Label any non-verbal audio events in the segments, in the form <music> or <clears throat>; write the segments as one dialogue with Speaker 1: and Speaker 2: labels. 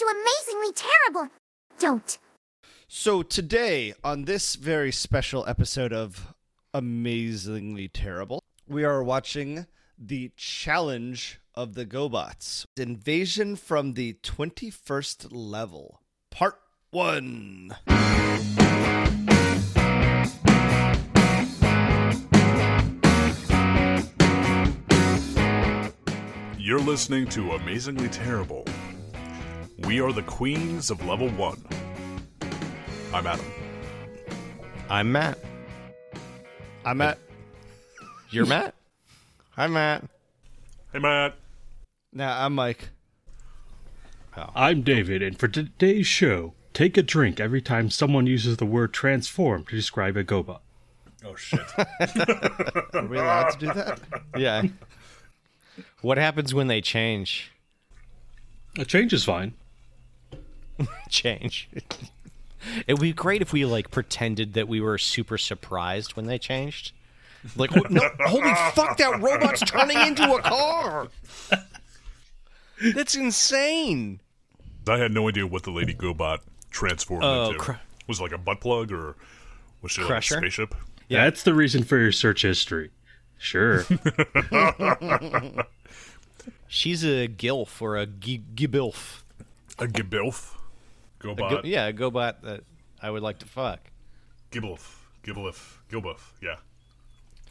Speaker 1: you amazingly terrible. Don't.
Speaker 2: So today, on this very special episode of Amazingly Terrible, we are watching the challenge of the GoBots Invasion from the 21st Level, Part 1.
Speaker 3: You're listening to Amazingly Terrible. We are the queens of level one. I'm Adam.
Speaker 4: I'm Matt.
Speaker 2: I'm at.
Speaker 4: <laughs> You're Matt? Hi, Matt.
Speaker 3: Hey, Matt.
Speaker 2: Now, I'm Mike.
Speaker 5: I'm David, and for today's show, take a drink every time someone uses the word transform to describe a GoBot.
Speaker 3: Oh, shit.
Speaker 2: Are we allowed to do that?
Speaker 4: <laughs>
Speaker 2: <laughs>
Speaker 4: Yeah. what happens when they change?
Speaker 5: A change is fine.
Speaker 4: Change. it would be great if we like pretended that we were super surprised when they changed. Like, wh- no, holy fuck, that robot's turning into a car. That's insane.
Speaker 3: <laughs> I had no idea what the Lady Gobot transformed
Speaker 4: Oh,
Speaker 3: into.
Speaker 4: cr-
Speaker 3: was it like a butt plug or was she like a
Speaker 4: Crusher?
Speaker 3: spaceship?
Speaker 5: That's the reason for your search history. Sure.
Speaker 4: She's a gilf or a gi- gibilf.
Speaker 3: A Gibilf?
Speaker 4: A go-
Speaker 3: Gobot?
Speaker 4: yeah, a gobot that I would like to fuck.
Speaker 3: Gibilf. Gibilif. Gilbuff. Yeah.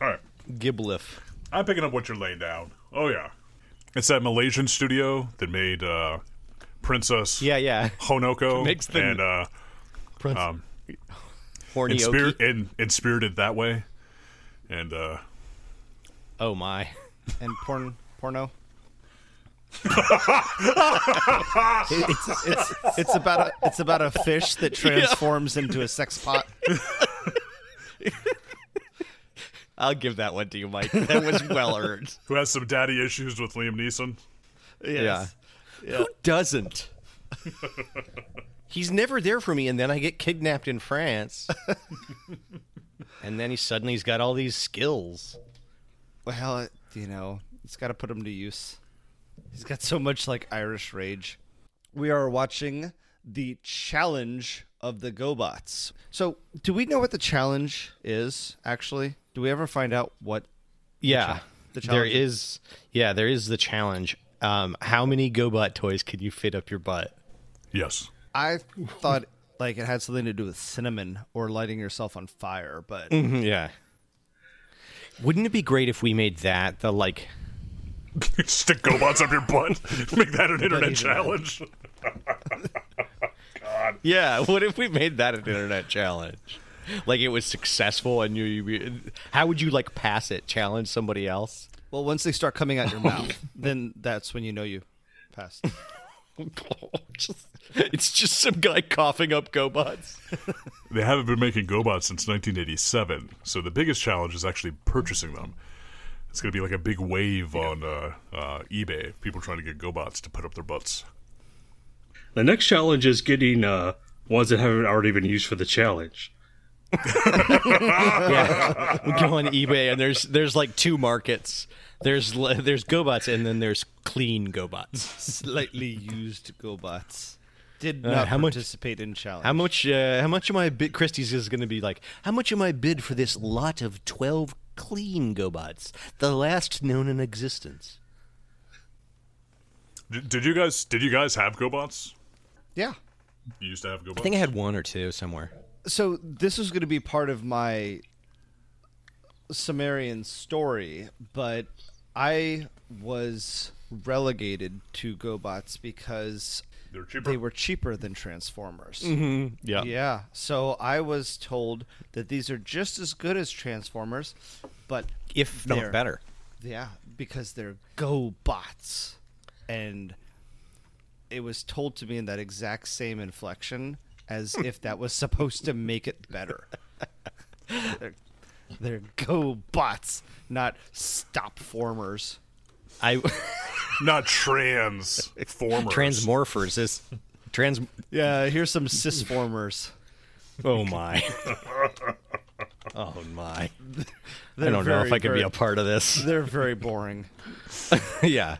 Speaker 3: All right.
Speaker 4: Giblif.
Speaker 3: I'm picking up what you're laying down. Oh, yeah. It's that Malaysian studio that made uh, Princess
Speaker 4: Yeah, yeah.
Speaker 3: Honoko
Speaker 4: Makes the-
Speaker 3: and uh,
Speaker 4: Prince.
Speaker 3: Um,
Speaker 4: <laughs> Horny
Speaker 3: Inspir-
Speaker 4: Oki.
Speaker 3: in, Inspirited That Way. And uh,
Speaker 4: Oh my.
Speaker 2: And porn, porno. it's, it's, it's about a it's about a fish that transforms into a sex pot.
Speaker 4: <laughs> I'll give that one to you, Mike. That was well earned.
Speaker 3: who has some daddy issues with Liam Neeson.
Speaker 2: Yes.
Speaker 4: Who doesn't? He's never there for me, and then I get kidnapped in
Speaker 2: <laughs>
Speaker 4: France. and then he suddenly he's got all these skills.
Speaker 2: Well, it- you know, he's got to put him to use. He's got so much like Irish rage. We are watching the challenge of the GoBots. So, do we know what the challenge is? Actually, do we ever find out what?
Speaker 4: Yeah.
Speaker 2: The challenge.
Speaker 4: there is yeah, there is the challenge. Um, how many GoBot toys can you fit up your butt?
Speaker 3: Yes. <laughs>
Speaker 2: I thought <laughs> like it had something to do with cinnamon or lighting yourself on fire, but
Speaker 4: Mm-hmm, Yeah. Wouldn't it be great if we made that the like
Speaker 3: Stick GoBots up your butt. <laughs> Make that an internet
Speaker 2: even
Speaker 3: challenge.
Speaker 4: Yeah, <laughs> what if we made that an internet challenge? Like it was successful, and you, you how would you like pass it? Challenge somebody else? <laughs>
Speaker 2: well, once they start coming out your mouth, <laughs> then that's when you know you passed.
Speaker 4: Just- it's just some guy coughing up GoBots.
Speaker 3: They haven't been making GoBots since 1987, so the biggest challenge is actually purchasing them. It's going to be like a big wave on uh, uh, eBay, people trying to get GoBots to put up their butts.
Speaker 5: the next challenge is getting uh, ones that haven't already been used for the challenge.
Speaker 4: Yeah, we go <laughs> on eBay, and there's there's like two markets. There's le- there's GoBots, and then there's clean GoBots.
Speaker 2: Slightly used GoBots did
Speaker 4: Uh,
Speaker 2: not
Speaker 4: how much-
Speaker 2: participate in challenge.
Speaker 4: How much? Uh, how much of my bid? Christie's is going to be like, how much am I bid for this lot of twelve clean GoBots, the last known in existence?
Speaker 3: D- did you guys? Did you guys have GoBots?
Speaker 2: yeah.
Speaker 3: You used to have GoBots.
Speaker 4: I think I had one or two somewhere.
Speaker 2: so this is going to be part of my Sumerian story, but I was relegated to GoBots because
Speaker 3: They're cheaper.
Speaker 2: they were cheaper than Transformers.
Speaker 4: Yeah.
Speaker 2: Yeah. So I was told that these are just as good as Transformers, but
Speaker 4: if
Speaker 2: They're-
Speaker 4: not better.
Speaker 2: yeah, because they're GoBots. And it was told to me in that exact same inflection as
Speaker 4: Hmm.
Speaker 2: if that was supposed to make it
Speaker 4: <laughs>
Speaker 2: better. they're, they're GoBots, not stop formers.
Speaker 4: I <laughs>
Speaker 3: Not transformers.
Speaker 4: transmorphers is trans.
Speaker 2: Yeah, here's some cisformers.
Speaker 4: Oh my. <laughs> oh my. I
Speaker 2: <laughs> They're
Speaker 4: don't know if
Speaker 2: very,
Speaker 4: I could be
Speaker 2: very-
Speaker 4: a
Speaker 2: <laughs>
Speaker 4: part of this. <laughs>
Speaker 2: They're very boring.
Speaker 4: yeah,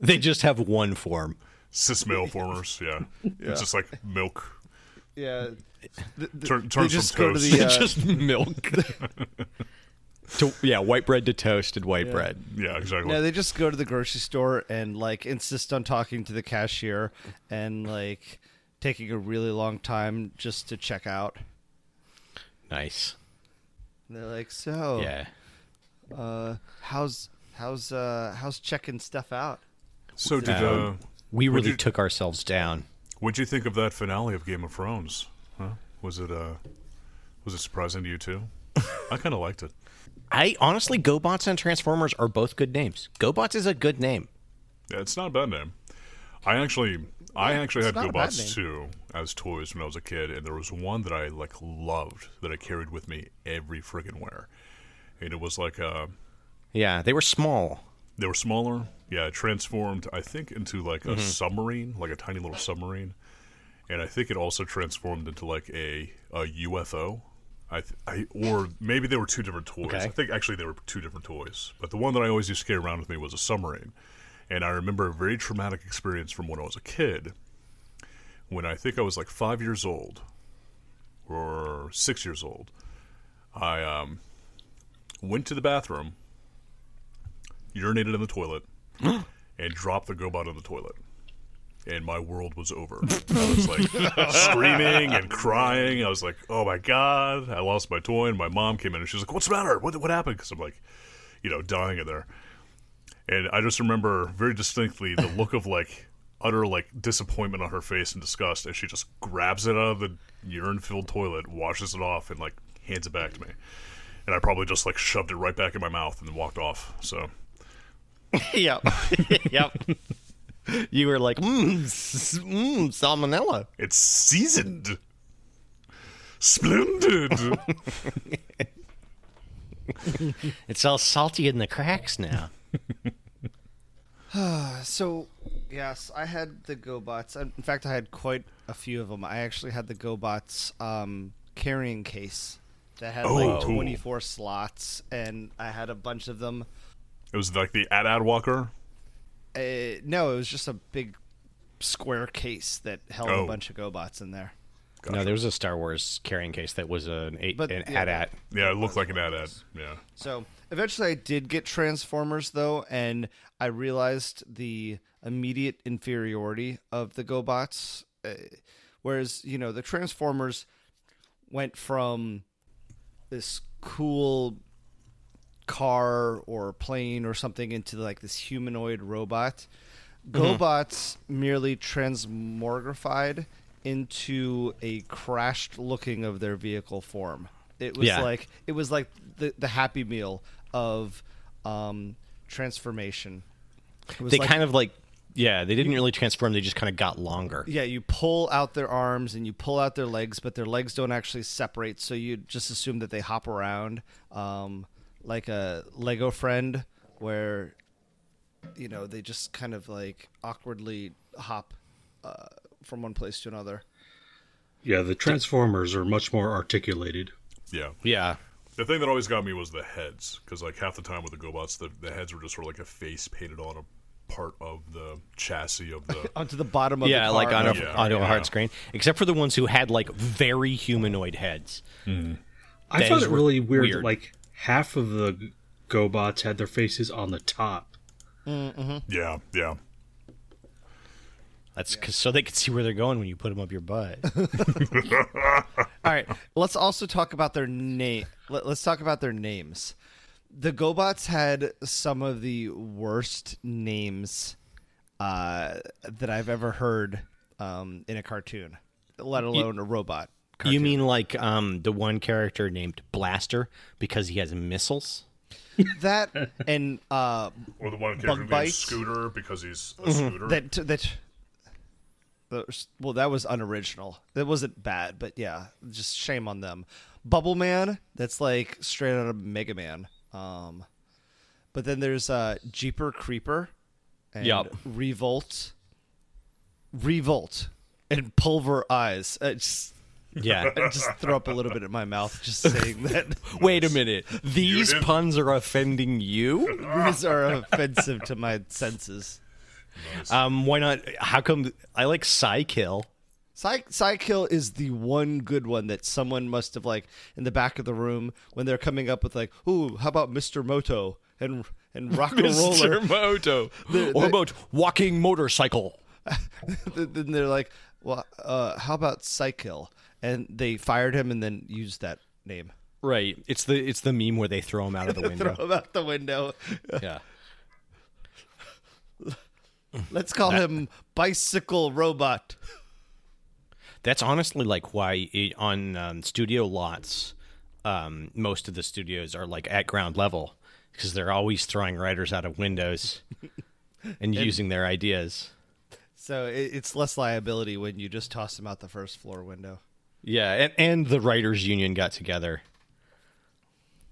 Speaker 4: they just have one form. <laughs>
Speaker 3: cis male formers. Yeah. it's just like milk.
Speaker 2: Yeah, th- th-
Speaker 3: Turn-
Speaker 2: they
Speaker 3: turn
Speaker 2: just
Speaker 3: some
Speaker 2: go to
Speaker 3: toast.
Speaker 2: the, uh,
Speaker 4: just milk. to, yeah, white bread to toasted white bread.
Speaker 3: <laughs> Yeah, exactly.
Speaker 2: No, they just go to the grocery store and like insist on talking to the cashier and like taking a really long time just to check out.
Speaker 4: Nice.
Speaker 2: And they're like, "So,
Speaker 4: Yeah.
Speaker 2: uh, how's how's uh how's checking stuff out?"
Speaker 3: so did uh,
Speaker 4: Um, We really
Speaker 3: you-
Speaker 4: took ourselves down.
Speaker 3: what'd you think of that finale of Game of Thrones? Huh? Was it uh was it surprising to you
Speaker 2: <laughs>
Speaker 3: too? I kind of liked it.
Speaker 4: I honestly, GoBots and Transformers are both good names. GoBots is a good name.
Speaker 3: Yeah, it's not a bad name. I actually, I actually had
Speaker 2: it's not a bad
Speaker 3: GoBots too as toys when I was a kid, and there was one that I like loved that I carried with me every friggin' where, and it was like uh,
Speaker 4: Yeah, they were small.
Speaker 3: they were smaller, yeah, transformed I think into like a submarine, like a tiny little submarine, and I think it also transformed into like a a UFO. I, th- I or maybe they were two different toys.
Speaker 4: Okay.
Speaker 3: I think actually they were two different toys, but the one that I always used to carry around with me was a submarine. And I remember a very traumatic experience from when I was a kid. When I think I was like five years old or six years old, I um, went to the bathroom, urinated in the toilet, and dropped the GoBot in the toilet. And my world was over. I was like screaming and crying. I was like, "Oh my god!" I lost my toy, and my mom came in and she was like, "What's the matter? What what happened?" Because I'm like, you know, dying in there. And I just remember very distinctly the look of like utter like disappointment on her face and disgust as she just grabs it out of the urine filled toilet, washes it off, and like hands it back to me. And I probably just like shoved it right back in my mouth and walked off. So
Speaker 4: yep. yep. You were like, mmm, s- mmm, salmonella.
Speaker 3: it's seasoned. <laughs> Splendid.
Speaker 4: It's all salty in the cracks now.
Speaker 2: Uh, So, yes, I had the GoBots. In fact, I had quite a few of them. I actually had the GoBots um, carrying case that had
Speaker 3: Oh.
Speaker 2: like 24 slots, and I had a bunch of them.
Speaker 3: it was like the Ad Ad Walker.
Speaker 2: Uh, no, it was just a big square case that held
Speaker 3: Oh.
Speaker 2: a bunch of GoBots in there.
Speaker 4: No, there was a Star Wars carrying case that was an eight
Speaker 2: But,
Speaker 4: an
Speaker 2: yeah.
Speaker 4: AT-AT.
Speaker 3: Yeah, it looked like an Ad Ad. Yeah.
Speaker 2: So eventually, I did get Transformers though, and I realized the immediate inferiority of the GoBots. Uh, whereas you know the Transformers went from this cool car or plane or something into like this humanoid robot.
Speaker 4: Mm-hmm.
Speaker 2: GoBots merely transmogrified into a crashed looking of their vehicle form. It was
Speaker 4: Yeah.
Speaker 2: like it was like the the happy meal of um, transformation. It was
Speaker 4: They
Speaker 2: like-
Speaker 4: kind of like, yeah, they didn't really transform. They just kind of got longer.
Speaker 2: yeah, you pull out their arms and you pull out their legs, but their legs don't actually separate, so you just assume that they hop around um, like a Lego friend, where you know they just kind of like awkwardly hop uh, from one place to another.
Speaker 5: Yeah, the Transformers are much more articulated.
Speaker 3: Yeah.
Speaker 4: Yeah.
Speaker 3: The thing that always got me was the heads, because like half the time with the GoBots, the, the heads were just sort of like a face painted on a part of the chassis of <laughs> the.
Speaker 2: Onto the bottom of
Speaker 4: yeah,
Speaker 2: the
Speaker 4: like on
Speaker 2: car.
Speaker 4: a
Speaker 3: Yeah,
Speaker 4: onto a
Speaker 3: yeah.
Speaker 4: hard screen, except for the ones who had like very humanoid heads.
Speaker 5: I
Speaker 4: That is
Speaker 5: found it really weird,
Speaker 4: weird.
Speaker 5: that like half of the GoBots had their faces on the top.
Speaker 3: yeah, yeah.
Speaker 4: That's 'cause- so they could see where they're going when you put them up your <laughs> butt.
Speaker 2: All right, let's also talk about their name. Let, let's talk about their names. The GoBots had some of the worst names uh, that I've ever heard um, in a cartoon, let alone a robot.
Speaker 4: you mean like um, the one character named Blaster because he has missiles?
Speaker 2: That and uh,
Speaker 3: Or the one
Speaker 2: Bug
Speaker 3: character named
Speaker 2: Bites?
Speaker 3: Scooter because he's a scooter.
Speaker 2: that that. those- Well, that was unoriginal. That wasn't bad, but yeah, just shame on them. Bubble Man, that's like straight out of Mega Man. Um, but then there's uh, Jeeper Creeper, and
Speaker 4: Yup.
Speaker 2: Revolt, Revolt, and Pulver Eyes. I just,
Speaker 4: Yeah.
Speaker 2: I just throw up a little bit in my mouth just saying that
Speaker 4: <laughs> Wait a minute. These
Speaker 3: did-
Speaker 2: <laughs>
Speaker 4: puns are offending you?
Speaker 2: these are offensive to my senses.
Speaker 4: <laughs> Um, why not? How come I like Psykill? <laughs>
Speaker 2: Psych Psykill is the one good one that someone must have like in the back of the room when they're coming up with like, ooh, how about Mr. Moto and and Rock and Roller? <laughs>
Speaker 4: Moto. what about walking motorcycle?
Speaker 2: then they're like, well, uh, how about Psykill? And they fired him and then used that name. <laughs>
Speaker 4: Right. It's the it's the meme where <laughs> they throw him out of the
Speaker 2: Throw
Speaker 4: window.
Speaker 2: him out the window. <laughs>
Speaker 4: yeah.
Speaker 2: Let's call him Bicycle Robot.
Speaker 4: That's honestly like why it, on um, studio lots, um, most of the studios are like at ground level because they're always throwing writers out of <laughs> windows and using their ideas.
Speaker 2: So it, it's less liability when you just toss him out the first floor window.
Speaker 4: Yeah, and, and the writers union got together.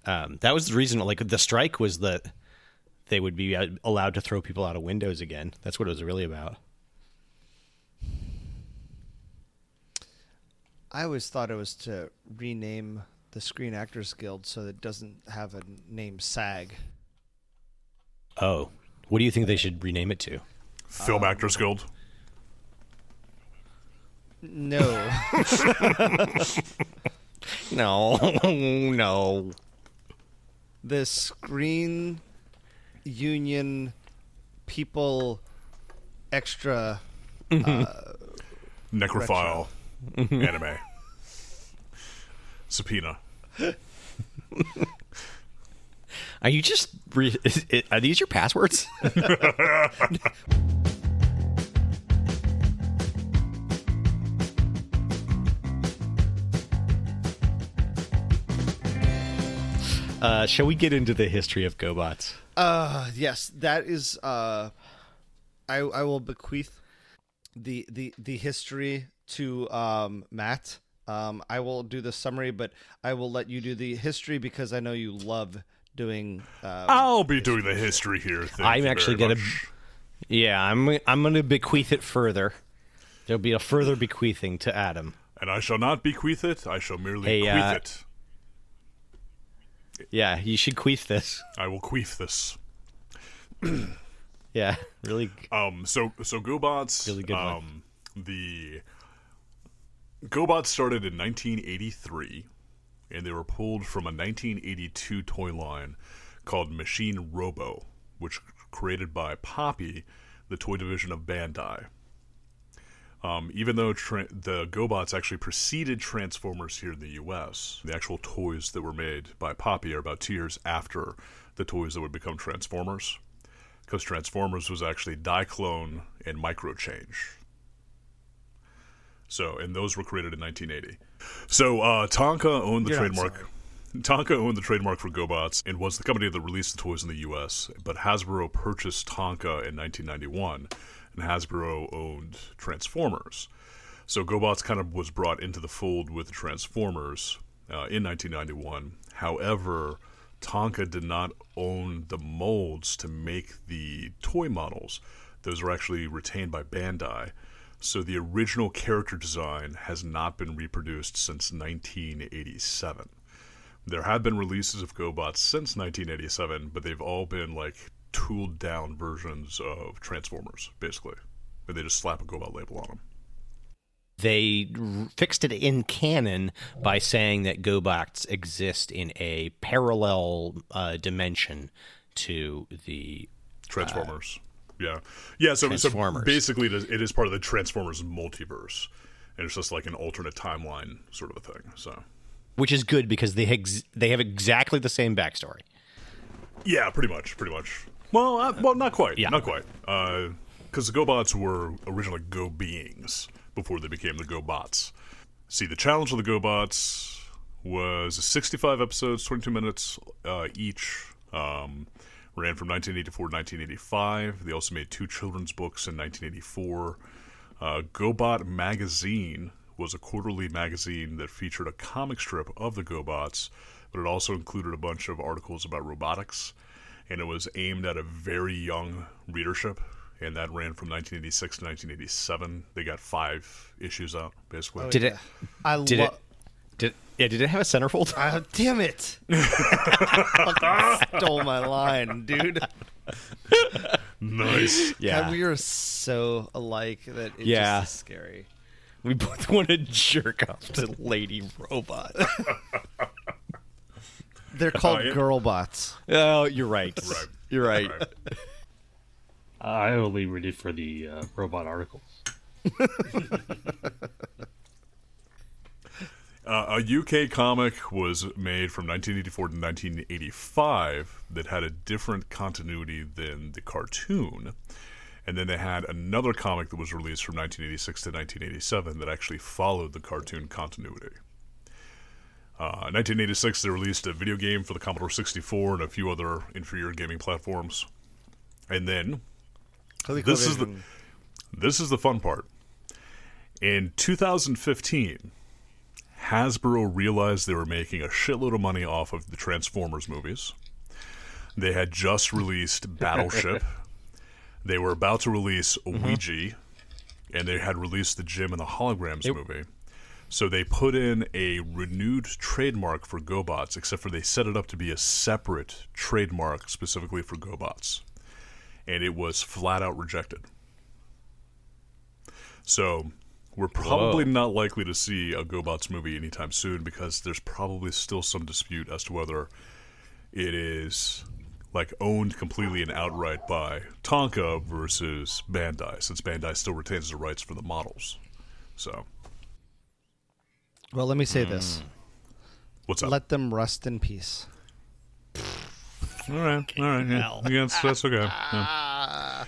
Speaker 4: Um, that was the reason. Like the strike was that they would be uh, allowed to throw people out of windows again. That's what it was really about.
Speaker 2: I always thought it was to rename the Screen Actors Guild so that it doesn't have a name SAG.
Speaker 4: Oh, what do you think they should rename it <laughs> to?
Speaker 3: Film Actors Guild.
Speaker 2: No.
Speaker 4: No, Oh, no.
Speaker 2: the Screen Union People Extra.
Speaker 3: Necrophile. <laughs> Anime. Subpoena.
Speaker 4: Are you just re- <laughs> is it- are these your passwords? <laughs> uh, shall we get into the history of GoBots?
Speaker 2: Uh, yes, that is. Uh, I I will bequeath the the the history to um, Matt. Um, I will do the summary, but I will let you do the history because I know you love doing. Uh,
Speaker 3: I'll be doing the history here. Thank
Speaker 4: I'm
Speaker 3: you
Speaker 4: actually
Speaker 3: very
Speaker 4: gonna-
Speaker 3: much.
Speaker 4: Yeah, I'm I'm going to bequeath it further. There'll be a further bequeathing to Adam.
Speaker 3: And I shall not bequeath it. I shall merely
Speaker 4: Hey,
Speaker 3: queef
Speaker 4: uh,
Speaker 3: it.
Speaker 4: Yeah, you should queef this.
Speaker 3: I will queef this.
Speaker 4: Yeah, really.
Speaker 3: Um, so so GoBots.
Speaker 4: Really good one.
Speaker 3: um, The GoBots started in 1983, and they were pulled from a 1982 toy line called Machine Robo, which created by Poppy, the toy division of Bandai. Um, even though tra- the GoBots actually preceded Transformers here in the U.S., the actual toys that were made by Poppy are about two years after the toys that would become Transformers because Transformers was actually Diaclone and Microchange. So, and those were created in 1980. So, uh, Tonka owned the
Speaker 2: You're not
Speaker 3: trademark. Tonka owned the trademark for GoBots and was the company that released the toys in the U.S. But Hasbro purchased Tonka in 1991, and Hasbro owned Transformers. So GoBots kind of was brought into the fold with Transformers uh, in 1991. However, Tonka did not own the molds to make the toy models. Those were actually retained by Bandai. So the original character design has not been reproduced since 1987. There have been releases of GoBots since 1987, but they've all been like tooled down versions of Transformers, basically. And they just slap a GoBot label on them.
Speaker 4: They r- fixed it in canon by saying that GoBots exist in a parallel uh, dimension to the.
Speaker 3: Transformers. yeah, yeah. So, so
Speaker 4: Transformers.
Speaker 3: basically, it is, it is part of the Transformers multiverse, and it's just like an alternate timeline sort of a thing. So,
Speaker 4: Which is good because they ex- they have exactly the same backstory.
Speaker 3: yeah, pretty much, pretty much. Well, uh, well, not quite,
Speaker 4: Yeah.
Speaker 3: not quite, because the GoBots were originally Go beings before they became the GoBots. See, the challenge of the GoBots was 65 episodes, 22 minutes uh, each. Um, ran from 1984 to 1985. They also made two children's books in 1984. Uh, GoBot Magazine was a quarterly magazine that featured a comic strip of the GoBots, but it also included a bunch of articles about robotics, and it was aimed at a very young readership. And that ran from 1986 to 1987. They got five issues out, basically.
Speaker 4: Did it?
Speaker 2: I
Speaker 4: Did
Speaker 2: love.
Speaker 4: it? Did yeah? Did it have a centerfold?
Speaker 2: Ah, damn <laughs> it! Fucking stole my line, dude.
Speaker 3: Nice.
Speaker 4: Yeah.
Speaker 2: God, we are so alike that it's
Speaker 4: Yeah.
Speaker 2: just is scary.
Speaker 4: <laughs> We both want to jerk off to Lady Robot.
Speaker 2: <laughs> They're called
Speaker 3: yeah.
Speaker 2: girl bots.
Speaker 4: oh, you're right.
Speaker 3: Right.
Speaker 4: You're right.
Speaker 3: Right.
Speaker 5: <laughs> I only read it for the uh, robot articles.
Speaker 3: Uh, a UK comic was made from 1984 to 1985 that had a different continuity than the cartoon. And then they had another comic that was released from 1986 to 1987 that actually followed the cartoon continuity. Uh, in 1986, they released a video game for the Commodore 64 and a few other inferior gaming platforms. And then This is the- this is the fun part. In 2015, Hasbro realized they were making a shitload of money off of the Transformers movies. They had just released Battleship. they were about to release Ouija, and they had released the Jim and the Holograms movie. So they put in a renewed trademark for GoBots, except for they set it up to be a separate trademark specifically for GoBots. And it was flat out rejected. So we're probably not likely to see a GoBots movie anytime soon because there's probably still some dispute as to whether it is like owned completely and outright by Tonka versus Bandai, since Bandai still retains the rights for the models. So
Speaker 2: Well, let me
Speaker 3: Hmm.
Speaker 2: say this:
Speaker 3: what's up?
Speaker 2: let them rust in peace.
Speaker 3: All right, all right, yeah, yeah that's, that's okay. yeah.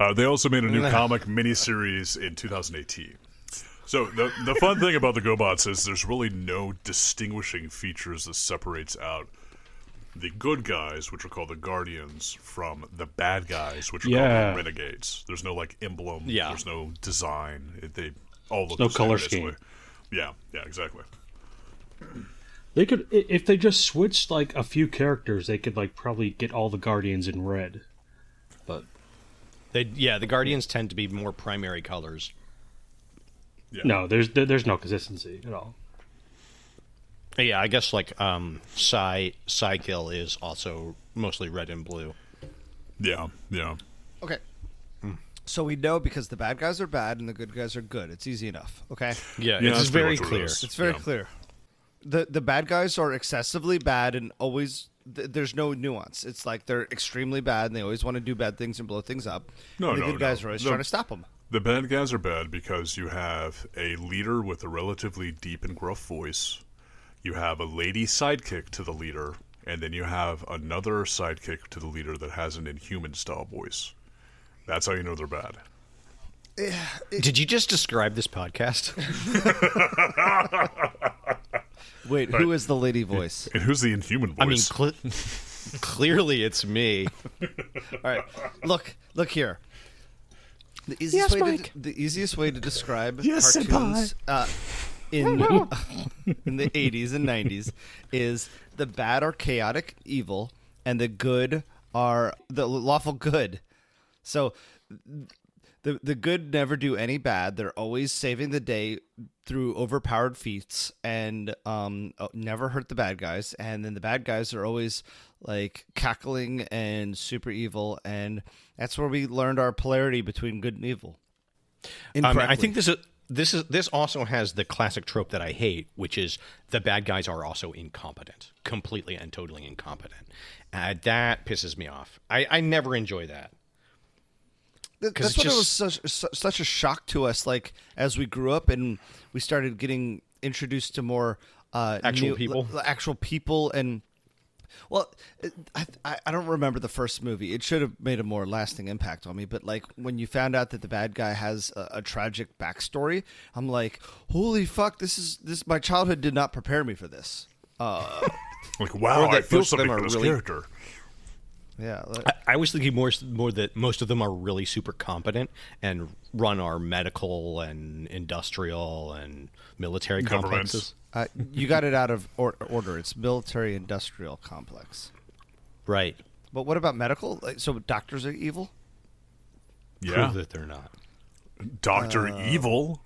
Speaker 3: Uh, they also made a new comic miniseries in 2018. So the the fun thing about the GoBots is there's really no distinguishing features that separates out the good guys, which are called the Guardians, from the bad guys, which are called
Speaker 5: Yeah.
Speaker 3: the Renegades. There's no like emblem.
Speaker 4: Yeah.
Speaker 3: There's no design. It, they all look
Speaker 5: no
Speaker 3: the same,
Speaker 5: color
Speaker 3: basically.
Speaker 5: scheme.
Speaker 3: Yeah, yeah, exactly.
Speaker 5: They could, i- if they just switched like a few characters, they could like probably get all the Guardians in red. But
Speaker 4: They, yeah, the Guardians tend to be more primary colors.
Speaker 5: no, there's there, there's no consistency at all.
Speaker 4: Yeah, I guess like um, Psy Psykill is also mostly red and blue.
Speaker 3: Yeah, yeah.
Speaker 2: Okay.
Speaker 3: Hmm.
Speaker 2: So we know because the bad guys are bad and the good guys are good. It's easy enough. Okay.
Speaker 4: Yeah,
Speaker 3: Yeah,
Speaker 4: it's
Speaker 3: that's pretty
Speaker 4: very
Speaker 3: much what it
Speaker 4: clear.
Speaker 3: is.
Speaker 2: It's very
Speaker 3: Yeah.
Speaker 2: clear. The the bad guys are excessively bad and always th- there's no nuance. It's like they're extremely bad and they always want to do bad things and blow things up.
Speaker 3: No,
Speaker 2: and the
Speaker 3: no,
Speaker 2: good guys
Speaker 3: no.
Speaker 2: are always
Speaker 3: No.
Speaker 2: trying to stop them.
Speaker 3: The bad guys are bad because you have a leader with a relatively deep and gruff voice. You have a lady sidekick to the leader, and then you have another sidekick to the leader that has an inhuman style voice. That's how you know they're bad.
Speaker 4: Did you just describe this podcast?
Speaker 2: Wait, who is the lady voice?
Speaker 3: And who's the inhuman voice?
Speaker 4: I mean, cle clearly it's <laughs> me.
Speaker 2: All right, look, look here. The easiest way
Speaker 4: Mike.
Speaker 2: to the easiest way to describe
Speaker 3: Yes, senpai.
Speaker 2: cartoons uh, in <laughs> in the eighties and nineties is the bad are chaotic evil and the good are the lawful good. So the the good never do any bad. They're always saving the day through overpowered feats and um uh, never hurt the bad guys. And then the bad guys are always like cackling and super evil. And that's where we learned our polarity between good and evil.
Speaker 4: Um, I
Speaker 2: Incorrectly.
Speaker 4: think this is this is this also has the classic trope that I hate, which is the bad guys are also incompetent, completely and totally incompetent. Uh, that pisses me off. I, I never enjoy that.
Speaker 2: Th-
Speaker 4: 'Cause
Speaker 2: that's
Speaker 4: it's
Speaker 2: what it was
Speaker 4: just-
Speaker 2: such, su- such a shock to us like as we grew up and we started getting introduced to more uh
Speaker 4: Actual
Speaker 2: new-
Speaker 4: people?
Speaker 2: l- actual people and well it- I, I I don't remember the first movie it should have made a more lasting impact on me but like when you found out that the bad guy has a, a tragic backstory i'm like holy fuck this is this my childhood did not prepare me for this
Speaker 3: like, wow, I
Speaker 4: that
Speaker 3: feel
Speaker 4: most of them
Speaker 3: something for
Speaker 4: are
Speaker 3: this
Speaker 4: really-
Speaker 3: character.
Speaker 2: yeah like-
Speaker 4: I, I was thinking more more that most of them are really super competent and run our medical and industrial and military
Speaker 3: Governments.
Speaker 4: complexes.
Speaker 2: uh, you got it out of or- order it's military industrial complex
Speaker 4: Right.
Speaker 2: But what about medical? Like, so doctors are evil?
Speaker 3: Yeah,
Speaker 4: Prove that they're not.
Speaker 3: Doctor Evil.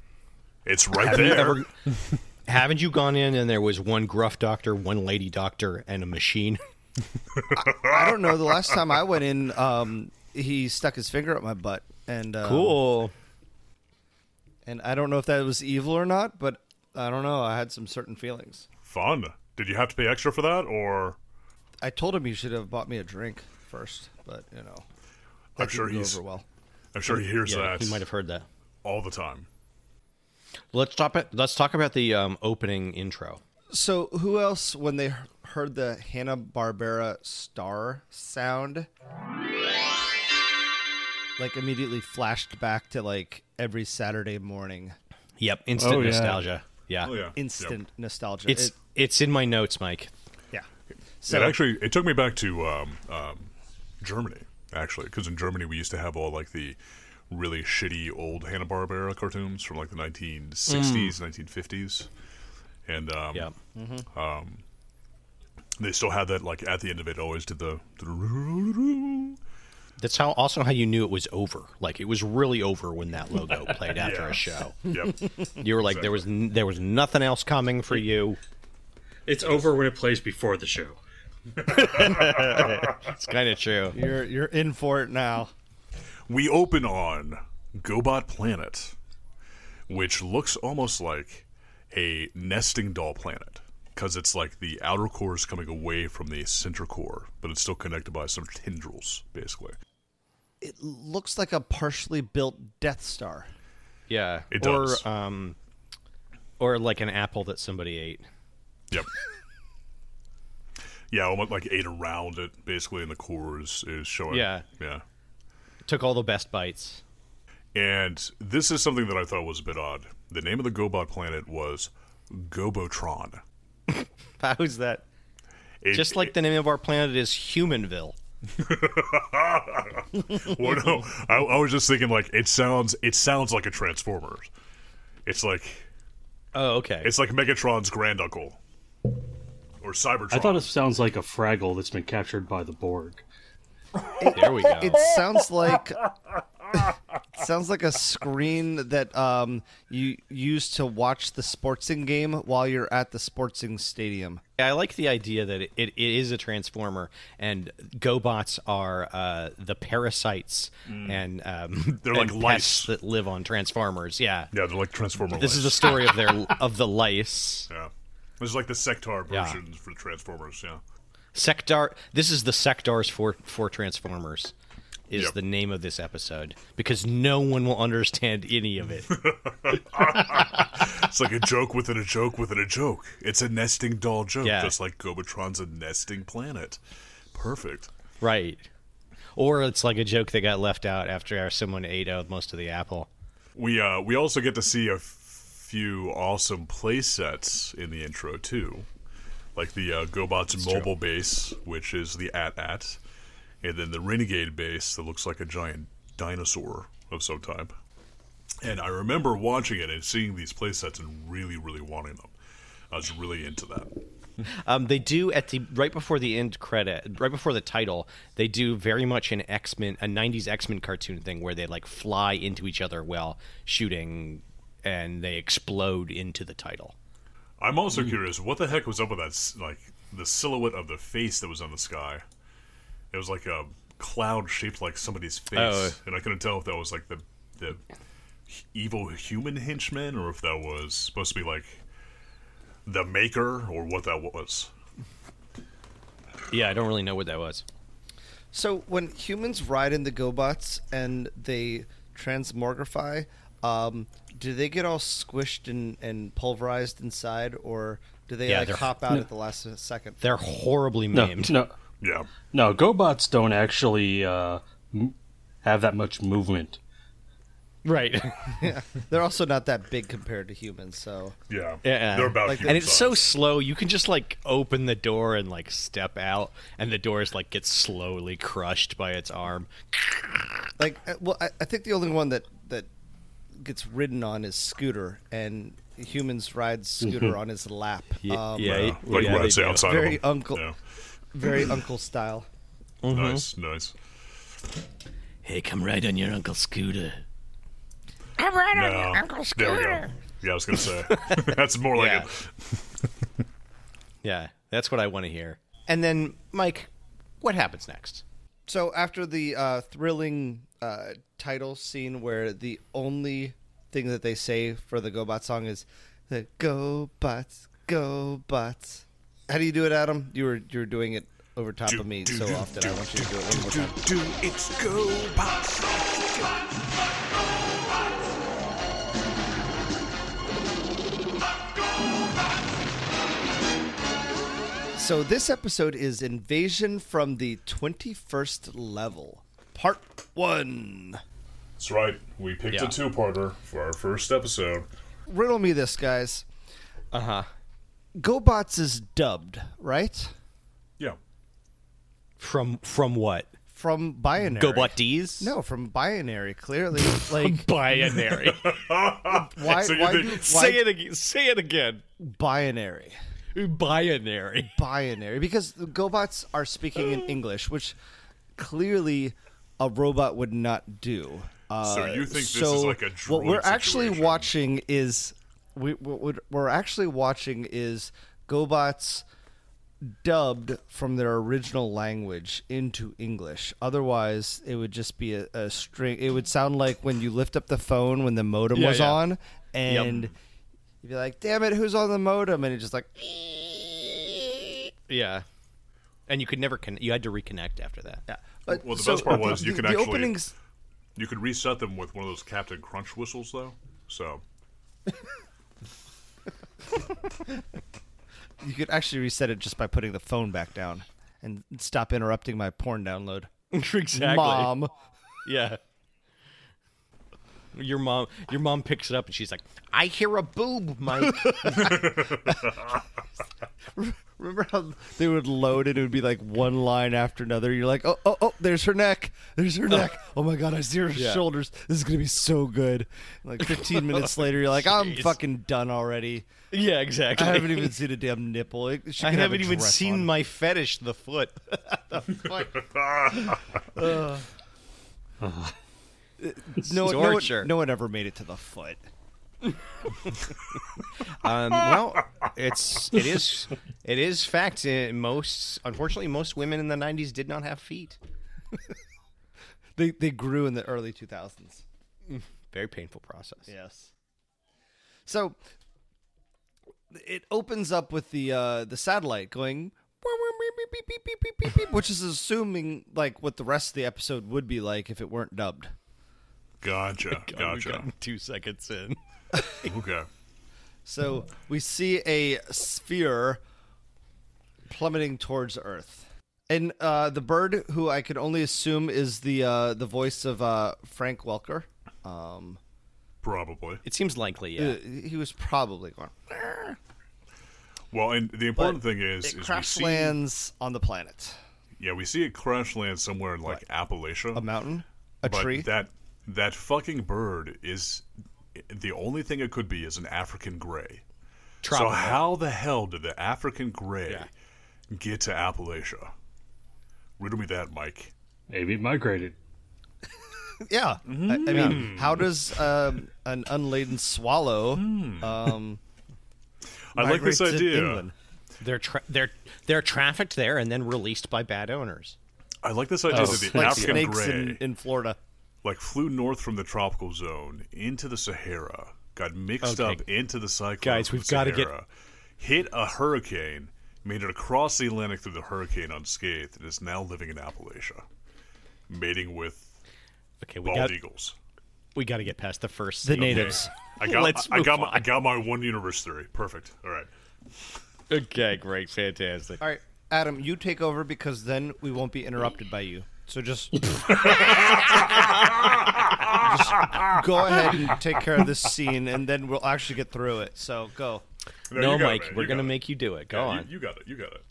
Speaker 3: It's right
Speaker 4: Have you
Speaker 3: there.
Speaker 4: ever- <laughs> haven't you gone in and there was one gruff doctor, one
Speaker 3: <laughs>
Speaker 4: lady doctor, and a machine?
Speaker 2: I don't know. The last time I went in, um, he stuck his finger up my butt, and um,
Speaker 4: Cool.
Speaker 2: And I don't know if that was evil or not, but I don't know. I had some certain feelings.
Speaker 3: Fun. Did you have to pay extra for that, or
Speaker 2: I told him you should have bought me a drink first, but you know, that
Speaker 3: I'm sure
Speaker 2: didn't go
Speaker 3: he's.
Speaker 2: over well.
Speaker 3: I'm sure he hears
Speaker 4: yeah,
Speaker 3: that
Speaker 4: he might have heard that.
Speaker 3: all the time.
Speaker 4: Let's stop it. Let's talk about the um, opening intro.
Speaker 2: So, who else, when they heard the Hanna Barbera star sound, like immediately flashed back to like every Saturday morning,
Speaker 4: Yep, instant
Speaker 5: Oh, yeah.
Speaker 4: nostalgia. Yeah.
Speaker 3: Oh yeah.
Speaker 2: instant nostalgia.
Speaker 4: It's
Speaker 2: It-
Speaker 4: it's in my notes, Mike.
Speaker 2: yeah.
Speaker 3: Yep.
Speaker 2: So
Speaker 3: It actually it took me back to um, um, Germany actually because in Germany we used to have all like the really shitty old Hanna Barbera cartoons from like the 1960s, 1950s, and um,
Speaker 4: Yep.
Speaker 3: they still had that like at the end of it always did the. the
Speaker 4: That's how also how you knew it was over. Like it was really over when that
Speaker 3: <laughs>
Speaker 4: logo played after
Speaker 3: Yeah.
Speaker 4: a show.
Speaker 3: yep.
Speaker 4: You were like there was n- there was nothing else coming for you.
Speaker 5: It's over when it plays before the show.
Speaker 4: It's kind of true.
Speaker 3: <laughs>
Speaker 2: you're you're in for it now.
Speaker 3: We open on Gobot Planet, which looks almost like a nesting doll planet because it's like the outer core is coming away from the center core, but it's still connected by some tendrils, basically.
Speaker 2: It looks like a partially built Death Star.
Speaker 4: Yeah.
Speaker 3: It
Speaker 4: or
Speaker 3: does.
Speaker 4: um or like an apple that somebody ate.
Speaker 3: Yep. <laughs> yeah, almost like eight around it, basically, and the core is, is showing.
Speaker 4: Yeah.
Speaker 3: Yeah.
Speaker 4: Took all the best bites.
Speaker 3: And this is something that I thought was a bit odd. The name of the Gobot planet was Gobotron.
Speaker 4: How's that?
Speaker 3: It-
Speaker 4: Just like the name of our planet is Humanville.
Speaker 3: Well, no,
Speaker 4: Mm-hmm.
Speaker 3: I, I was just thinking like it sounds. It sounds like a Transformers. It's like
Speaker 4: Oh, okay.
Speaker 3: it's like Megatron's granduncle, or Cybertron.
Speaker 5: I thought it sounds like a Fraggle that's been captured by the Borg.
Speaker 4: there we go.
Speaker 2: It sounds like <laughs> it sounds like a screen that um, you use to watch the sportsing game while you're at the sportsing stadium.
Speaker 4: I like the idea that it, it, it is a transformer, and GoBots are uh, the parasites and um,
Speaker 3: Mm. <laughs> They're
Speaker 4: and
Speaker 3: like lice.
Speaker 4: pests that live on transformers. Yeah,
Speaker 3: yeah, they're like Transformer.
Speaker 4: this is the
Speaker 3: lights.
Speaker 4: story
Speaker 3: <laughs>
Speaker 4: of their of the lice
Speaker 3: yeah. This is like the Sectar
Speaker 4: Yeah.
Speaker 3: version for the Transformers. Yeah,
Speaker 4: sector. This is the sectors for for transformers. Is
Speaker 3: Yep.
Speaker 4: the name of this episode because no one will understand any of it.
Speaker 3: it's like a joke within a joke within a joke. It's a nesting doll joke,
Speaker 4: Yeah.
Speaker 3: just like Gobotron's a nesting planet. Perfect.
Speaker 4: right. Or it's like a joke that got left out after someone ate out most of the apple.
Speaker 3: We uh, we also get to see a few awesome play sets in the intro too, like the uh, GoBots mobile base, which is the at at, and then the Renegade base that looks like a giant dinosaur of some type. And I remember watching it and seeing these play sets and really, really wanting them. I was really into that.
Speaker 4: Um, they do at the right before the end credit, right before the title, they do very much an X Men, a '90s X Men cartoon thing where they like fly into each other while shooting, and they explode into the title.
Speaker 3: I'm also curious, what the heck was up with that? s- Like the silhouette of the face that was on the sky. It was like a cloud shaped like somebody's face,
Speaker 4: Oh.
Speaker 3: and I couldn't tell if that was like the the h- evil human henchman or if that was supposed to be like the maker or what that was.
Speaker 4: Yeah, I don't really know what that was.
Speaker 2: So when humans ride into GoBots and they transmogrify, um, do they get all squished and, and pulverized inside, or do they
Speaker 4: Yeah,
Speaker 2: like
Speaker 4: they're-
Speaker 2: hop out at the last second?
Speaker 4: They're horribly
Speaker 5: No,
Speaker 4: maimed.
Speaker 5: no,
Speaker 3: Yeah,
Speaker 5: no. GoBots don't actually uh, m- have that much movement.
Speaker 4: <laughs> Right.
Speaker 2: They're also not that big compared to humans, so
Speaker 3: yeah,
Speaker 4: Yeah. uh,
Speaker 3: They're about
Speaker 2: Like-
Speaker 4: and
Speaker 3: human
Speaker 4: it's so
Speaker 3: size.
Speaker 4: slow. You can just like open the door and like step out, and the door is like gets slowly crushed by its arm.
Speaker 2: like uh, well I, I think the only one that that gets ridden on is scooter and humans ride scooter on his lap um,
Speaker 4: yeah,
Speaker 3: like
Speaker 4: yeah,
Speaker 3: what
Speaker 4: they
Speaker 3: I'd say
Speaker 4: do.
Speaker 3: outside
Speaker 2: very
Speaker 3: of them.
Speaker 2: uncle
Speaker 3: Yeah.
Speaker 2: very uncle style
Speaker 4: Mm-hmm.
Speaker 3: Nice, nice.
Speaker 4: Hey, come ride on your uncle Scooter.
Speaker 1: I'm right on
Speaker 3: Yeah,
Speaker 1: your Uncle
Speaker 3: there we go.
Speaker 1: Scooter.
Speaker 3: Yeah, I was gonna say <laughs> that's more like
Speaker 4: Yeah.
Speaker 3: it.
Speaker 4: Yeah, that's what I want to hear. And then, Mike, what happens next?
Speaker 2: So after the uh, thrilling uh, title scene, where the only thing that they say for the GoBot song is the "Go Bots, Go Bots." How do you do it, Adam? You were you were doing it over top of me so often. I want you to do it one more time.
Speaker 3: Do it's go box.
Speaker 2: So this episode is Invasion from the 21st Level, Part 1.
Speaker 3: That's right. We picked
Speaker 4: Yeah.
Speaker 3: a two-parter for our first episode.
Speaker 2: Riddle me this, guys.
Speaker 4: Uh huh.
Speaker 2: GoBots is dubbed, right?
Speaker 3: Yeah.
Speaker 4: From from what?
Speaker 2: From binary.
Speaker 4: GoBot D's?
Speaker 2: No, from binary, clearly. <laughs> Like
Speaker 4: Binary.
Speaker 2: why
Speaker 3: So you
Speaker 2: why,
Speaker 3: think-
Speaker 2: do, why
Speaker 4: say it again. Say it again.
Speaker 2: binary?
Speaker 4: Binary.
Speaker 2: Binary because the GoBots are speaking
Speaker 3: Oh.
Speaker 2: in English, which clearly a robot would not do. Uh,
Speaker 3: So you think this is
Speaker 2: so
Speaker 3: like a
Speaker 2: what
Speaker 3: droid
Speaker 2: we're actually
Speaker 3: situation?
Speaker 2: watching is we what we're- we're actually watching is GoBots dubbed from their original language into English. Otherwise, it would just be a, a string. It would sound like when you lift up the phone when the modem was
Speaker 4: yeah.
Speaker 2: on, and you'd be like, "Damn it, who's on the modem?" And it just like.
Speaker 4: <laughs> Yeah. And you could never con- you had to reconnect after that. Yeah.
Speaker 2: But,
Speaker 3: Well, the best part was you
Speaker 2: Uh, the-
Speaker 3: could
Speaker 2: the
Speaker 3: actually-
Speaker 2: openings.
Speaker 3: You could reset them with one of those Captain Crunch whistles, though. So
Speaker 2: You could actually reset it just by putting the phone back down and stop interrupting my porn download.
Speaker 4: <laughs> exactly.
Speaker 2: Mom, <laughs>
Speaker 4: Yeah. Your mom your mom picks it up and she's like, "I hear a boob,
Speaker 2: <laughs>
Speaker 4: Mike."
Speaker 2: remember how they would load it? It would be like one line after another. You're like, oh, oh, oh, there's her neck. There's
Speaker 3: <laughs>
Speaker 2: her neck. Oh my god, I see her shoulders. This is gonna be so good.
Speaker 3: <laughs>
Speaker 2: Like 15 minutes later, you're like, I'm
Speaker 4: Jeez.
Speaker 2: fucking done already.
Speaker 4: yeah, exactly.
Speaker 2: I haven't even seen a damn nipple. It- she
Speaker 4: I
Speaker 2: could have
Speaker 4: haven't
Speaker 2: a
Speaker 4: even
Speaker 2: dress
Speaker 4: seen
Speaker 2: on.
Speaker 4: my fetish, the foot.
Speaker 2: no, one- no one-
Speaker 4: torture.
Speaker 2: no one ever made it to the foot.
Speaker 4: Um, well, it's <laughs> it is it is fact. uh, Most unfortunately, most women in the '90s did not have feet.
Speaker 2: They they grew in the early 2000s.
Speaker 4: Very painful process.
Speaker 2: Yes. So it opens up with the uh, the satellite going, beep, beep, beep, beep, beep, beep, which is assuming like what the rest of the episode would be like if it weren't dubbed. <laughs>
Speaker 3: gotcha,
Speaker 4: Oh, we've
Speaker 3: gotcha.
Speaker 4: gotten <laughs> two seconds in.
Speaker 3: okay.
Speaker 2: So we see a sphere plummeting towards Earth. And uh, the bird, who I could only assume is the uh, the voice of uh, Frank Welker, um,
Speaker 3: Probably.
Speaker 4: It seems likely. Yeah.
Speaker 2: uh, he was probably gone.
Speaker 3: Well, and the important thing is,
Speaker 2: It
Speaker 3: is we
Speaker 2: crash
Speaker 3: see,
Speaker 2: lands on the planet,
Speaker 3: yeah, we see it crash land somewhere in like Appalachia,
Speaker 2: a mountain, a
Speaker 3: but
Speaker 2: tree.
Speaker 3: that that fucking bird is the only thing it could be is an African gray.
Speaker 4: Tropical.
Speaker 3: So how the hell did the African gray
Speaker 4: Yeah.
Speaker 3: get to Appalachia? Riddle me that, Mike.
Speaker 5: Maybe it migrated.
Speaker 2: Yeah, I, I
Speaker 3: Mm.
Speaker 2: mean, how does um, an unladen swallow? Um,
Speaker 3: I like this
Speaker 2: migrate to
Speaker 3: idea.
Speaker 2: England?
Speaker 4: They're tra- they're they're trafficked there and then released by bad owners.
Speaker 3: I like this idea
Speaker 5: Oh,
Speaker 3: that the
Speaker 2: Like
Speaker 3: African
Speaker 2: snakes
Speaker 3: gray
Speaker 2: in, in Florida.
Speaker 3: like flew north from the tropical zone into the Sahara, got mixed
Speaker 4: Okay.
Speaker 3: up into the cyclone.
Speaker 4: Guys,
Speaker 3: from
Speaker 4: we've
Speaker 3: the
Speaker 4: gotta get-
Speaker 3: Sahara, hit a hurricane, made it across the Atlantic through the hurricane unscathed, and is now living in Appalachia, mating with
Speaker 4: Okay, we
Speaker 3: bald
Speaker 4: got
Speaker 3: eagles.
Speaker 4: we got to get past the first.
Speaker 2: The
Speaker 4: scene.
Speaker 2: natives.
Speaker 3: I got,
Speaker 4: Let's
Speaker 3: I,
Speaker 4: move
Speaker 3: got my,
Speaker 4: on.
Speaker 3: I got my one universe theory. Perfect. All right.
Speaker 4: <laughs> Okay, great, fantastic.
Speaker 2: All right, Adam, you take over because then we won't be interrupted by you. So just, just go ahead and take care of this scene, and then we'll actually get through it. So go.
Speaker 4: No,
Speaker 3: you got it,
Speaker 4: Mike,
Speaker 3: man.
Speaker 4: we're
Speaker 3: You
Speaker 4: gonna
Speaker 3: got it.
Speaker 4: make you do it. Go
Speaker 3: Yeah,
Speaker 4: on.
Speaker 3: You, you got it. You got it.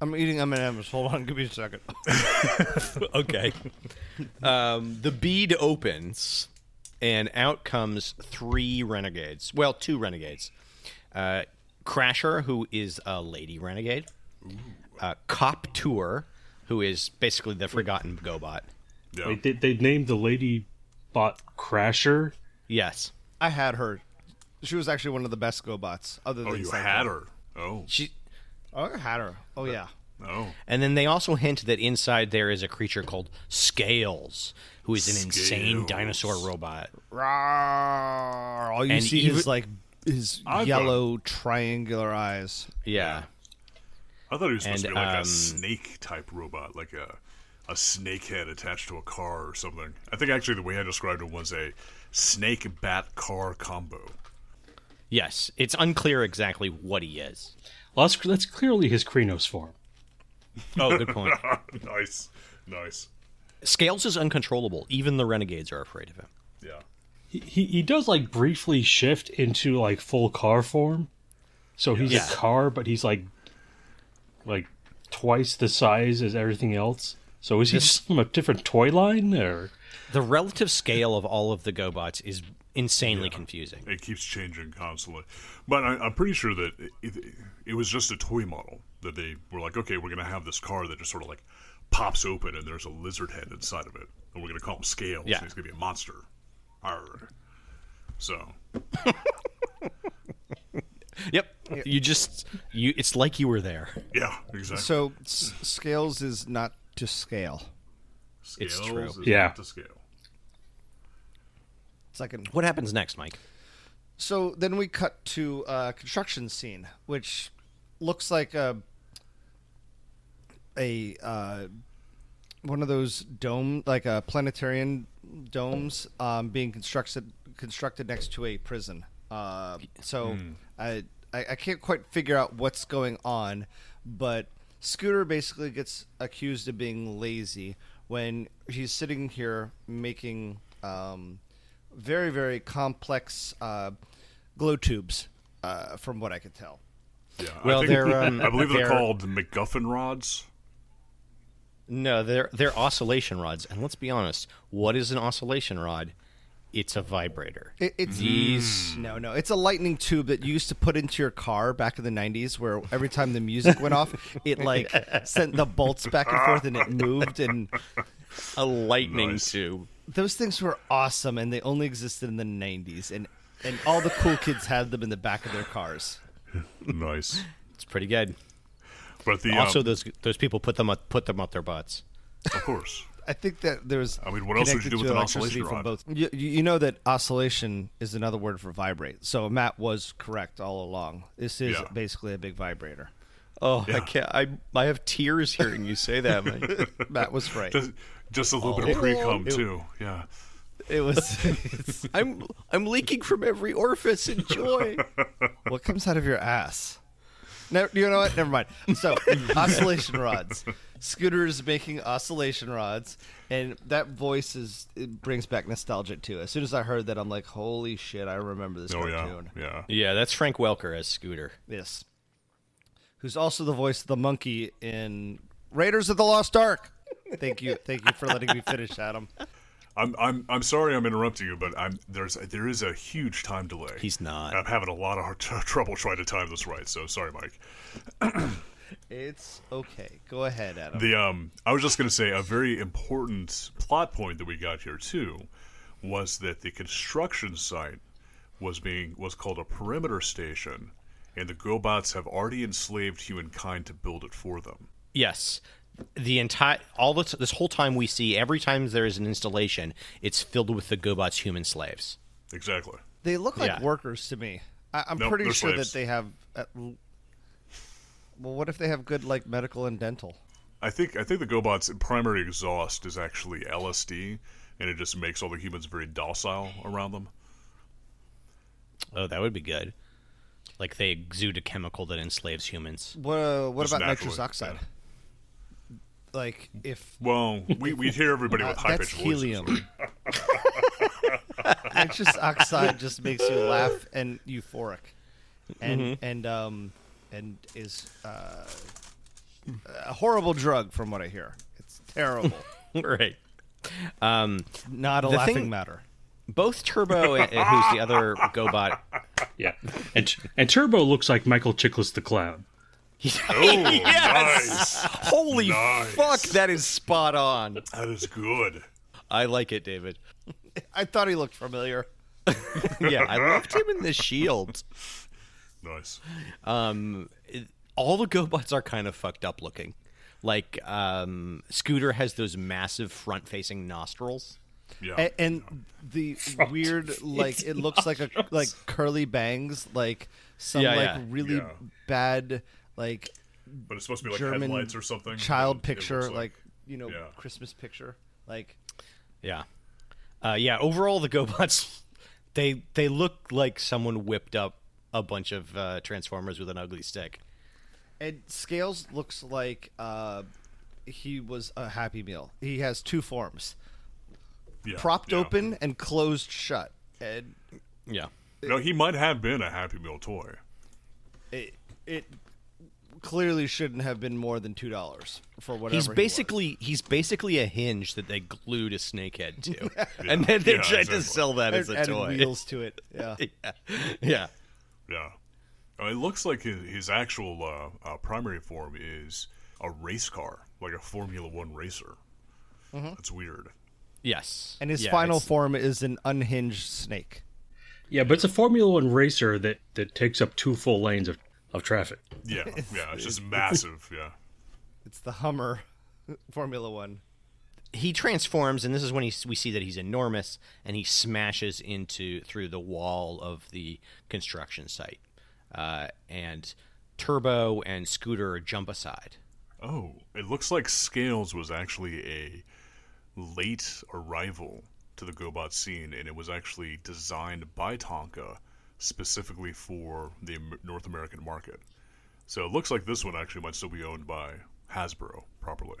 Speaker 2: I'm eating M&Ms. Hold on, give me a second.
Speaker 4: okay. <laughs> Um, the bead opens, and out comes three renegades. Well, two renegades. Uh, Crasher, who is a lady renegade. Uh, Cop Tour, who is basically the forgotten GoBot.
Speaker 3: Yeah.
Speaker 5: Wait, they, they named the lady bot Crasher.
Speaker 4: Yes.
Speaker 2: I had her. She was actually one of the best GoBots. Other than
Speaker 3: oh, you
Speaker 2: Psycho.
Speaker 3: had her. Oh.
Speaker 4: She
Speaker 2: Oh, I had her. Oh yeah.
Speaker 3: Oh.
Speaker 4: And then they also hint that inside there is a creature called Scales, who is an insane
Speaker 3: Scales.
Speaker 4: dinosaur robot.
Speaker 2: Rawr. All you
Speaker 4: And
Speaker 2: see
Speaker 4: even-
Speaker 2: is like his
Speaker 3: I've
Speaker 2: yellow triangular eyes.
Speaker 4: Yeah.
Speaker 3: I thought he was supposed
Speaker 4: And,
Speaker 3: to be like
Speaker 4: um,
Speaker 3: a snake type robot, like a a snake head attached to a car or something. I think actually the way I described it was a snake bat car combo. <laughs>
Speaker 4: Yes. It's unclear exactly what he is.
Speaker 5: Well, that's, that's clearly his Krenos form.
Speaker 4: Oh, good <laughs> point.
Speaker 3: nice, nice.
Speaker 4: Scales is uncontrollable. Even the renegades are afraid of him.
Speaker 3: Yeah.
Speaker 5: He, he, he does like briefly shift into like full car form. So he's
Speaker 4: Yeah.
Speaker 5: a car, but he's like like twice the size as everything else. So is he just from a different toy line or
Speaker 4: The relative scale of all of the GoBots is insanely confusing.
Speaker 3: It keeps changing constantly. But I, I'm pretty sure that it, it, it was just a toy model that they were like, okay, we're going to have this car that just sort of like pops open and there's a lizard head inside of it. And we're going to call him Scales.
Speaker 4: Yeah.
Speaker 3: And he's going to be a monster. Arr. So,
Speaker 4: Yep. You just you. It's like you were there.
Speaker 3: yeah, exactly.
Speaker 2: So s- scales is not to scale.
Speaker 3: Scales
Speaker 4: it's true.
Speaker 3: is
Speaker 5: Yeah.
Speaker 3: not to scale.
Speaker 2: It's like an
Speaker 4: What happens next, Mike?
Speaker 2: So then we cut to a construction scene, which looks like a a uh, one of those dome, like a planetarian domes, um, being constructed constructed next to a prison. Uh, so I, I I can't quite figure out what's going on, but Scooter basically gets accused of being lazy when he's sitting here making. Um, very very complex uh, glow tubes, uh, from what I could tell.
Speaker 3: Yeah,
Speaker 4: Well,
Speaker 3: I think,
Speaker 4: they're, um,
Speaker 3: I believe they're,
Speaker 4: they're-
Speaker 3: called MacGuffin rods.
Speaker 4: No, they're they're oscillation rods. And let's be honest, what is an oscillation rod? It's a vibrator.
Speaker 2: It, it's no no, it's a lightning tube that you used to put into your car back in the '90s, where every time the music went off,
Speaker 3: <laughs>
Speaker 2: it like sent the bolts back and forth, and it moved. And
Speaker 4: a lightning
Speaker 3: Nice.
Speaker 4: tube.
Speaker 2: those things were awesome, and they only existed in the '90s, and and all the cool kids had them in the back of their cars.
Speaker 3: nice.
Speaker 4: It's pretty good.
Speaker 3: But the
Speaker 4: Also,
Speaker 3: um,
Speaker 4: those those people put them up put them up their butts. <laughs>
Speaker 3: of course,
Speaker 2: I think that there's.
Speaker 3: I mean, what else would you
Speaker 2: connected
Speaker 3: do with
Speaker 2: to
Speaker 3: an
Speaker 2: electricity
Speaker 3: oscillation
Speaker 2: from
Speaker 3: rod?
Speaker 2: Both. You, you- you know that oscillation is another word for vibrate. So Matt was correct all along. This is
Speaker 3: Yeah.
Speaker 2: basically a
Speaker 3: <laughs>
Speaker 2: big vibrator.
Speaker 4: Oh,
Speaker 3: Yeah.
Speaker 4: I can't. I I have tears hearing you say that, Mike.
Speaker 2: Matt was right.
Speaker 3: just, just a little bit
Speaker 4: Oh.
Speaker 3: of pre cum too. Yeah,
Speaker 2: It was. it's-
Speaker 4: <laughs> I'm I'm leaking from every orifice in joy.
Speaker 2: <laughs> what comes out of your ass? Never, you know what? Never mind.
Speaker 4: <laughs>
Speaker 2: So oscillation rods. Scooter is making oscillation rods, and that voice is it brings back nostalgia too. As soon as I heard that, I'm like, holy shit! I remember this
Speaker 3: oh yeah,
Speaker 2: cartoon.
Speaker 3: yeah.
Speaker 4: <laughs> yeah, that's Frank Welker as Scooter.
Speaker 2: Yes. Who's also the voice of the monkey in Raiders of the Lost Ark. Thank you. Thank you for letting me finish, Adam.
Speaker 3: I'm I'm I'm sorry I'm interrupting you, but I'm there's there is a huge time delay.
Speaker 4: He's not.
Speaker 3: I'm having a lot of hard <laughs> tr trouble trying to time this right. So sorry, Mike.
Speaker 2: It's okay. Go ahead, Adam.
Speaker 3: The um, I was just gonna say a very important plot point that we got here too, was that the construction site was being was called a perimeter station, and the GoBots have already enslaved humankind to build it for them.
Speaker 4: Yes. The entire all this this whole time we see every time there is an installation, it's filled with the GoBots human slaves.
Speaker 3: Exactly.
Speaker 2: they look like
Speaker 4: Yeah.
Speaker 2: workers to me. I, I'm
Speaker 3: Nope,
Speaker 2: pretty
Speaker 3: they're
Speaker 2: sure
Speaker 3: slaves.
Speaker 2: that they have. At, l- well, what if they have good like medical and dental?
Speaker 3: I think I think the GoBots' primary exhaust is actually LSD, and it just makes all the humans very docile around them.
Speaker 4: Oh, that would be good. Like they exude a chemical that enslaves humans.
Speaker 2: What uh, What
Speaker 3: Just
Speaker 2: about
Speaker 3: naturally,
Speaker 2: nitrous oxide?
Speaker 3: yeah.
Speaker 2: Like if
Speaker 3: Well, we, we hear
Speaker 2: <laughs>
Speaker 3: everybody
Speaker 2: uh,
Speaker 3: with high
Speaker 2: that's
Speaker 3: pitched voices.
Speaker 2: helium. <laughs> nitrous oxide just makes you laugh and euphoric, and
Speaker 4: Mm-hmm.
Speaker 2: and um and is uh, a horrible drug from what I hear. It's
Speaker 4: <laughs>
Speaker 2: terrible.
Speaker 4: <laughs> right. Um,
Speaker 2: Not a
Speaker 4: The
Speaker 2: laughing
Speaker 4: thing-
Speaker 2: matter.
Speaker 4: both Turbo, and, and who's the other GoBot?
Speaker 5: yeah. And and Turbo looks like Michael Chiklis the clown.
Speaker 3: Oh,
Speaker 4: Yes!
Speaker 3: nice.
Speaker 4: Holy
Speaker 3: Nice.
Speaker 4: fuck, that is spot on.
Speaker 3: That is good.
Speaker 4: I like it, David.
Speaker 2: I thought he looked familiar.
Speaker 4: <laughs> Yeah, I loved him in the shield.
Speaker 3: Nice.
Speaker 4: Um, it- all the GoBots are kind of fucked up looking. like um, Scooter has those massive front-facing nostrils.
Speaker 3: Yeah.
Speaker 2: and,
Speaker 3: <laughs>
Speaker 2: and the weird like it looks like a like curly bangs like some
Speaker 4: Yeah,
Speaker 2: like
Speaker 4: yeah.
Speaker 2: really
Speaker 3: Yeah.
Speaker 2: bad like
Speaker 3: but it's supposed to be like
Speaker 2: german
Speaker 3: headlights or something.
Speaker 2: child
Speaker 3: It
Speaker 2: picture
Speaker 3: looks
Speaker 2: like, you know
Speaker 3: yeah.
Speaker 2: christmas picture like
Speaker 4: Yeah, uh, yeah. Overall, the <laughs> GoBots they they look like someone whipped up a bunch of uh, Transformers with an ugly stick.
Speaker 2: and scales looks like uh he was a happy meal he has two forms
Speaker 3: Yeah,
Speaker 2: propped
Speaker 3: yeah.
Speaker 2: open and closed shut and
Speaker 4: Yeah,
Speaker 3: No, he might have been a Happy Meal toy.
Speaker 2: it it clearly shouldn't have been more than two dollars for whatever
Speaker 4: he's
Speaker 2: he was.
Speaker 4: basically he's basically a hinge that they glued a snakehead
Speaker 2: <laughs>
Speaker 4: to, and then they
Speaker 3: Yeah,
Speaker 4: tried to
Speaker 3: exactly.
Speaker 4: sell that as
Speaker 2: Added-
Speaker 4: a
Speaker 2: added
Speaker 4: toy.
Speaker 2: wheels to it yeah
Speaker 4: <laughs> yeah. yeah.
Speaker 3: Yeah. Uh, It looks like his, his actual uh, uh, primary form is a race car, like a Formula One racer.
Speaker 2: Mm-hmm.
Speaker 3: That's weird.
Speaker 4: Yes.
Speaker 2: And his
Speaker 4: Yeah,
Speaker 2: final
Speaker 4: it's-
Speaker 2: form is an unhinged snake.
Speaker 5: Yeah, but it's a Formula One racer that, that takes up two full lanes of, of traffic.
Speaker 2: <laughs>
Speaker 3: Yeah, yeah, it's just massive. Yeah,
Speaker 2: It's the Hummer <laughs> Formula One.
Speaker 4: he transforms, and this is when he, we see that he's enormous, and he smashes into through the wall of the construction site, uh, and Turbo and Scooter jump aside.
Speaker 3: Oh, it looks like Scales was actually a late arrival to the GoBot scene, and it was actually designed by Tonka specifically for the Am- North American market. So it looks like this one actually might still be owned by Hasbro properly.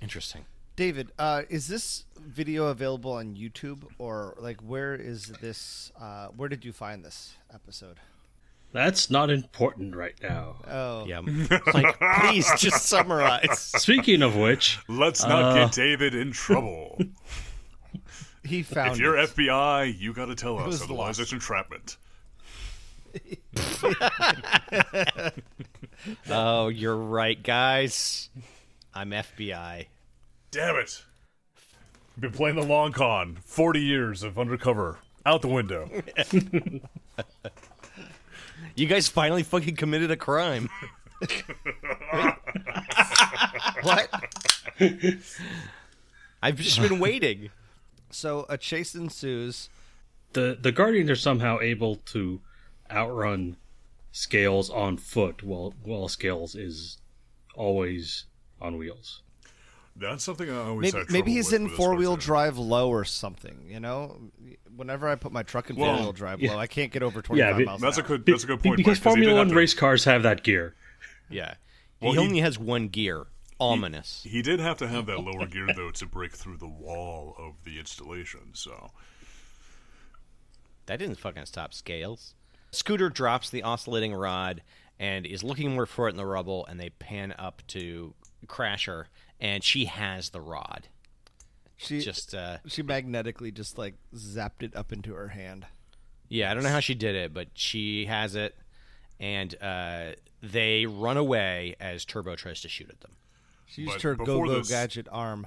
Speaker 4: Interesting.
Speaker 2: David, uh, is this video available on YouTube or like where is this? Uh, where did you find this episode?
Speaker 5: That's not important right now.
Speaker 2: Oh,
Speaker 4: Yeah. <laughs> like, please just summarize.
Speaker 5: Speaking of which,
Speaker 3: Let's not
Speaker 2: Uh.
Speaker 3: get David in trouble.
Speaker 2: <laughs> he <laughs> found
Speaker 3: if you're
Speaker 2: it.
Speaker 3: FBI, you gotta tell us,
Speaker 2: was
Speaker 3: otherwise
Speaker 2: lost.
Speaker 3: it's entrapment.
Speaker 4: <laughs> Oh, you're right, guys. I'm FBI.
Speaker 3: Damn it! Been playing the long con. Forty years of undercover. Out the window.
Speaker 4: You guys finally fucking committed a <laughs> crime.
Speaker 2: what?
Speaker 4: <laughs> I've just been waiting.
Speaker 2: So a chase ensues.
Speaker 5: the the Guardians are somehow able to outrun Scales on foot, while while Scales is always on wheels.
Speaker 3: That's something I always
Speaker 2: Maybe,
Speaker 3: had
Speaker 2: maybe
Speaker 3: trouble
Speaker 2: he's
Speaker 3: with
Speaker 2: in
Speaker 3: with this
Speaker 2: four wheel
Speaker 3: cartoon.
Speaker 2: drive low or something. You know, whenever I put my truck in
Speaker 3: Well,
Speaker 2: four wheel drive low, I can't get over twenty
Speaker 5: Yeah,
Speaker 2: five
Speaker 5: but-
Speaker 2: miles.
Speaker 3: That's a
Speaker 2: an hour.
Speaker 3: good. That's a good
Speaker 5: Be-
Speaker 3: point.
Speaker 5: because
Speaker 3: Mike, 'cause he did
Speaker 5: Formula
Speaker 3: have
Speaker 5: One
Speaker 3: to-
Speaker 5: race cars have that gear.
Speaker 4: Yeah.
Speaker 3: Well,
Speaker 4: he
Speaker 3: he-
Speaker 4: only has one gear. Ominous.
Speaker 3: He did have to have that lower gear though to break through the wall of the installation. So
Speaker 4: That didn't fucking stop scales. Scooter drops the oscillating rod and is looking more for it in the rubble, and they pan up to Crasher, and she has the rod.
Speaker 2: She
Speaker 4: Just, uh,
Speaker 2: she magnetically just like zapped it up into her hand.
Speaker 4: yeah, I don't know how she did it, but she has it, and uh, they run away as Turbo tries to shoot at them.
Speaker 2: She used
Speaker 3: But
Speaker 2: her go
Speaker 3: before
Speaker 2: go
Speaker 3: this-
Speaker 2: gadget arm.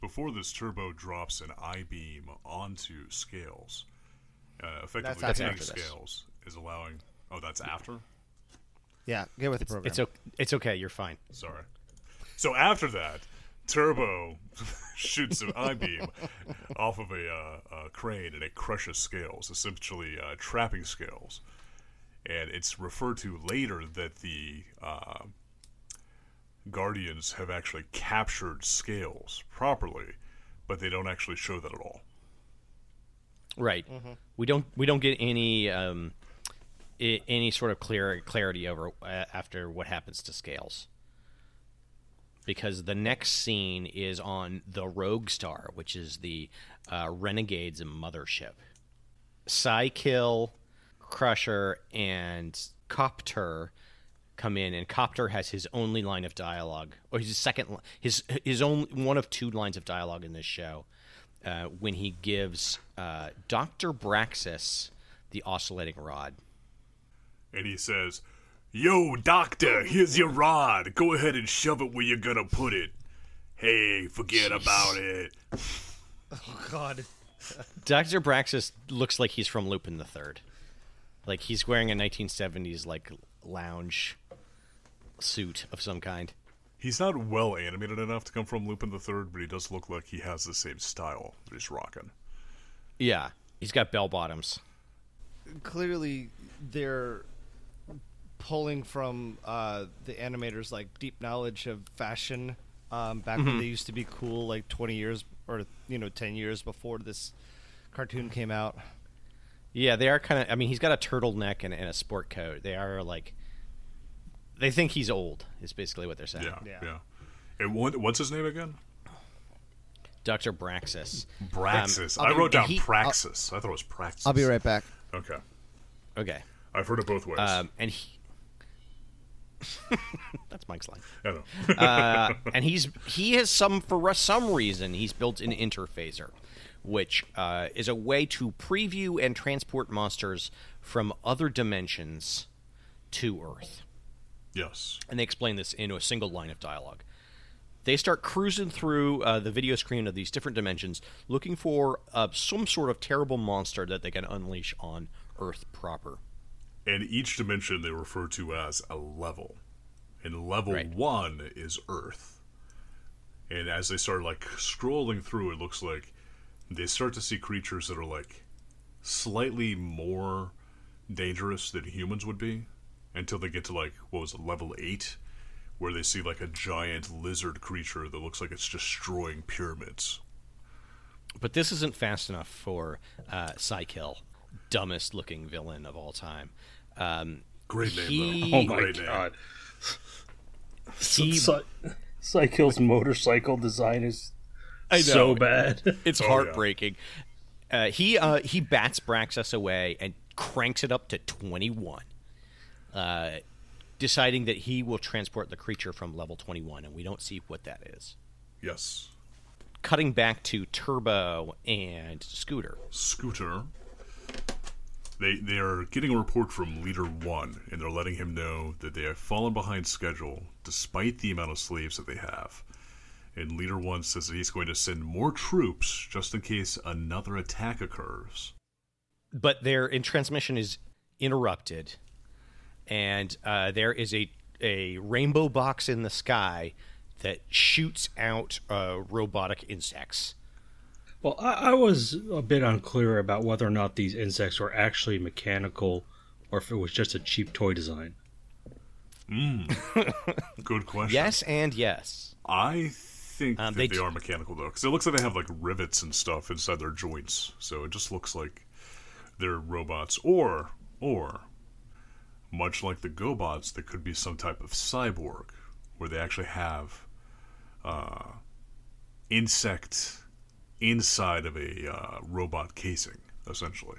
Speaker 3: before this, Turbo drops an I beam onto Scales, uh, effectively
Speaker 2: That's
Speaker 3: pinning
Speaker 4: after this.
Speaker 3: Scales is allowing. Oh, that's after.
Speaker 2: Yeah, get with the program.
Speaker 4: It's, o- it's okay, you're fine.
Speaker 3: Sorry. So after that, Turbo <laughs> shoots an I beam off of a, uh, a crane and it crushes scales, essentially uh, trapping scales. And it's referred to later that the uh, Guardians have actually captured scales properly, but they don't actually show that at all.
Speaker 4: Right. We don't we don't get any um, I- any sort of clear clarity over uh, after what happens to Scales. Because the next scene is on the Rogue Star, which is the uh, Renegades mothership. Psykill, Crusher, and Copter come in, and Copter has his only line of dialogue, or his second, li- his his only one of two lines of dialogue in this show, uh, when he gives uh, Doctor Braxis the oscillating rod.
Speaker 3: And he says, Yo, doctor, here's your rod. Go ahead and shove it where you're gonna put it. Hey, forget about it.
Speaker 2: God.
Speaker 4: Doctor Braxis looks like he's from Lupin the Third, like he's wearing a 1970s like lounge suit of some kind.
Speaker 3: He's not well animated enough to come from Lupin the Third, but he does look like he has the same style that he's rocking.
Speaker 4: Yeah, he's got bell bottoms.
Speaker 2: Clearly, they're pulling from uh, the animators' like deep knowledge of fashion um, back
Speaker 4: Mm-hmm.
Speaker 2: when they used to be cool, like twenty years or you know ten years before this cartoon came out.
Speaker 4: Yeah, they are kind of. I mean, he's got a turtleneck and, and a sport coat. They are like. They think he's old. Is basically what they're saying.
Speaker 3: Yeah, yeah.
Speaker 2: Yeah.
Speaker 3: And what, what's his name again?
Speaker 4: Doctor Braxis.
Speaker 3: Praxis.
Speaker 4: Um,
Speaker 3: I
Speaker 4: okay,
Speaker 3: wrote down
Speaker 4: he-
Speaker 3: Praxis. I thought it was Praxis.
Speaker 2: I'll be right back.
Speaker 3: Okay.
Speaker 4: Okay.
Speaker 3: I've heard it both ways.
Speaker 4: Um, and he. <laughs> That's Mike's line.
Speaker 3: I don't know.
Speaker 4: Uh, and he's he has some for some reason he's built an interphaser, which uh, is a way to preview and transport monsters from other dimensions to Earth.
Speaker 3: <laughs> yes.
Speaker 4: And they explain this into a single line of dialogue. They start cruising through uh, the video screen of these different dimensions, looking for uh, some sort of terrible monster that they can unleash on Earth proper.
Speaker 3: And each dimension they refer to as a level. And level
Speaker 4: Right.
Speaker 3: one is Earth. And as they start like scrolling through, it looks like they start to see creatures that are like slightly more dangerous than humans would be until they get to like what was it, level eight, where they see like a giant lizard creature that looks like it's destroying pyramids.
Speaker 4: But this isn't fast enough for uh, Psykill, dumbest looking villain of all time. Um,
Speaker 3: Great name,
Speaker 4: He-
Speaker 3: though.
Speaker 5: Oh my
Speaker 3: Great name.
Speaker 5: <laughs> god.
Speaker 4: He-
Speaker 5: Psy- Psychill's motorcycle design is
Speaker 4: I know.
Speaker 5: so bad. <laughs>
Speaker 4: it's
Speaker 3: yeah.
Speaker 4: heartbreaking. Uh, he uh, he bats Braxus away and cranks it up to twenty one, uh, deciding that he will transport the creature from level twenty one, and we don't see what that is.
Speaker 3: Yes.
Speaker 4: Cutting back to Turbo and Scooter.
Speaker 3: Scooter. They they are getting a report from Leader One, and they're letting him know that they have fallen behind schedule despite the amount of slaves that they have. And Leader One says that he's going to send more troops just in case another attack occurs.
Speaker 4: but their in transmission is interrupted, and uh, there is a a rainbow box in the sky that shoots out uh, robotic insects.
Speaker 5: Well, I, I was a bit unclear about whether or not these insects were actually mechanical or if it was just a cheap toy design.
Speaker 3: Hmm. Good question.
Speaker 4: Yes and yes.
Speaker 3: I think
Speaker 4: Um,
Speaker 3: that
Speaker 4: they
Speaker 3: they,
Speaker 4: t-
Speaker 3: are mechanical though, because it looks like they have like rivets and stuff inside their joints, so it just looks like they're robots, or or much like the GoBots, there could be some type of cyborg where they actually have uh, insect inside of a uh, robot casing, essentially.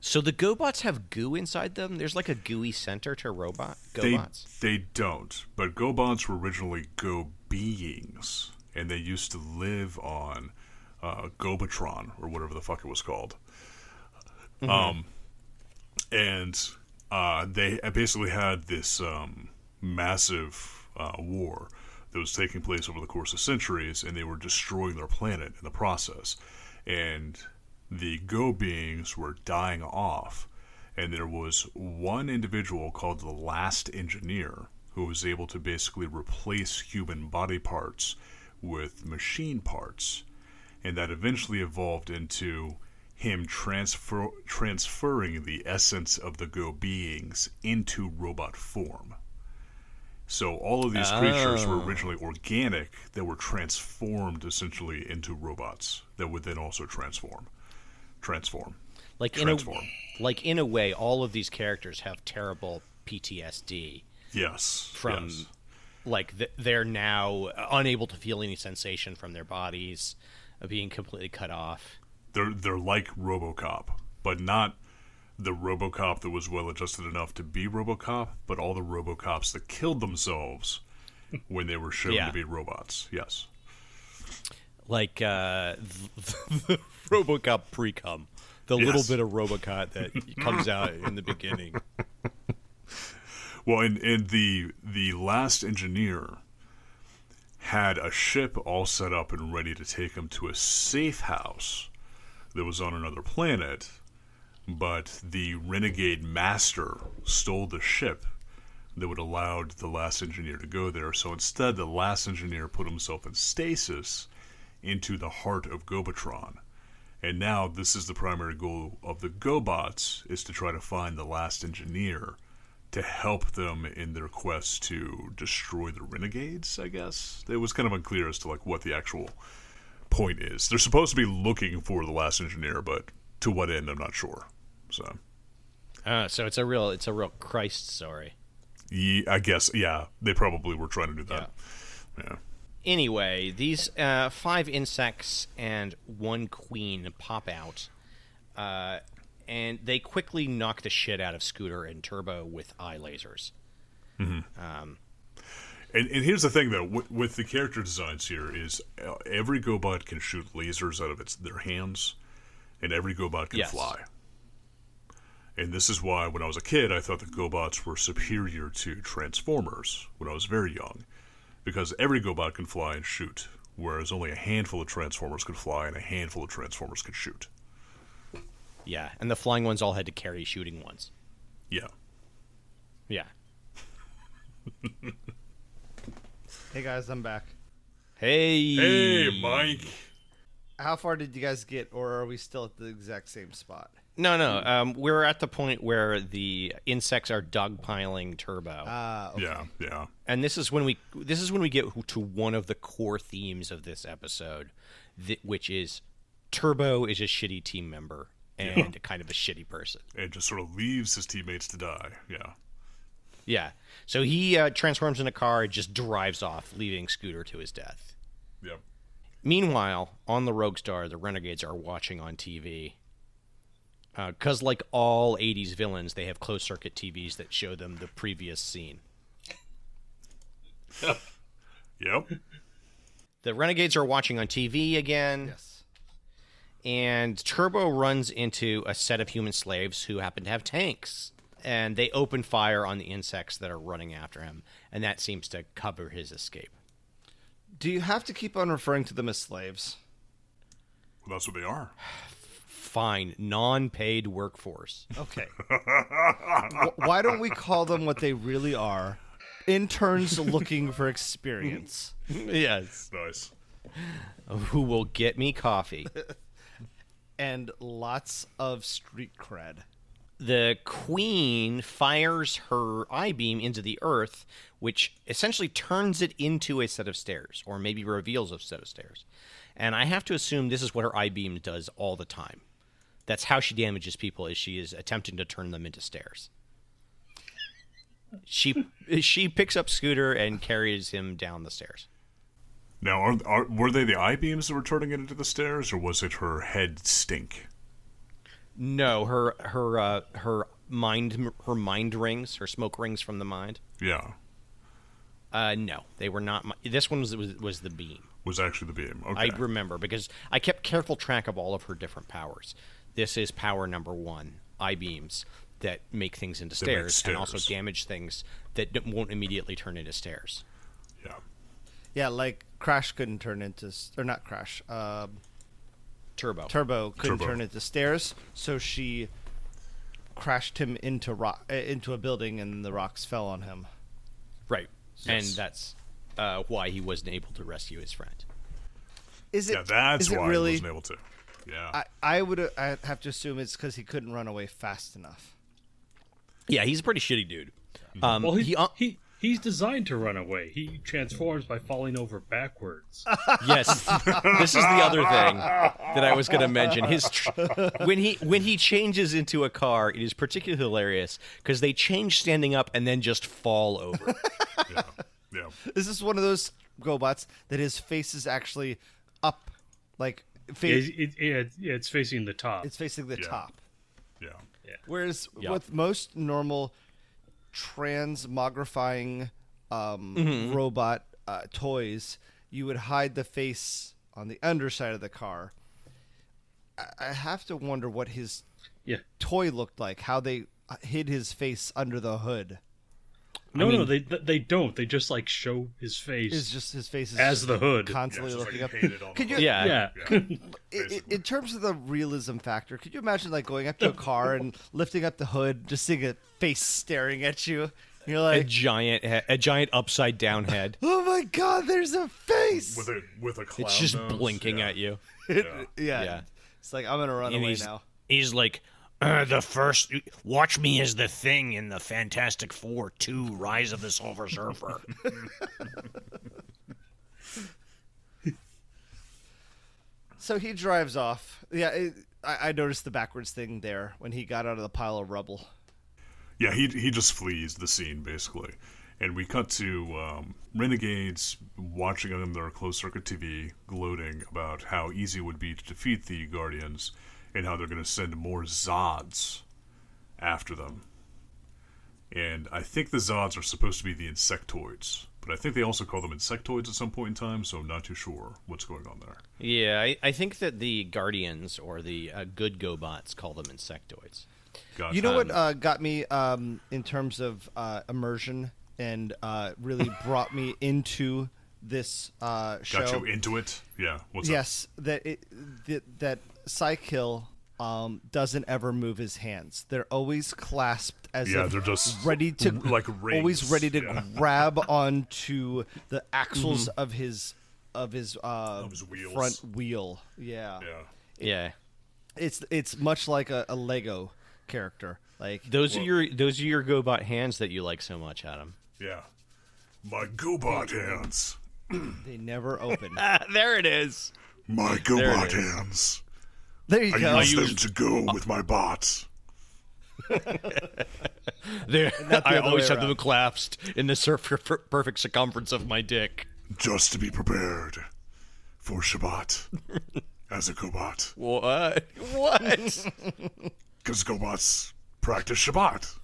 Speaker 4: So the GoBots have goo inside them. There's like a gooey center to robot GoBots.
Speaker 3: They, they don't. But GoBots were originally Go beings, and they used to live on uh, Gobatron or whatever the fuck it was called. Um, and uh, they basically had this um, massive uh, war that was taking place over the course of centuries, and they were destroying their planet in the process. And the Go beings were dying off, and there was one individual called the Last Engineer who was able to basically replace human body parts with machine parts, and that eventually evolved into him transfer transferring the essence of the Go beings into robot form. So all of these creatures
Speaker 4: Oh.
Speaker 3: were originally organic that were transformed essentially into robots that would then also transform. Transform.
Speaker 4: like in
Speaker 3: transform.
Speaker 4: a like in a way, all of these characters have terrible PTSD
Speaker 3: Yes.
Speaker 4: from
Speaker 3: yes.
Speaker 4: like th- they're now unable to feel any sensation from their bodies, uh, being completely cut off.
Speaker 3: they're they're like RoboCop, but not the RoboCop that was well adjusted enough to be RoboCop, but all the RoboCops that killed themselves when they were shown
Speaker 4: Yeah.
Speaker 3: to be robots. Yes.
Speaker 4: like uh, <laughs> the, RoboCop pre cum, the little
Speaker 3: Yes.
Speaker 4: bit of RoboCop that comes out in the
Speaker 3: <laughs>
Speaker 4: beginning.
Speaker 3: Well, and, and the the last engineer had a ship all set up and ready to take him to a safe house that was on another planet, but the renegade master stole the ship that would allowed the last engineer to go there. So instead, the last engineer put himself in stasis into the heart of Gobatron. And now this is the primary goal of the GoBots is to try to find the last engineer to help them in their quest to destroy the renegades, I guess. It was kind of unclear as to like what the actual point is. They're supposed to be looking for the last engineer, but to what end I'm not sure. So
Speaker 4: Uh, so it's a real it's a real Christ story.
Speaker 3: ye- I guess yeah, they probably were trying to do that. Yeah.
Speaker 4: Anyway, these uh, five insects and one queen pop out, uh, and they quickly knock the shit out of Scooter and Turbo with eye lasers.
Speaker 3: And, and here's the thing though, with, with the character designs here is uh, every GoBot can shoot lasers out of its their hands, and every GoBot can
Speaker 4: Yes.
Speaker 3: fly. And this is why, when I was a kid, I thought the GoBots were superior to Transformers when I was very young, because every GoBot can fly and shoot, whereas only a handful of Transformers could fly and a handful of Transformers could shoot.
Speaker 4: Yeah, and the flying ones all had to carry shooting ones.
Speaker 3: Yeah.
Speaker 4: Yeah.
Speaker 2: Hey guys, I'm back.
Speaker 4: Hey.
Speaker 3: Hey, Mike.
Speaker 2: How far did you guys get, or are we still at the exact same spot?
Speaker 4: No, no. Um, we're at the point where the insects are dogpiling Turbo.
Speaker 3: Yeah, yeah.
Speaker 4: and this is when we this is when we get to one of the core themes of this episode, th- which is Turbo is a shitty team member and kind of a shitty person.
Speaker 3: And just sort of leaves his teammates to die. Yeah.
Speaker 4: Yeah, so he uh, transforms into a car and just drives off, leaving Scooter to his death.
Speaker 3: Yep.
Speaker 4: Meanwhile, on the Rogue Star, the Renegades are watching on TV. Because, like all 80s villains, they have closed circuit TVs that show them the previous scene.
Speaker 3: Yep.
Speaker 4: The Renegades are watching on TV again.
Speaker 2: Yes.
Speaker 4: and Turbo runs into a set of human slaves who happen to have tanks. And they open fire on the insects that are running after him, and that seems to cover his escape.
Speaker 2: Do you have to keep on referring to them as slaves?
Speaker 3: Well, that's what they are.
Speaker 4: Fine, non paid workforce.
Speaker 3: <laughs>
Speaker 2: Okay. Wh- Why don't we call them what they really are? Interns looking for experience.
Speaker 4: yes.
Speaker 3: Nice.
Speaker 4: Who will get me coffee.
Speaker 2: and lots of street cred.
Speaker 4: The queen fires her I beam into the earth, which essentially turns it into a set of stairs, or maybe reveals a set of stairs. And I have to assume this is what her I beam does all the time. That's how she damages people is she is attempting to turn them into stairs. She she picks up Scooter and carries him down the stairs.
Speaker 3: Now, are, are were they the eye beams that were turning it into the stairs, or was it her head stink?
Speaker 4: No, her her uh, her mind her mind rings, her smoke rings from the mind.
Speaker 3: Yeah,
Speaker 4: Uh, no, they were not. My, this one was, was was the beam.
Speaker 3: was actually the beam.
Speaker 4: I
Speaker 3: Okay,
Speaker 4: remember because I kept careful track of all of her different powers. This is power number one: I beams that make things into
Speaker 3: make
Speaker 4: stairs, and also
Speaker 3: stairs.
Speaker 4: damage things that d- won't immediately turn into stairs.
Speaker 3: yeah,
Speaker 2: Yeah, like Crash couldn't turn into, s- or not Crash, um,
Speaker 4: Turbo.
Speaker 2: Turbo couldn't
Speaker 3: Turbo.
Speaker 2: turn into stairs, so she crashed him into rock, uh, into a building, and the rocks fell on him.
Speaker 4: right, and that's uh, why he wasn't able to rescue his friend.
Speaker 2: Is it?
Speaker 3: yeah. That's
Speaker 2: is it
Speaker 3: why I
Speaker 2: really?
Speaker 3: wasn't able to. Yeah,
Speaker 2: I, I would uh, I have to assume it's because he couldn't run away fast enough.
Speaker 4: Yeah, he's a pretty shitty dude. Um,
Speaker 5: Well, he, he,
Speaker 4: he, uh,
Speaker 5: he's designed to run away. He transforms by falling over backwards.
Speaker 4: Yes, <laughs> this is the other thing that I was going to mention. His tr- <laughs> when he when he changes into a car, it is particularly hilarious because they change standing up and then just fall over.
Speaker 3: yeah, yeah.
Speaker 2: This is one of those GoBots that his face is actually up, like
Speaker 5: Yeah,
Speaker 2: face,
Speaker 5: it, it- yeah, it's facing the top.
Speaker 2: it's facing the
Speaker 3: Yeah.
Speaker 2: top.
Speaker 3: yeah.
Speaker 2: <laughs> Whereas with most normal transmogrifying um,
Speaker 5: Mm-hmm.
Speaker 2: robot uh, toys, you would hide the face on the underside of the car. I, I have to wonder what his
Speaker 5: yeah.
Speaker 2: toy looked like, how they uh, hid his face under the hood.
Speaker 5: No, no, they they don't. They just like show his face.
Speaker 2: It's just his face is
Speaker 5: As
Speaker 2: just
Speaker 5: the hood.
Speaker 2: constantly
Speaker 3: Yeah, it's just
Speaker 2: looking
Speaker 3: like
Speaker 2: up.
Speaker 3: painted on
Speaker 2: Could
Speaker 3: the
Speaker 4: <laughs>
Speaker 2: you,
Speaker 4: Yeah,
Speaker 5: yeah.
Speaker 2: i- i- in terms of the realism factor, could
Speaker 3: <laughs>
Speaker 2: you imagine like going up to a car and lifting up the hood, just seeing a face staring at you? You're
Speaker 4: a
Speaker 2: like,
Speaker 4: giant, he- a giant upside down <laughs> head.
Speaker 2: oh my god, there's a face.
Speaker 3: with a with a cloud
Speaker 4: It's just
Speaker 3: nose,
Speaker 4: blinking
Speaker 3: yeah.
Speaker 4: at you.
Speaker 3: Yeah.
Speaker 2: <laughs> yeah.
Speaker 4: Yeah.
Speaker 2: It's like I'm gonna run
Speaker 6: And
Speaker 2: away
Speaker 6: he's,
Speaker 2: now.
Speaker 6: he's like, <clears throat> uh, the first, watch me as the thing in the Fantastic Four 2 Rise of the Silver
Speaker 7: <laughs>
Speaker 6: Surfer.
Speaker 2: So he drives off. Yeah, it, I, I noticed the backwards thing there when he got out of the pile of rubble.
Speaker 3: Yeah, he he just flees the scene basically, and we cut to um, renegades watching on their closed circuit TV, gloating about how easy it would be to defeat the guardians, and how they're going to send more Zods after them. And I think the Zods are supposed to be the insectoids, but I think they also call them insectoids at some point in time, so I'm not too sure what's going on there.
Speaker 4: Yeah, I, I think that the Guardians or the uh, good GoBots call them insectoids.
Speaker 3: Gotcha.
Speaker 2: You know what uh, got me um, in terms of uh, immersion and uh, really brought me into this uh, show.
Speaker 3: Got you into it? Yeah. What's up?
Speaker 2: yes, that it, that, that Psykill um, doesn't ever move his hands. They're always clasped as
Speaker 3: Yeah,
Speaker 2: if
Speaker 3: they're just
Speaker 2: ready to
Speaker 3: r- like
Speaker 2: always
Speaker 3: rings,
Speaker 2: ready to
Speaker 3: yeah. <laughs> Mm-hmm.
Speaker 2: grab onto the axles of his of his uh
Speaker 3: his wheels.
Speaker 2: front wheel. Yeah.
Speaker 3: Yeah.
Speaker 4: Yeah,
Speaker 2: It's it's much like a, a Lego character. Like
Speaker 4: those are your those are your GoBot hands that you like so much, Adam.
Speaker 3: Yeah. My Goobot hands.
Speaker 2: They never open.
Speaker 4: <laughs> there it is.
Speaker 3: My GoBot hands.
Speaker 2: there you go.
Speaker 3: I use them to go with my bots.
Speaker 4: There, I <laughs>
Speaker 2: other way
Speaker 4: always have them
Speaker 2: around.
Speaker 4: collapsed in the surf per- perfect circumference of my dick.
Speaker 3: Just to be prepared for Shabbat
Speaker 2: <laughs>
Speaker 3: as a GoBot.
Speaker 4: What? <laughs> What?
Speaker 3: Because GoBots practice Shabbat.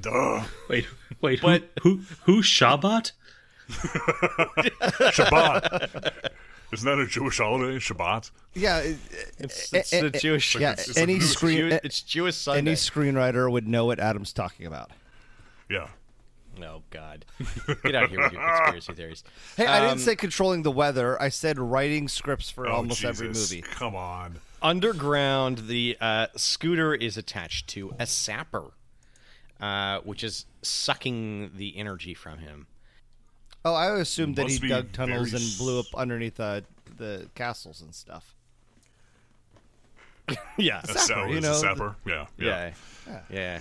Speaker 3: Duh.
Speaker 5: <laughs> Wait, wait, who,
Speaker 4: But-
Speaker 5: who, who Shabbat?
Speaker 3: Shabbat. <laughs> Isn't that a Jewish holiday? Shabbat?
Speaker 2: yeah, it-
Speaker 4: it's
Speaker 2: eh,
Speaker 4: it's
Speaker 2: eh,
Speaker 4: the
Speaker 2: eh,
Speaker 4: Jewish.
Speaker 2: yeah,
Speaker 4: it's,
Speaker 2: any
Speaker 4: it's
Speaker 2: screen- eh,
Speaker 4: Jew- it's Jewish Sunday.
Speaker 2: any screenwriter would know what Adam's talking about.
Speaker 3: Yeah.
Speaker 4: oh God, get out of here with your conspiracy theories.
Speaker 2: Hey, I didn't say controlling the weather. I said writing scripts for
Speaker 3: Um, Oh,
Speaker 2: almost every
Speaker 3: Jesus.
Speaker 2: movie.
Speaker 3: Come on.
Speaker 4: underground, the uh, scooter is attached to a sapper, uh, which is sucking the energy from him.
Speaker 2: Oh, I assumed that
Speaker 3: Must
Speaker 2: he
Speaker 3: be
Speaker 2: dug tunnels
Speaker 3: very
Speaker 2: and blew up underneath uh, the castles and stuff.
Speaker 4: Yeah. <laughs>
Speaker 3: A sapper,
Speaker 2: you
Speaker 3: is
Speaker 2: know,
Speaker 3: a
Speaker 2: the-
Speaker 3: sapper. Yeah.
Speaker 4: Yeah. Yeah.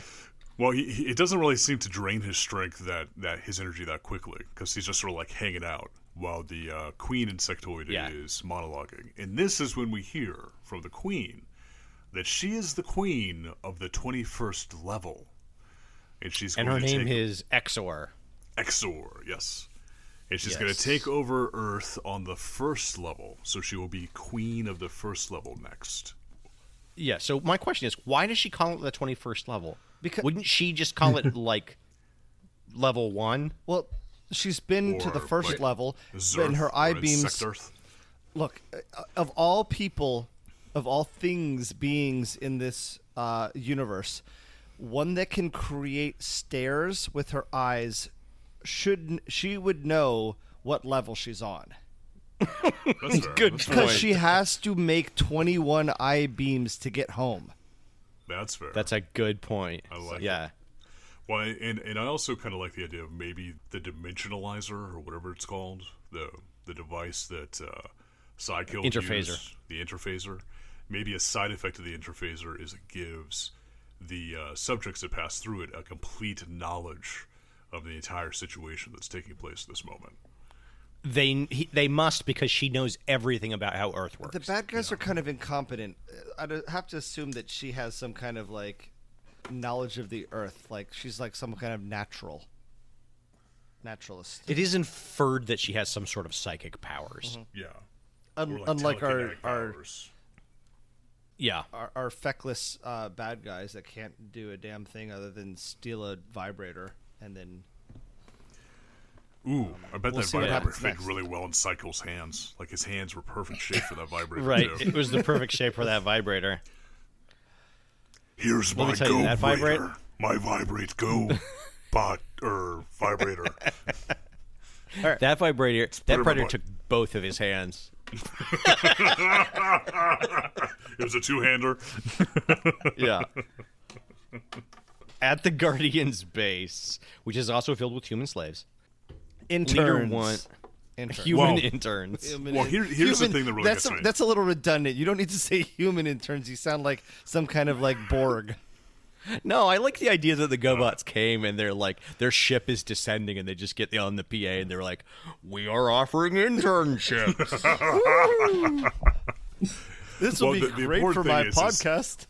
Speaker 3: Well, he, he, it doesn't really seem to drain his strength that, that his energy that quickly because he's just sort of like hanging out while the uh, queen insectoid
Speaker 4: Yeah.
Speaker 3: is monologuing. And this is when we hear from the queen that she is the queen of the 21st level. And she's
Speaker 4: And her
Speaker 3: going to
Speaker 4: name
Speaker 3: take
Speaker 4: is Exor.
Speaker 3: Exor, yes. And she's going to
Speaker 4: Yes.
Speaker 3: take over Earth on the first level. So she will be queen of the first level next.
Speaker 4: Yeah. So my question is, why does she call it the twenty-first level?
Speaker 2: Because-
Speaker 4: wouldn't she just call
Speaker 2: <laughs>
Speaker 4: it like level one?
Speaker 2: Well, she's been to the
Speaker 3: Or,
Speaker 2: first
Speaker 3: like,
Speaker 2: level,
Speaker 3: Zerth
Speaker 2: and her
Speaker 3: or
Speaker 2: eye beams.
Speaker 3: Insect Earth.
Speaker 2: Look, uh, of all people, of all things, beings in this uh, universe, one that can create stairs with her eyes should she would know what level she's on
Speaker 4: <laughs>
Speaker 3: That's fair.
Speaker 4: Good
Speaker 3: That's fair.
Speaker 2: because she has to make 21 eye beams to get home.
Speaker 3: That's fair.
Speaker 4: That's a good point. I
Speaker 3: like
Speaker 4: yeah.
Speaker 3: Well, I- and and I also kind of like the idea of maybe the dimensionalizer or whatever it's called, the the device that uh, Sidekill
Speaker 4: Interphaser.
Speaker 3: used, the interphaser. Maybe a side effect of the interphaser is it gives the uh, subjects that pass through it a complete knowledge of the entire situation that's taking place at this moment.
Speaker 4: They he, they must because she knows everything about how Earth works.
Speaker 2: The bad guys are kind of incompetent. Uh, I'd have to assume that she has some kind of like knowledge of the earth. Like she's like some kind of natural naturalist.
Speaker 4: it is inferred that she has some sort of psychic powers.
Speaker 2: Mm-hmm.
Speaker 3: Yeah,
Speaker 2: Un-
Speaker 3: Or
Speaker 2: unlike our
Speaker 3: telekinetic
Speaker 2: our,
Speaker 3: powers.
Speaker 4: Yeah.
Speaker 2: our our feckless uh, bad guys that can't do a damn thing other than steal a vibrator and then
Speaker 3: Ooh, I bet that
Speaker 2: see what
Speaker 3: vibrator
Speaker 2: happens
Speaker 3: fit
Speaker 2: next.
Speaker 3: really well in Cycle's hands. Like his hands were perfect shape for
Speaker 2: <laughs>
Speaker 3: that vibrator.
Speaker 4: Right.
Speaker 3: too.
Speaker 4: It was the perfect shape for that vibrator.
Speaker 3: Here's
Speaker 4: Let me
Speaker 3: my
Speaker 4: tell you,
Speaker 3: go
Speaker 4: that vibrate-
Speaker 3: vibrator. My
Speaker 4: <laughs>
Speaker 3: vibrate go bot or vibrator.
Speaker 4: That vibrator, that
Speaker 3: put it
Speaker 4: predator
Speaker 3: on.
Speaker 4: took both of his hands.
Speaker 3: It was a two hander.
Speaker 4: Yeah. at the <laughs> Guardian's base, which is also filled with human slaves.
Speaker 2: Interns.
Speaker 4: one-
Speaker 2: Interns.
Speaker 4: Human
Speaker 3: Well-
Speaker 4: interns.
Speaker 2: Human
Speaker 3: Well,
Speaker 2: in-
Speaker 3: here- here's the
Speaker 2: human-
Speaker 3: thing that really
Speaker 2: that's
Speaker 3: gets
Speaker 2: a,
Speaker 3: me.
Speaker 2: That's a little redundant. You don't need to say human interns. You sound like some kind of like Borg.
Speaker 4: No, I like the idea that the GoBots came and they're like their ship is descending and they just get on the PA and they're like, "We are offering internships."
Speaker 2: This
Speaker 3: Well, the-
Speaker 2: will be
Speaker 3: the
Speaker 2: great
Speaker 3: important
Speaker 2: for
Speaker 3: thing
Speaker 2: my
Speaker 3: is- is-
Speaker 2: podcast.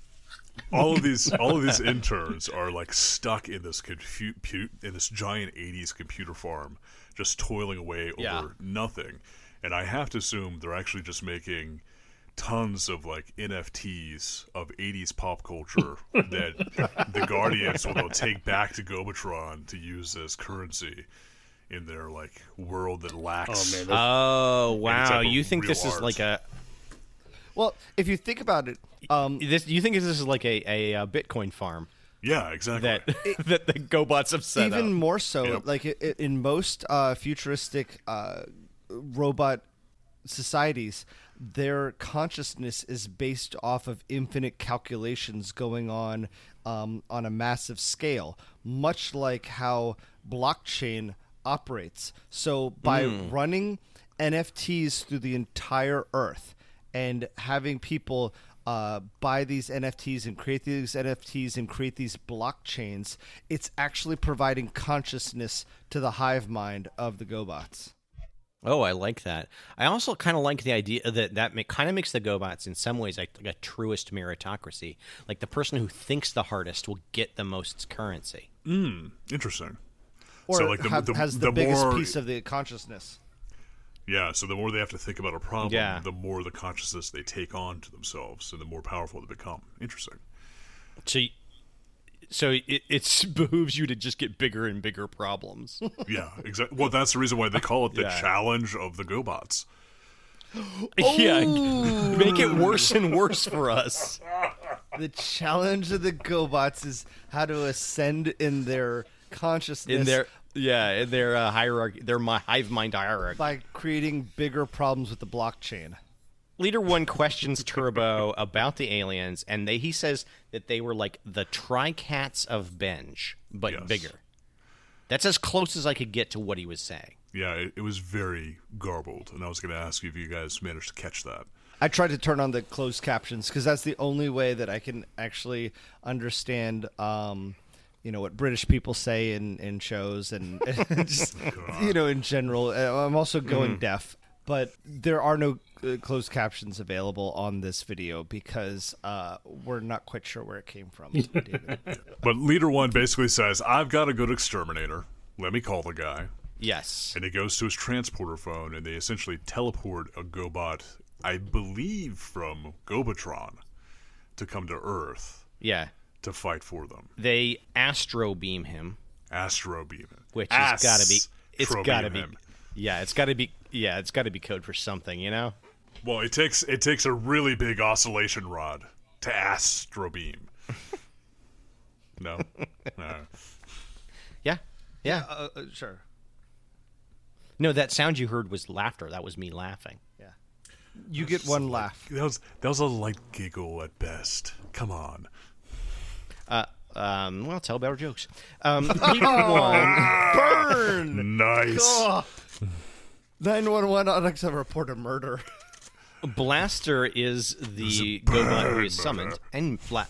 Speaker 3: all of these all of these interns are like stuck in this compute in this giant 80s computer farm just toiling away over
Speaker 4: Yeah.
Speaker 3: nothing and i have to assume they're actually just making tons of like nfts of 80s pop culture that the guardians will take back to gobatron to use as currency in their like world that lacks
Speaker 5: Oh man,
Speaker 4: oh
Speaker 3: It's
Speaker 4: wow!
Speaker 3: like
Speaker 4: You think
Speaker 3: real
Speaker 4: this is
Speaker 3: art.
Speaker 4: like a
Speaker 2: Well, if you think about it, um,
Speaker 4: this? You think this is like a a, uh Bitcoin farm
Speaker 3: yeah exactly
Speaker 4: that <laughs> that the GoBots have set
Speaker 3: uh,
Speaker 2: even
Speaker 4: up?
Speaker 2: more so,
Speaker 3: Yep.
Speaker 2: like i- i- in most uh, futuristic uh, robot societies, their consciousness is based off of infinite calculations going on um, on a massive scale, much like how blockchain operates. So by running NFTs through the entire Earth and having people uh, buy these NFTs and create these NFTs and create these blockchains, it's actually providing consciousness to the hive mind of the GoBots.
Speaker 4: Oh, I like that. I also kind of like the idea that that ma- kind of makes the GoBots in some ways like, like a truest meritocracy. Like the person who thinks the hardest will get the most currency.
Speaker 3: interesting
Speaker 2: Or
Speaker 3: So, like, the-
Speaker 2: have-
Speaker 3: the-
Speaker 2: has the,
Speaker 3: the
Speaker 2: biggest
Speaker 3: more-
Speaker 2: piece of the consciousness.
Speaker 3: Yeah, so the more they have to think about a problem,
Speaker 4: Yeah.
Speaker 3: the more the consciousness they take on to themselves, and the more powerful they become. Interesting.
Speaker 4: So, y- so it, it behooves you to just get bigger and bigger problems. <laughs>
Speaker 3: Yeah, exactly. Well, that's the reason why they call it the
Speaker 4: Yeah.
Speaker 3: challenge of the GoBots.
Speaker 4: yeah, make it worse and worse for <laughs> us.
Speaker 2: The challenge of the GoBots is how to ascend in their consciousness
Speaker 4: In their yeah, in their uh, hierarchy, their my hive mind hierarchy.
Speaker 2: by creating bigger problems with the blockchain.
Speaker 4: Leader one questions Turbo about the aliens, and they, he says that they were like the Tricats of Benj, but
Speaker 3: Yes.
Speaker 4: bigger. That's as close as I could get to what he was saying.
Speaker 3: Yeah, it, it was very garbled, and I was going to ask you if you guys managed to catch that.
Speaker 2: I tried to turn on the closed captions because that's the only way that I can actually understand, um, you know, what British people say in, in shows and, <laughs> and just, you know, in general. Uh, I'm also going deaf, but there are no uh, closed captions available on this video because uh, we're not quite sure where it came from. David.
Speaker 3: But Leader One basically says, I've got a good exterminator. Let me call the guy.
Speaker 4: Yes.
Speaker 3: And he goes to his transporter phone, and they essentially teleport a GoBot, I believe, from Gobatron to come to Earth
Speaker 4: Yeah.
Speaker 3: to fight for them.
Speaker 4: They astro beam him,
Speaker 3: Astro Beam.
Speaker 4: which has got to be. It's
Speaker 3: Astro
Speaker 4: got to be.
Speaker 3: Beam him.
Speaker 4: Yeah, it's got to be. Yeah, it's got to be code for something, you know.
Speaker 3: Well, it takes it takes a really big oscillation rod to Astro Beam. <laughs> no. No.
Speaker 4: Yeah. Yeah.
Speaker 2: uh, uh, sure.
Speaker 4: No, that sound you heard was laughter. That was me laughing.
Speaker 2: Yeah. You get one <laughs> laugh.
Speaker 3: That was that was a light giggle at best. Come on.
Speaker 4: Um, well, tell better jokes. Um, leader one.
Speaker 2: Ah! Burn!
Speaker 3: Nice.
Speaker 2: <laughs> 911 on to report a murder.
Speaker 4: Blaster is the GoBot who is summoned, and Bla-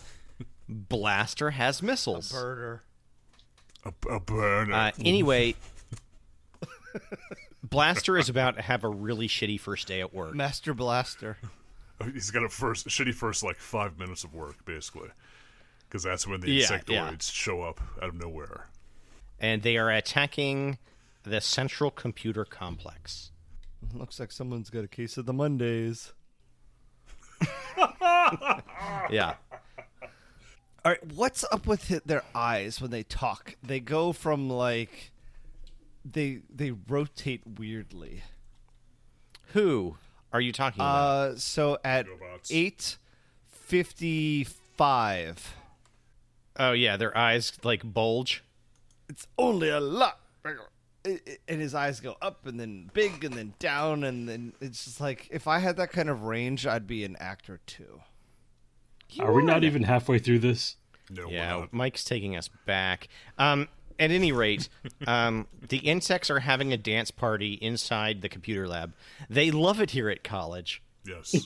Speaker 4: Blaster has missiles.
Speaker 2: Murder.
Speaker 3: A, a burner.
Speaker 4: Uh, anyway, Blaster is about to have a really shitty first day at work.
Speaker 2: <laughs> Master Blaster.
Speaker 3: He's got a first shitty first like five minutes of work basically, because that's when the
Speaker 4: Yeah,
Speaker 3: insectoids
Speaker 4: yeah.
Speaker 3: show up out of nowhere.
Speaker 4: And they are attacking the central computer complex.
Speaker 2: Looks like someone's got a case of the Mondays.
Speaker 4: Yeah.
Speaker 2: All right, what's up with hi- their eyes when they talk? They go from like they they rotate weirdly.
Speaker 4: Who are you talking about?
Speaker 2: Uh, so at
Speaker 3: Robots.
Speaker 2: eight fifty five,
Speaker 4: Oh, yeah, their eyes like bulge.
Speaker 2: it's only a lot bigger. I- I- And his eyes go up and then big and then down and then it's just like if I had that kind of range, I'd be an actor too.
Speaker 5: are we not even halfway through this?
Speaker 3: No, we're
Speaker 4: Yeah,
Speaker 3: not.
Speaker 4: Mike's taking us back. Um, at any <laughs> rate, um, the insects are having a dance party inside the computer lab. They love it here at college. <laughs>
Speaker 3: Yes.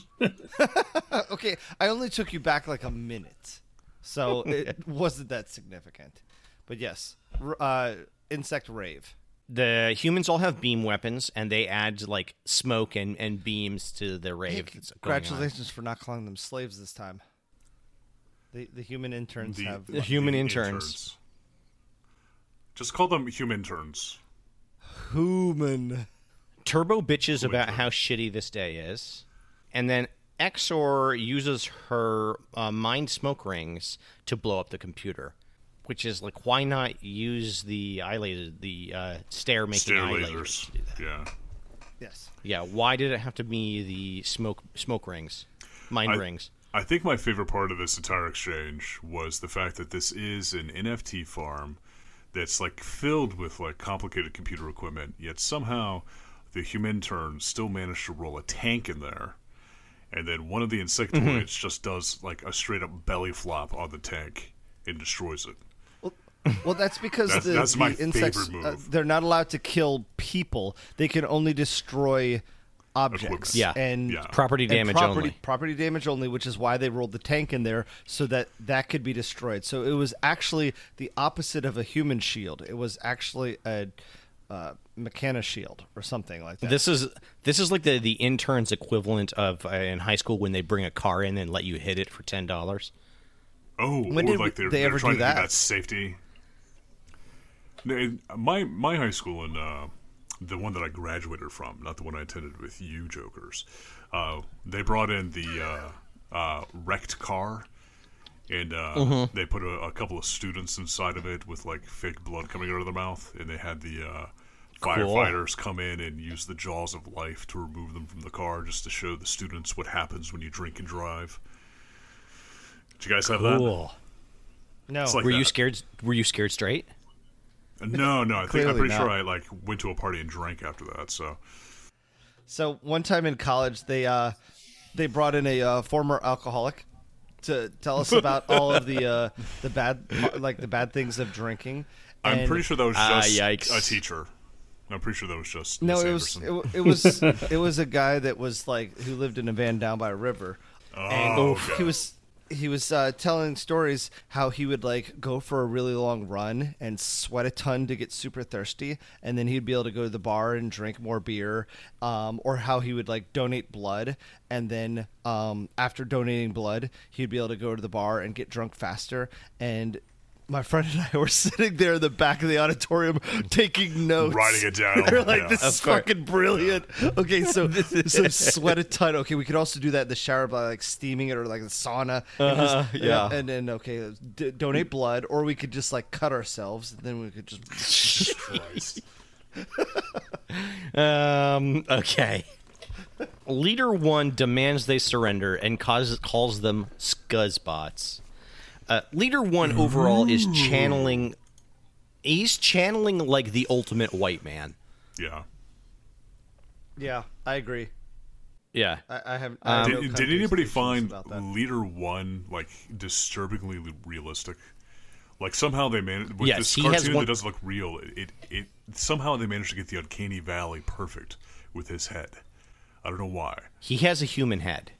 Speaker 2: Okay, I only took you back like a minute, so
Speaker 4: Oh,
Speaker 2: it wasn't that significant. But yes, r- uh, insect rave.
Speaker 4: The humans all have beam weapons, and they add like smoke and, and beams to the rave. that's going on.
Speaker 2: Congratulations for not calling them slaves this time. The the human interns have
Speaker 4: The human interns.
Speaker 3: Just call them human interns.
Speaker 2: <laughs> human.
Speaker 4: Turbo bitches about how shitty this day is, and then Exor uses her uh, mind smoke rings to blow up the computer, which is like why not use the eye laser, the uh, stare making
Speaker 3: Stair
Speaker 4: eye
Speaker 3: lasers. Yeah.
Speaker 2: Yes.
Speaker 4: Yeah, why did it have to be the smoke smoke rings, mind
Speaker 3: I-
Speaker 4: rings?
Speaker 3: I think my favorite part of this entire exchange was the fact that this is an NFT farm that's like filled with like complicated computer equipment, yet somehow the human turn still managed to roll a tank in there. And then one of the insectoids just does like a straight up belly flop on the tank and destroys it.
Speaker 2: Well, that's because
Speaker 3: That's-
Speaker 2: the,
Speaker 3: that's
Speaker 2: the
Speaker 3: my
Speaker 2: insects
Speaker 3: favorite
Speaker 2: uh,
Speaker 3: move.
Speaker 2: they're not allowed to kill people. They can only destroy objects.
Speaker 3: Equipment.
Speaker 4: Yeah.
Speaker 2: and
Speaker 3: Yeah.
Speaker 4: Property
Speaker 2: and
Speaker 4: damage
Speaker 2: property,
Speaker 4: only.
Speaker 2: Property damage only, which is why they rolled the tank in there so that that could be destroyed. So it was actually the opposite of a human shield. It was actually a uh, mechana shield or something like that.
Speaker 4: This is this is like the the intern's equivalent of uh, in high school when they bring a car in and let you hit it for ten dollars.
Speaker 3: Oh,
Speaker 2: When
Speaker 3: or
Speaker 2: did
Speaker 3: like they're,
Speaker 2: they
Speaker 3: they're
Speaker 2: ever do
Speaker 3: trying to
Speaker 2: that?
Speaker 3: do that safety. No, it- My my high school and uh, the one that I graduated from, not the one I attended with you jokers, uh, they brought in the uh, uh, wrecked car, and uh,
Speaker 2: Mm-hmm.
Speaker 3: they put a, a couple of students inside of it with like fake blood coming out of their mouth, and they had the uh, firefighters come in and use the jaws of life to remove them from the car, just to show the students what happens when you drink and drive. Did you guys have that?
Speaker 4: Cool.
Speaker 2: no,
Speaker 3: It's like
Speaker 4: Were you
Speaker 3: that.
Speaker 4: scared? Were you scared straight?
Speaker 3: No, no. I think I'm
Speaker 2: Clearly
Speaker 3: pretty sure
Speaker 2: not.
Speaker 3: I like went to a party and drank after that. So
Speaker 2: So one time in college, they uh, they brought in a uh, former alcoholic to tell us about all of the uh, the bad like the bad things
Speaker 4: <laughs>
Speaker 2: of drinking.
Speaker 3: I'm
Speaker 2: And-
Speaker 3: pretty sure that was
Speaker 4: Ah,
Speaker 3: just
Speaker 4: yikes.
Speaker 3: a teacher. I'm pretty sure that was just
Speaker 2: No,
Speaker 3: Miss
Speaker 2: it was, it,
Speaker 3: Anderson.
Speaker 2: wa- it was
Speaker 3: <laughs>
Speaker 2: it was a guy that was like who lived in a van down by a river, and
Speaker 3: Oh, okay.
Speaker 2: he was he was uh, telling stories how he would like go for a really long run and sweat a ton to get super thirsty, and then he'd be able to go to the bar and drink more beer, um, or how he would like donate blood, and then um, after donating blood, he'd be able to go to the bar and get drunk faster and. My friend and I <laughs> were sitting there in the back of the auditorium <laughs> taking notes.
Speaker 3: Writing it
Speaker 2: <laughs>
Speaker 3: down,
Speaker 2: We're like,
Speaker 3: yeah.
Speaker 2: this is fucking brilliant. Okay, <laughs> so so sweat a ton. Okay, we could also do that in the shower by like steaming it or like the sauna. And just-
Speaker 4: yeah.
Speaker 2: and then okay, d- donate blood, or we could just like cut ourselves, and then we could just.
Speaker 3: Christ.
Speaker 4: Um. Okay. Leader one demands they surrender and causes calls them scuzzbots. Uh, Leader one overall is channeling. He's channeling like the ultimate white man.
Speaker 3: <laughs> Yeah.
Speaker 2: <laughs> Yeah, I agree.
Speaker 4: Yeah.
Speaker 2: I, I have. I have no
Speaker 3: Um, Did, did
Speaker 2: context
Speaker 3: anybody
Speaker 2: issues
Speaker 3: find
Speaker 2: about that.
Speaker 3: Leader One like disturbingly l- realistic? Like somehow they managed with
Speaker 4: Yes,
Speaker 3: this
Speaker 4: he has
Speaker 3: cartoon
Speaker 4: one-
Speaker 3: that doesn't look real. It, it it somehow they managed to get the uncanny valley perfect with his head. I don't know why.
Speaker 4: He has a human head.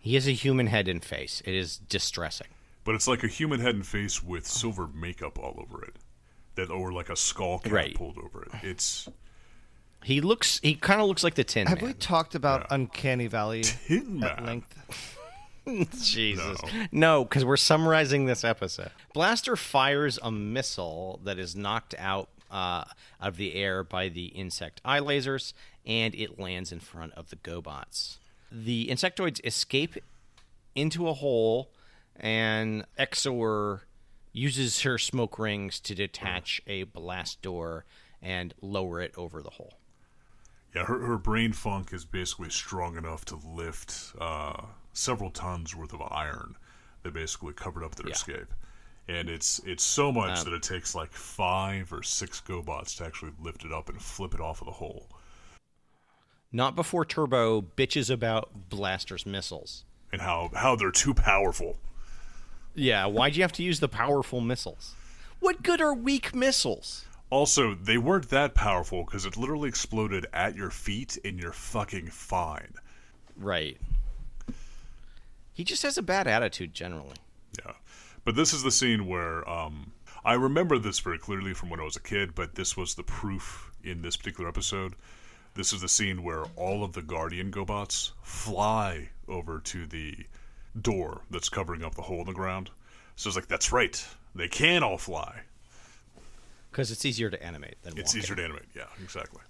Speaker 4: He has a human head and face. It is distressing.
Speaker 3: But it's like a human head and face with silver makeup all over it, that or like a skull cap
Speaker 4: Right.
Speaker 3: pulled over it. It's
Speaker 4: He looks. He kind of looks like the Tin
Speaker 2: Have we
Speaker 4: Man.
Speaker 2: talked about Uncanny
Speaker 3: <laughs>
Speaker 2: Valley
Speaker 3: Tin
Speaker 2: at
Speaker 3: Man.
Speaker 4: <laughs>
Speaker 2: length?
Speaker 4: Jesus. No, because we're summarizing this episode. Blaster fires a missile that is knocked out uh, of the air by the insect eye lasers, and it lands in front of the GoBots. The insectoids escape into a hole, and Exor uses her smoke rings to detach a blast door and lower it over the hole.
Speaker 3: yeah, her her brain funk is basically strong enough to lift uh, several tons worth of iron that basically covered up their escape. And it's it's so much that it takes like five or six GoBots to actually lift it up and flip it off of the hole.
Speaker 4: Not before Turbo bitches about Blaster's missiles.
Speaker 3: And how how they're too powerful.
Speaker 4: Yeah, why'd you have to use the powerful missiles? What good are weak missiles?
Speaker 3: Also, they weren't that powerful because it literally exploded at your feet, and you're fucking fine.
Speaker 4: Right. He just has a bad attitude generally.
Speaker 3: Yeah. But this is the scene where um, I remember this very clearly from when I was a kid, but this was the proof in this particular episode. This is the scene where all of the Guardian GoBots fly over to the door that's covering up the hole in the ground. So it's like, that's right. They can all fly.
Speaker 4: Because it's easier to animate than
Speaker 3: It's
Speaker 4: walking.
Speaker 3: easier to animate. Yeah, exactly.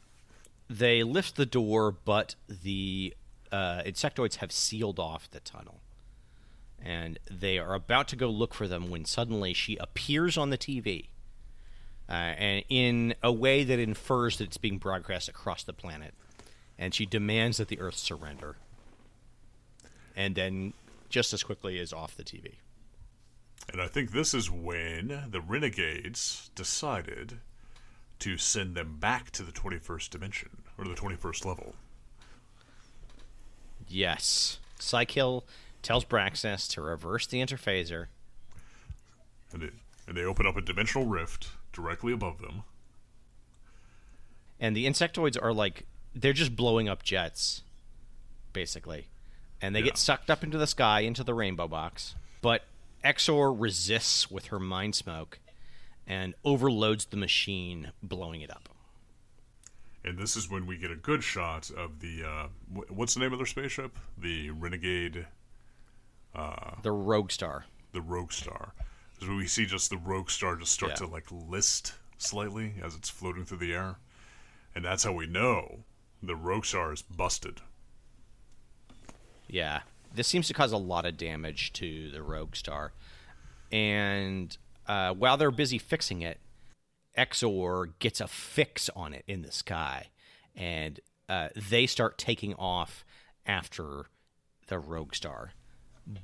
Speaker 4: They lift the door, but the uh, insectoids have sealed off the tunnel. And they are about to go look for them when suddenly she appears on the TV. Uh, and in a way that infers that it's being broadcast across the planet. And she demands that the Earth surrender. And then just as quickly is off the TV.
Speaker 3: And I think this is when the Renegades decided to send them back to the 21st dimension or the 21st level.
Speaker 4: Yes. Psykill tells Braxas to reverse the interphaser.
Speaker 3: And, it, and they open up a dimensional rift directly above them.
Speaker 4: and the insectoids are like they're just blowing up jets basically and they get sucked up into the sky into the rainbow box but exor resists with her mind smoke and overloads the machine blowing it up
Speaker 3: And this is when we get a good shot of the uh, wh- what's the name of their spaceship? The Renegade,
Speaker 4: the rogue star
Speaker 3: the Rogue Star. This is when we see just the Rogue Star just start
Speaker 4: Yeah.
Speaker 3: to like list slightly as it's floating through the air, and that's how we know the Rogue Star is busted.
Speaker 4: yeah this seems to cause a lot of damage to the rogue star and uh, while they're busy fixing it Exor gets a fix on it in the sky, and uh, they start taking off after the Rogue Star.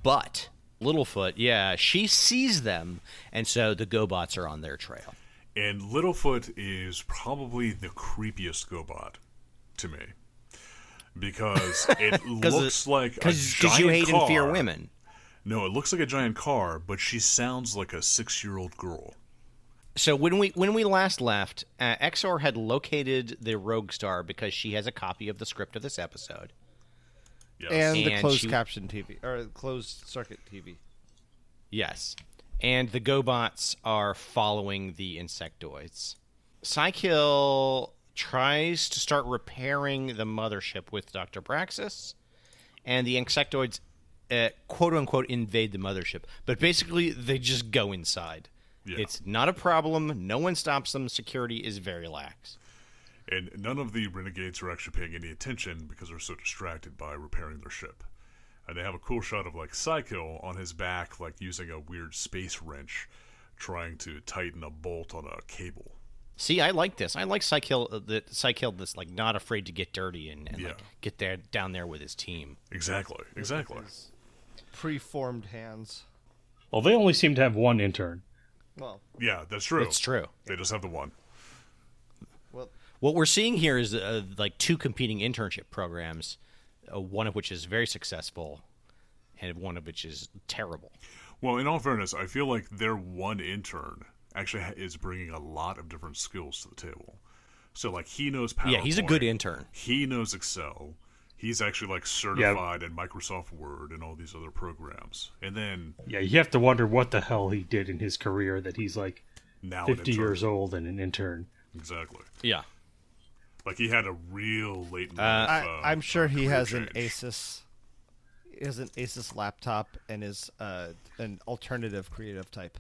Speaker 4: But Littlefoot, yeah, she sees them, and so the GoBots are on their trail.
Speaker 3: And Littlefoot is probably the creepiest GoBot to me
Speaker 4: <laughs>
Speaker 3: because it looks like a
Speaker 4: Because you
Speaker 3: giant
Speaker 4: hate and fear
Speaker 3: car.
Speaker 4: women.
Speaker 3: No, it looks like a giant car, but she sounds like a six-year-old girl.
Speaker 4: So when we when we last left, uh, Exor had located the Rogue Star because she has a copy of the script of this episode.
Speaker 3: Yes.
Speaker 2: and, the
Speaker 4: And
Speaker 2: closed
Speaker 4: she-
Speaker 2: caption TV or closed circuit TV.
Speaker 4: Yes. And the GoBots are following the insectoids. Psykill tries to start repairing the mothership with Dr. Braxis, and the insectoids, uh, quote unquote, invade the mothership. But basically, they just go inside.
Speaker 3: Yeah.
Speaker 4: It's not a problem. No one stops them. Security is very lax.
Speaker 3: And none of the renegades are actually paying any attention because they're so distracted by repairing their ship. And they have a cool shot of like Psycho on his back, like using a weird space wrench, trying to tighten a bolt on a cable.
Speaker 4: See, I like this. I like uh, Psykill, the Psykill that's like not afraid to get dirty and, and like
Speaker 3: Yeah.
Speaker 4: get there down there with his team.
Speaker 3: Exactly. Exactly.
Speaker 2: Preformed hands.
Speaker 5: Well, they only seem to have one intern.
Speaker 2: Well,
Speaker 3: Yeah, that's true.
Speaker 4: It's true.
Speaker 3: They just have the one.
Speaker 2: well,
Speaker 4: What we're seeing here is uh, like two competing internship programs, uh, one of which is very successful, and one of which is terrible.
Speaker 3: Well, in all fairness, I feel like their one intern actually ha- is bringing a lot of different skills to the table. So like he knows PowerPoint.
Speaker 4: Yeah, he's a good intern.
Speaker 3: he knows Excel. He's actually like certified in Microsoft Word and all these other programs. And then
Speaker 5: Yeah, you have to wonder what the hell he did in his career that he's like
Speaker 3: now an
Speaker 5: 50
Speaker 3: intern.
Speaker 5: years old and an intern.
Speaker 3: exactly.
Speaker 4: Yeah.
Speaker 3: Like he had a real late. Uh,
Speaker 2: I, I'm sure he has an
Speaker 3: change.
Speaker 2: Asus. He has an Asus laptop and is uh, an alternative creative type.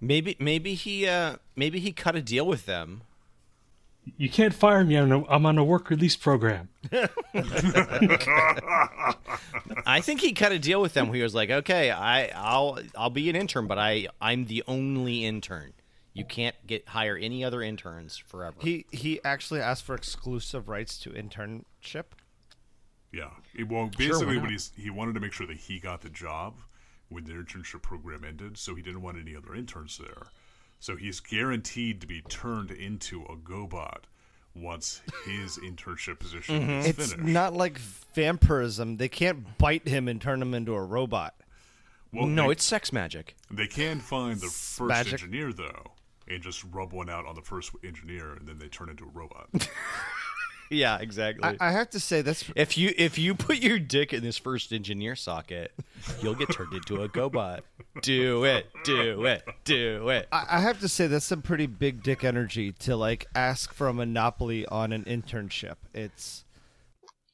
Speaker 4: Maybe maybe he uh, maybe he cut a deal with them.
Speaker 5: You can't fire me. I'm on a, I'm on a work release program.
Speaker 4: I think he cut a deal with them. Where he was like, okay, I I'll I'll be an intern, but I I'm the only intern. You can't get hire any other interns forever.
Speaker 2: He he actually asked for exclusive rights to internship.
Speaker 3: Yeah. It- well, basically,
Speaker 4: why
Speaker 3: what
Speaker 4: not?
Speaker 3: he's, he wanted to make sure that he got the job when the internship program ended, so he didn't want any other interns there. So he's guaranteed to be turned into a GoBot once his internship position is
Speaker 2: It's
Speaker 3: finished.
Speaker 2: not like vampirism. They can't bite him and turn him into a robot.
Speaker 3: Well,
Speaker 4: no,
Speaker 3: they,
Speaker 4: it's sex magic.
Speaker 3: they can find the first
Speaker 2: magic.
Speaker 3: engineer though, and just rub one out on the first engineer, and then they turn into a robot. <laughs>
Speaker 4: Yeah, exactly.
Speaker 2: I have to say that's
Speaker 4: if you if you put your dick in this first engineer socket, you'll get turned into a GoBot. Do it, do it, do it.
Speaker 2: I I have to say that's some pretty big dick energy to like ask for a monopoly on an internship. It's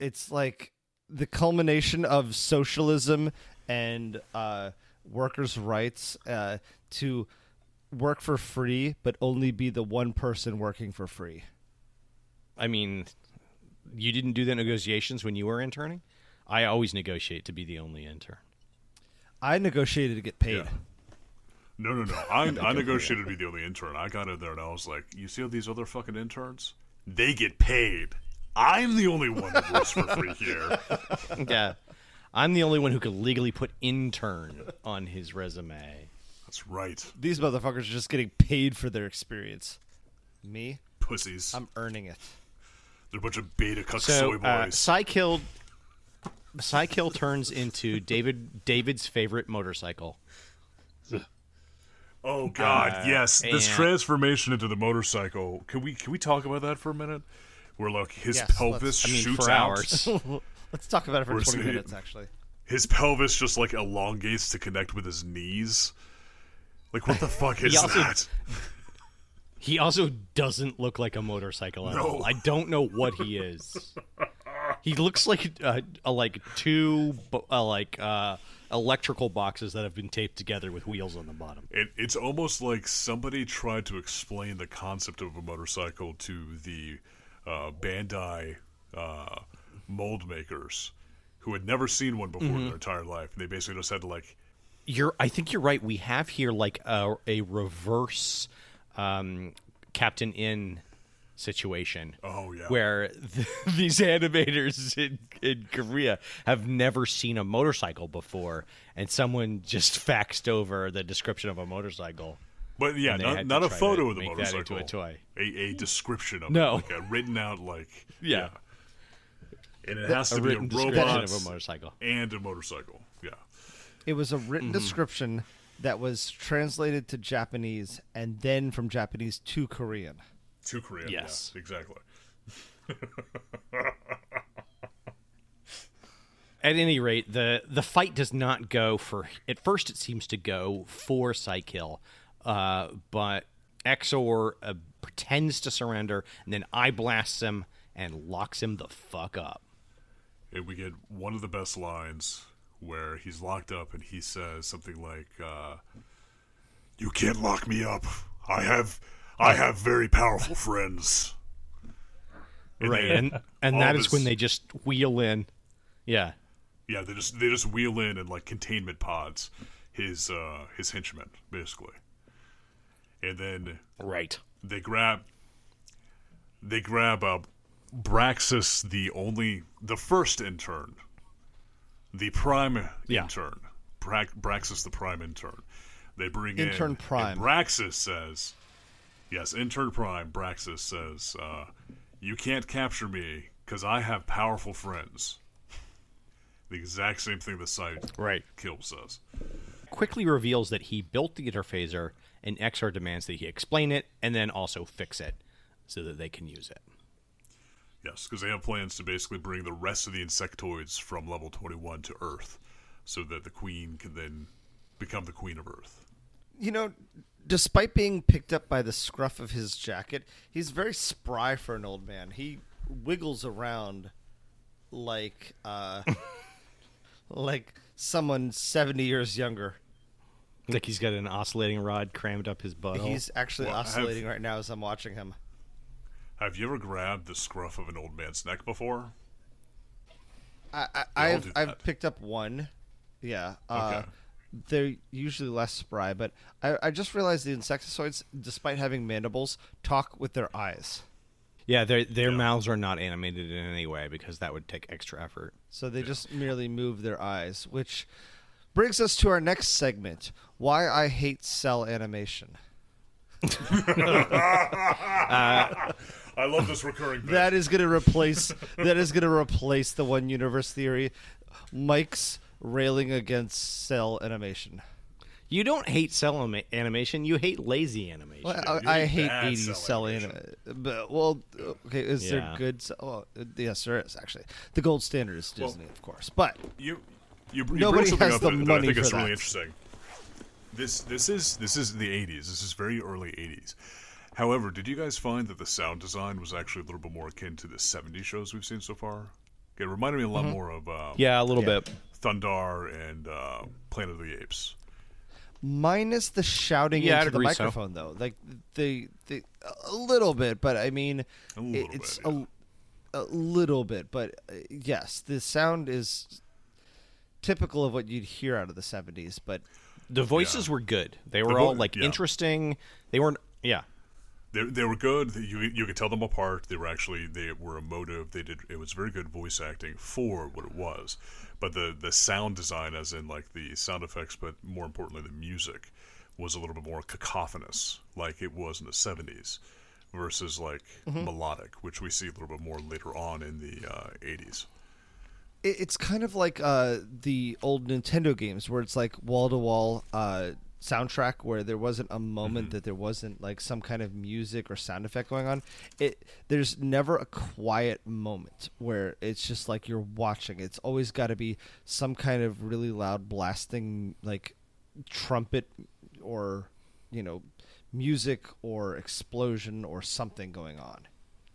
Speaker 2: it's like the culmination of socialism and uh, workers' rights uh, to work for free, but only be the one person working for free.
Speaker 4: I mean, you didn't do the negotiations when you were interning. I always negotiate to be the only intern.
Speaker 2: I negotiated to get paid.
Speaker 3: No, no, no.
Speaker 4: <laughs>
Speaker 3: I, I negotiated to be the only intern. I got in there and I was like, you see all these other fucking interns? They get paid. I'm the only one that works for
Speaker 4: <laughs>
Speaker 3: free here.
Speaker 4: Yeah, I'm the only one who could legally put intern on his resume.
Speaker 3: That's right,
Speaker 2: These motherfuckers are just getting paid for their experience. Me,
Speaker 3: pussies.
Speaker 2: I'm earning it.
Speaker 3: They're a bunch of beta cuck
Speaker 4: So
Speaker 3: soy
Speaker 4: uh,
Speaker 3: boys.
Speaker 4: Psykill, Psykill turns into David David's favorite motorcycle.
Speaker 3: oh God, yes. This
Speaker 4: uh, and-
Speaker 3: transformation into the motorcycle. Can we can we talk about that for a minute? Where like his
Speaker 2: Yes,
Speaker 3: pelvis
Speaker 2: let's-
Speaker 4: I mean,
Speaker 3: shoots
Speaker 4: for
Speaker 3: out.
Speaker 4: hours.
Speaker 2: Let's talk about it for
Speaker 3: We're
Speaker 2: 20
Speaker 3: seeing-
Speaker 2: minutes, actually.
Speaker 3: His pelvis just like elongates to connect with his knees. Like what the fuck is
Speaker 4: also-
Speaker 3: that?
Speaker 4: He also doesn't look like a motorcycle at
Speaker 3: No.
Speaker 4: all. I don't know what he is. he looks like uh, a, like two bo- uh, like uh, electrical boxes that have been taped together with wheels on the bottom.
Speaker 3: It, it's almost like somebody tried to explain the concept of a motorcycle to the uh, Bandai uh, mold makers who had never seen one before
Speaker 4: Mm-hmm.
Speaker 3: in their entire life. And they basically just had to, like,
Speaker 4: You're, I think you're right. We have here like a, a reverse um, Captain In situation.
Speaker 3: Oh, yeah.
Speaker 4: where <laughs> th- these animators in, in Korea have never seen a motorcycle before, and someone just <laughs> faxed over the description of a motorcycle.
Speaker 3: but yeah,
Speaker 4: they
Speaker 3: not,
Speaker 4: had
Speaker 3: not
Speaker 4: to
Speaker 3: a
Speaker 4: try
Speaker 3: photo
Speaker 4: to
Speaker 3: of the
Speaker 4: make that into
Speaker 3: motorcycle.
Speaker 4: a toy.
Speaker 3: A, a description of
Speaker 4: No.
Speaker 3: it. Like a written out, like.
Speaker 4: <laughs> Yeah.
Speaker 3: And it has to
Speaker 4: a
Speaker 3: be a
Speaker 4: written description
Speaker 3: robot
Speaker 4: of a motorcycle.
Speaker 3: and a motorcycle. Yeah.
Speaker 2: It was a written description that was translated to Japanese and then from Japanese to Korean.
Speaker 3: To Korea.
Speaker 4: Yes.
Speaker 3: Yeah, exactly.
Speaker 4: At any rate, the the fight does not go for. At first, it seems to go for Psykill, uh, but Exor uh, pretends to surrender, and then I blasts him and locks him the fuck up.
Speaker 3: and we get one of the best lines where he's locked up and he says something like uh, you can't lock me up i have i have very powerful friends And
Speaker 4: Right,
Speaker 3: then
Speaker 4: and and
Speaker 3: all
Speaker 4: that
Speaker 3: of
Speaker 4: is
Speaker 3: his-
Speaker 4: when they just wheel in. Yeah,
Speaker 3: yeah they just they just wheel in in like containment pods his uh his henchmen basically and then
Speaker 4: right.
Speaker 3: they grab they grab uh, Braxis, the only the first intern, the prime
Speaker 4: Yeah.
Speaker 3: intern, Bra- Braxis the prime intern. They bring in
Speaker 2: Intern
Speaker 3: and
Speaker 2: prime.
Speaker 3: Braxis says, "Yes, intern prime." Braxis says, uh, "You can't capture me because I have powerful friends." The exact same thing the site
Speaker 4: Right.
Speaker 3: kill says.
Speaker 4: Quickly reveals that he built the interphaser, and XR demands that he explain it and then also fix it so that they can use it.
Speaker 3: Yes, because they have plans to basically bring the rest of the insectoids from level 21 to Earth so that the queen can then become the queen of Earth.
Speaker 2: You know, despite being picked up by the scruff of his jacket, he's very spry for an old man. He wiggles around like uh <laughs> like someone 70 years younger.
Speaker 4: Like he's got an oscillating rod crammed up his butt.
Speaker 2: He's actually
Speaker 3: Well, I have-
Speaker 2: oscillating right now as I'm watching him.
Speaker 3: Have you ever grabbed the scruff of an old man's neck before?
Speaker 2: I, I,
Speaker 3: all
Speaker 2: I've
Speaker 3: do
Speaker 2: I've
Speaker 3: that.
Speaker 2: picked up one. Yeah. Uh,
Speaker 3: Okay.
Speaker 2: They're usually less spry, but I, I just realized the insectoids, despite having mandibles, talk with their eyes.
Speaker 4: yeah, their their mouths are not animated in any way because that would take extra effort.
Speaker 2: So they just merely move their eyes, which brings us to our next segment Why I Hate Cell Animation.
Speaker 3: I love this
Speaker 2: <laughs>
Speaker 3: recurring bit.
Speaker 2: That is going to replace that is going to replace the one universe theory. Mike's railing against cell animation.
Speaker 4: You don't hate cell ama- animation. You hate lazy animation.
Speaker 2: Well,
Speaker 3: you're
Speaker 2: I, I
Speaker 3: a
Speaker 2: hate
Speaker 3: bad
Speaker 2: 80s
Speaker 3: cell
Speaker 2: cell animation. But, well, okay, is there
Speaker 4: Yeah.
Speaker 2: good cell? Well, uh, yes, there is, actually. The gold standard is Disney, of course. But
Speaker 3: You, you, you bring
Speaker 2: Nobody
Speaker 3: something
Speaker 2: has
Speaker 3: up
Speaker 2: the
Speaker 3: that, that I
Speaker 2: money
Speaker 3: think
Speaker 2: for
Speaker 3: is really
Speaker 2: that.
Speaker 3: interesting. This this is this is the '80s. This is very early '80s. However, did you guys find that the sound design was actually a little bit more akin to the '70s shows we've seen so far? It reminded me a
Speaker 2: Mm-hmm.
Speaker 3: lot more of uh,
Speaker 4: yeah, a little bit.
Speaker 3: Thundar and uh, Planet of the Apes.
Speaker 2: minus the shouting
Speaker 4: Yeah, I'd
Speaker 2: into the
Speaker 4: agree so.
Speaker 2: microphone though like the, the a little bit but i mean
Speaker 3: A little
Speaker 2: it's
Speaker 3: bit, yeah.
Speaker 2: a, a little bit but uh, yes the sound is typical of what you'd hear out of the 70s but
Speaker 4: The voices were good. They were
Speaker 3: vo-
Speaker 4: all like
Speaker 3: yeah.
Speaker 4: interesting. They weren't. Yeah.
Speaker 3: They, they were good. You you could tell them apart. They were actually they were emotive. They did it was very good voice acting for what it was, but the the sound design, as in like the sound effects, but more importantly the music, was a little bit more cacophonous, like it was in the seventies, versus like melodic, which we see a little bit more later on in the uh, eighties.
Speaker 2: it, it's kind of like uh, the old Nintendo games where it's like wall to wall soundtrack where there wasn't a moment that there wasn't like some kind of music or sound effect going on. It there's never a quiet moment where it's just like you're watching. It's always got to be some kind of really loud blasting like trumpet or you know music or explosion or something going on.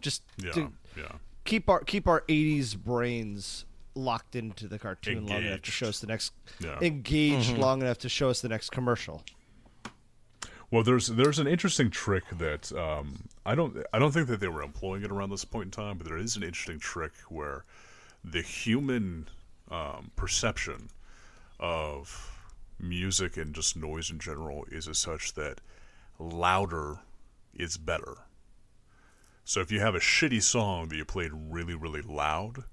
Speaker 2: Just
Speaker 3: yeah,
Speaker 2: to
Speaker 3: yeah.
Speaker 2: keep our keep our '80s brains locked into the cartoon long enough
Speaker 3: Engaged.
Speaker 2: to show us the next
Speaker 3: Yeah. Mm-hmm.
Speaker 2: engaged long enough to show us the next commercial.
Speaker 3: Well, there's there's an interesting trick that um, I don't I don't think that they were employing it around this point in time, but there is an interesting trick where the human um, perception of music and just noise in general is as such that louder is better. So if you have a shitty song that you played really really loud,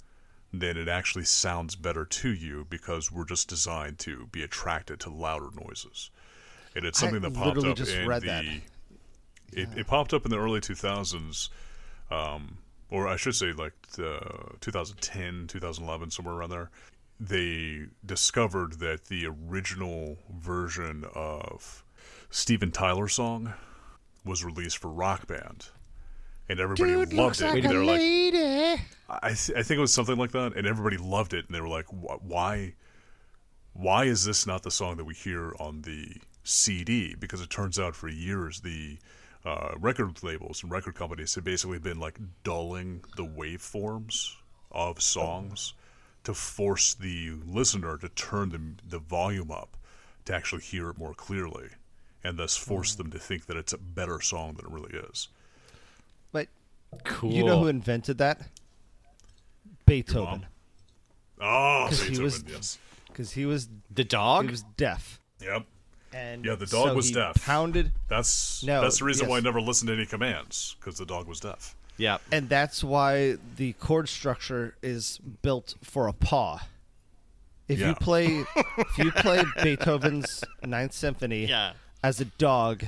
Speaker 3: then it actually sounds better to you because we're just designed to be attracted to louder noises. And it's
Speaker 2: I
Speaker 3: something that popped
Speaker 2: literally
Speaker 3: up
Speaker 2: just
Speaker 3: in
Speaker 2: read
Speaker 3: the
Speaker 2: that.
Speaker 3: it, it popped up in the early 2000s um, or I should say like uh, 2010 2011 somewhere around there they discovered that the original version of Steven Tyler song was released for Rock Band and everybody loved it and they were like
Speaker 2: lady.
Speaker 3: I, th- I think it was something like that, and everybody loved it, and they were like, "Wh- "Why, why is this not the song that we hear on the CD?" Because it turns out for years the uh, record labels and record companies had basically been like dulling the waveforms of songs to force the listener to turn the the volume up to actually hear it more clearly, and thus force
Speaker 2: Hmm.
Speaker 3: them to think that it's a better song than it really is.
Speaker 2: But
Speaker 4: Cool.
Speaker 2: you know who invented that? Beethoven,
Speaker 3: Oh,
Speaker 2: 'Cause he
Speaker 3: Beethoven,
Speaker 2: was-
Speaker 3: yes,
Speaker 2: because he was
Speaker 4: the
Speaker 2: he
Speaker 4: dog?
Speaker 2: was deaf,
Speaker 3: yep.
Speaker 2: and
Speaker 3: Yeah, the dog
Speaker 2: so
Speaker 3: was
Speaker 2: he
Speaker 3: deaf.
Speaker 2: Pounded,
Speaker 3: That's
Speaker 2: No,
Speaker 3: that's the reason why I
Speaker 2: yes.
Speaker 3: never listened to any commands because the dog was deaf.
Speaker 4: yeah.
Speaker 2: and that's why the chord structure is built for a paw. If
Speaker 3: Yeah.
Speaker 2: you play, if you play Beethoven's Ninth Symphony
Speaker 4: Yeah.
Speaker 2: as a dog,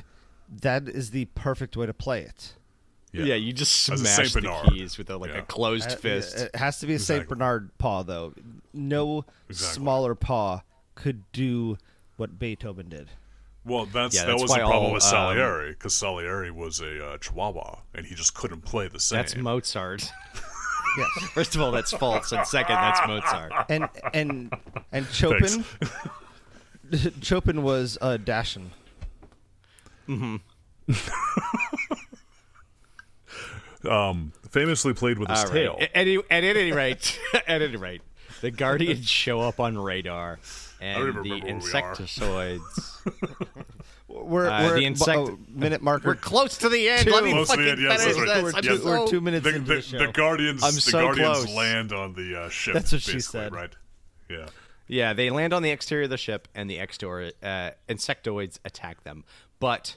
Speaker 2: that is the perfect way to play it.
Speaker 4: yeah. you just
Speaker 3: As a
Speaker 4: smash
Speaker 3: Saint
Speaker 4: the
Speaker 3: Bernard.
Speaker 4: keys with a, like
Speaker 3: Yeah.
Speaker 4: a closed
Speaker 2: Uh,
Speaker 4: fist.
Speaker 2: It has to be a Saint
Speaker 3: Exactly.
Speaker 2: Bernard paw, though. No
Speaker 3: Exactly.
Speaker 2: smaller paw could do what Beethoven did.
Speaker 3: Well, that's
Speaker 4: Yeah,
Speaker 3: that
Speaker 4: that's
Speaker 3: was the
Speaker 4: why
Speaker 3: problem
Speaker 4: all,
Speaker 3: with
Speaker 4: um,
Speaker 3: Salieri because Salieri was a uh, Chihuahua and he just couldn't play the same.
Speaker 4: that's Mozart. <laughs>
Speaker 2: Yes,
Speaker 4: First of all, that's false, and second, that's Mozart.
Speaker 2: and and and Chopin. <laughs> Chopin was uh, Dashin.
Speaker 3: Famously played with his
Speaker 4: All right.
Speaker 3: tail.
Speaker 4: At, any, at any rate, <laughs> at any rate, the guardians show up on radar, and
Speaker 3: don't even
Speaker 4: the
Speaker 3: remember where we are.
Speaker 4: insectoids.
Speaker 2: We're,
Speaker 4: Uh,
Speaker 2: we're
Speaker 4: the
Speaker 2: at-
Speaker 4: insect-
Speaker 2: oh, minute marker.
Speaker 4: We're <laughs> close to the end.
Speaker 2: Two.
Speaker 4: Let me
Speaker 3: Close to the
Speaker 4: fucking
Speaker 3: end, yes,
Speaker 4: finish
Speaker 3: that's right.
Speaker 4: this. I'm
Speaker 3: Yes.
Speaker 4: so-
Speaker 2: we're two
Speaker 3: The,
Speaker 2: minutes
Speaker 3: the,
Speaker 2: into the,
Speaker 3: the
Speaker 2: show.
Speaker 3: guardians,
Speaker 4: I'm
Speaker 3: the
Speaker 4: so
Speaker 3: guardians
Speaker 4: close.
Speaker 3: land on the uh, ship.
Speaker 2: That's what she
Speaker 3: basically,
Speaker 2: said.
Speaker 3: right? Yeah,
Speaker 4: Yeah, they land on the exterior of the ship, and the extor- uh, insectoids attack them. But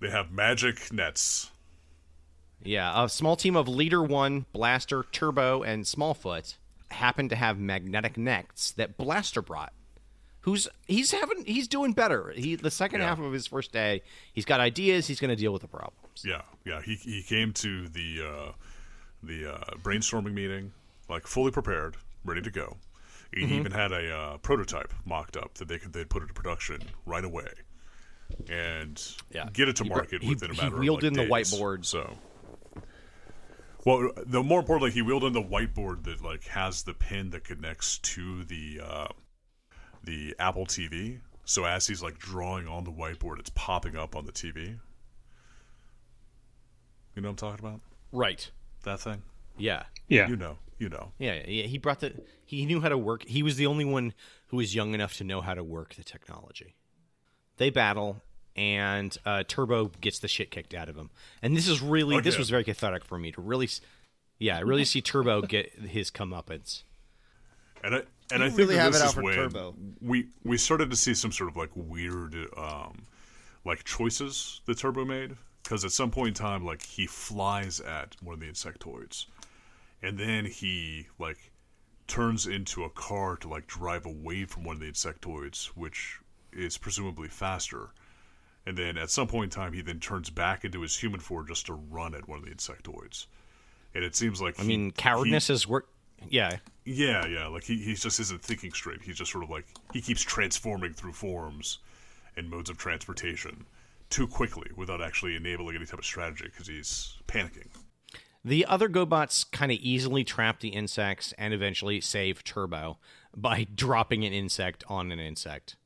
Speaker 3: they have magic nets.
Speaker 4: yeah, a small team of Leader One, Blaster, Turbo, and Smallfoot happen to have magnetic nets that Blaster brought. Who's he's having? He's doing better. He the second
Speaker 3: Yeah.
Speaker 4: half of his first day, he's got ideas. He's going to deal with the problems.
Speaker 3: Yeah, yeah. He he came to the uh, the uh, brainstorming meeting like fully prepared, ready to go. It
Speaker 4: Mm-hmm.
Speaker 3: even had a uh, prototype mocked up that they could they'd put into production right away, and
Speaker 4: Yeah.
Speaker 3: get it to
Speaker 4: He br-
Speaker 3: market
Speaker 4: he-
Speaker 3: within a
Speaker 4: he
Speaker 3: matter of
Speaker 4: wheeled
Speaker 3: like,
Speaker 4: in the
Speaker 3: days.
Speaker 4: whiteboard.
Speaker 3: So, well, the more importantly, he wheeled in the whiteboard that like has the pin that connects to the uh, the Apple TV. So as he's like drawing on the whiteboard, it's popping up on the TV. You know what I'm talking about?
Speaker 4: Right.
Speaker 3: That thing.
Speaker 4: Yeah.
Speaker 5: Yeah.
Speaker 3: You know. You know.
Speaker 4: Yeah, yeah, he brought the he knew how to work. He was the only one who was young enough to know how to work the technology. They battle and uh, Turbo gets the shit kicked out of him. And this is really
Speaker 3: Oh,
Speaker 4: this
Speaker 3: yeah.
Speaker 4: was very cathartic for me to really s- yeah, I really see Turbo get his comeuppance.
Speaker 3: And I and I think
Speaker 2: really
Speaker 3: that
Speaker 2: have
Speaker 3: this
Speaker 2: it out
Speaker 3: is
Speaker 2: for
Speaker 3: when
Speaker 2: Turbo.
Speaker 3: we we started to see some sort of like weird um, like choices that Turbo made because at some point in time like he flies at one of the insectoids, and then he like turns into a car to like drive away from one of the insectoids, which is presumably faster. And then at some point in time, he then turns back into his human form just to run at one of the insectoids. And it seems like
Speaker 4: I mean, cowardice is work yeah.
Speaker 3: yeah, yeah. Like he, he just isn't thinking straight. He's just sort of like he keeps transforming through forms and modes of transportation too quickly without actually enabling any type of strategy because he's panicking.
Speaker 4: The other GoBots kind of easily trap the insects and eventually save Turbo <laughs> by dropping an insect on an insect.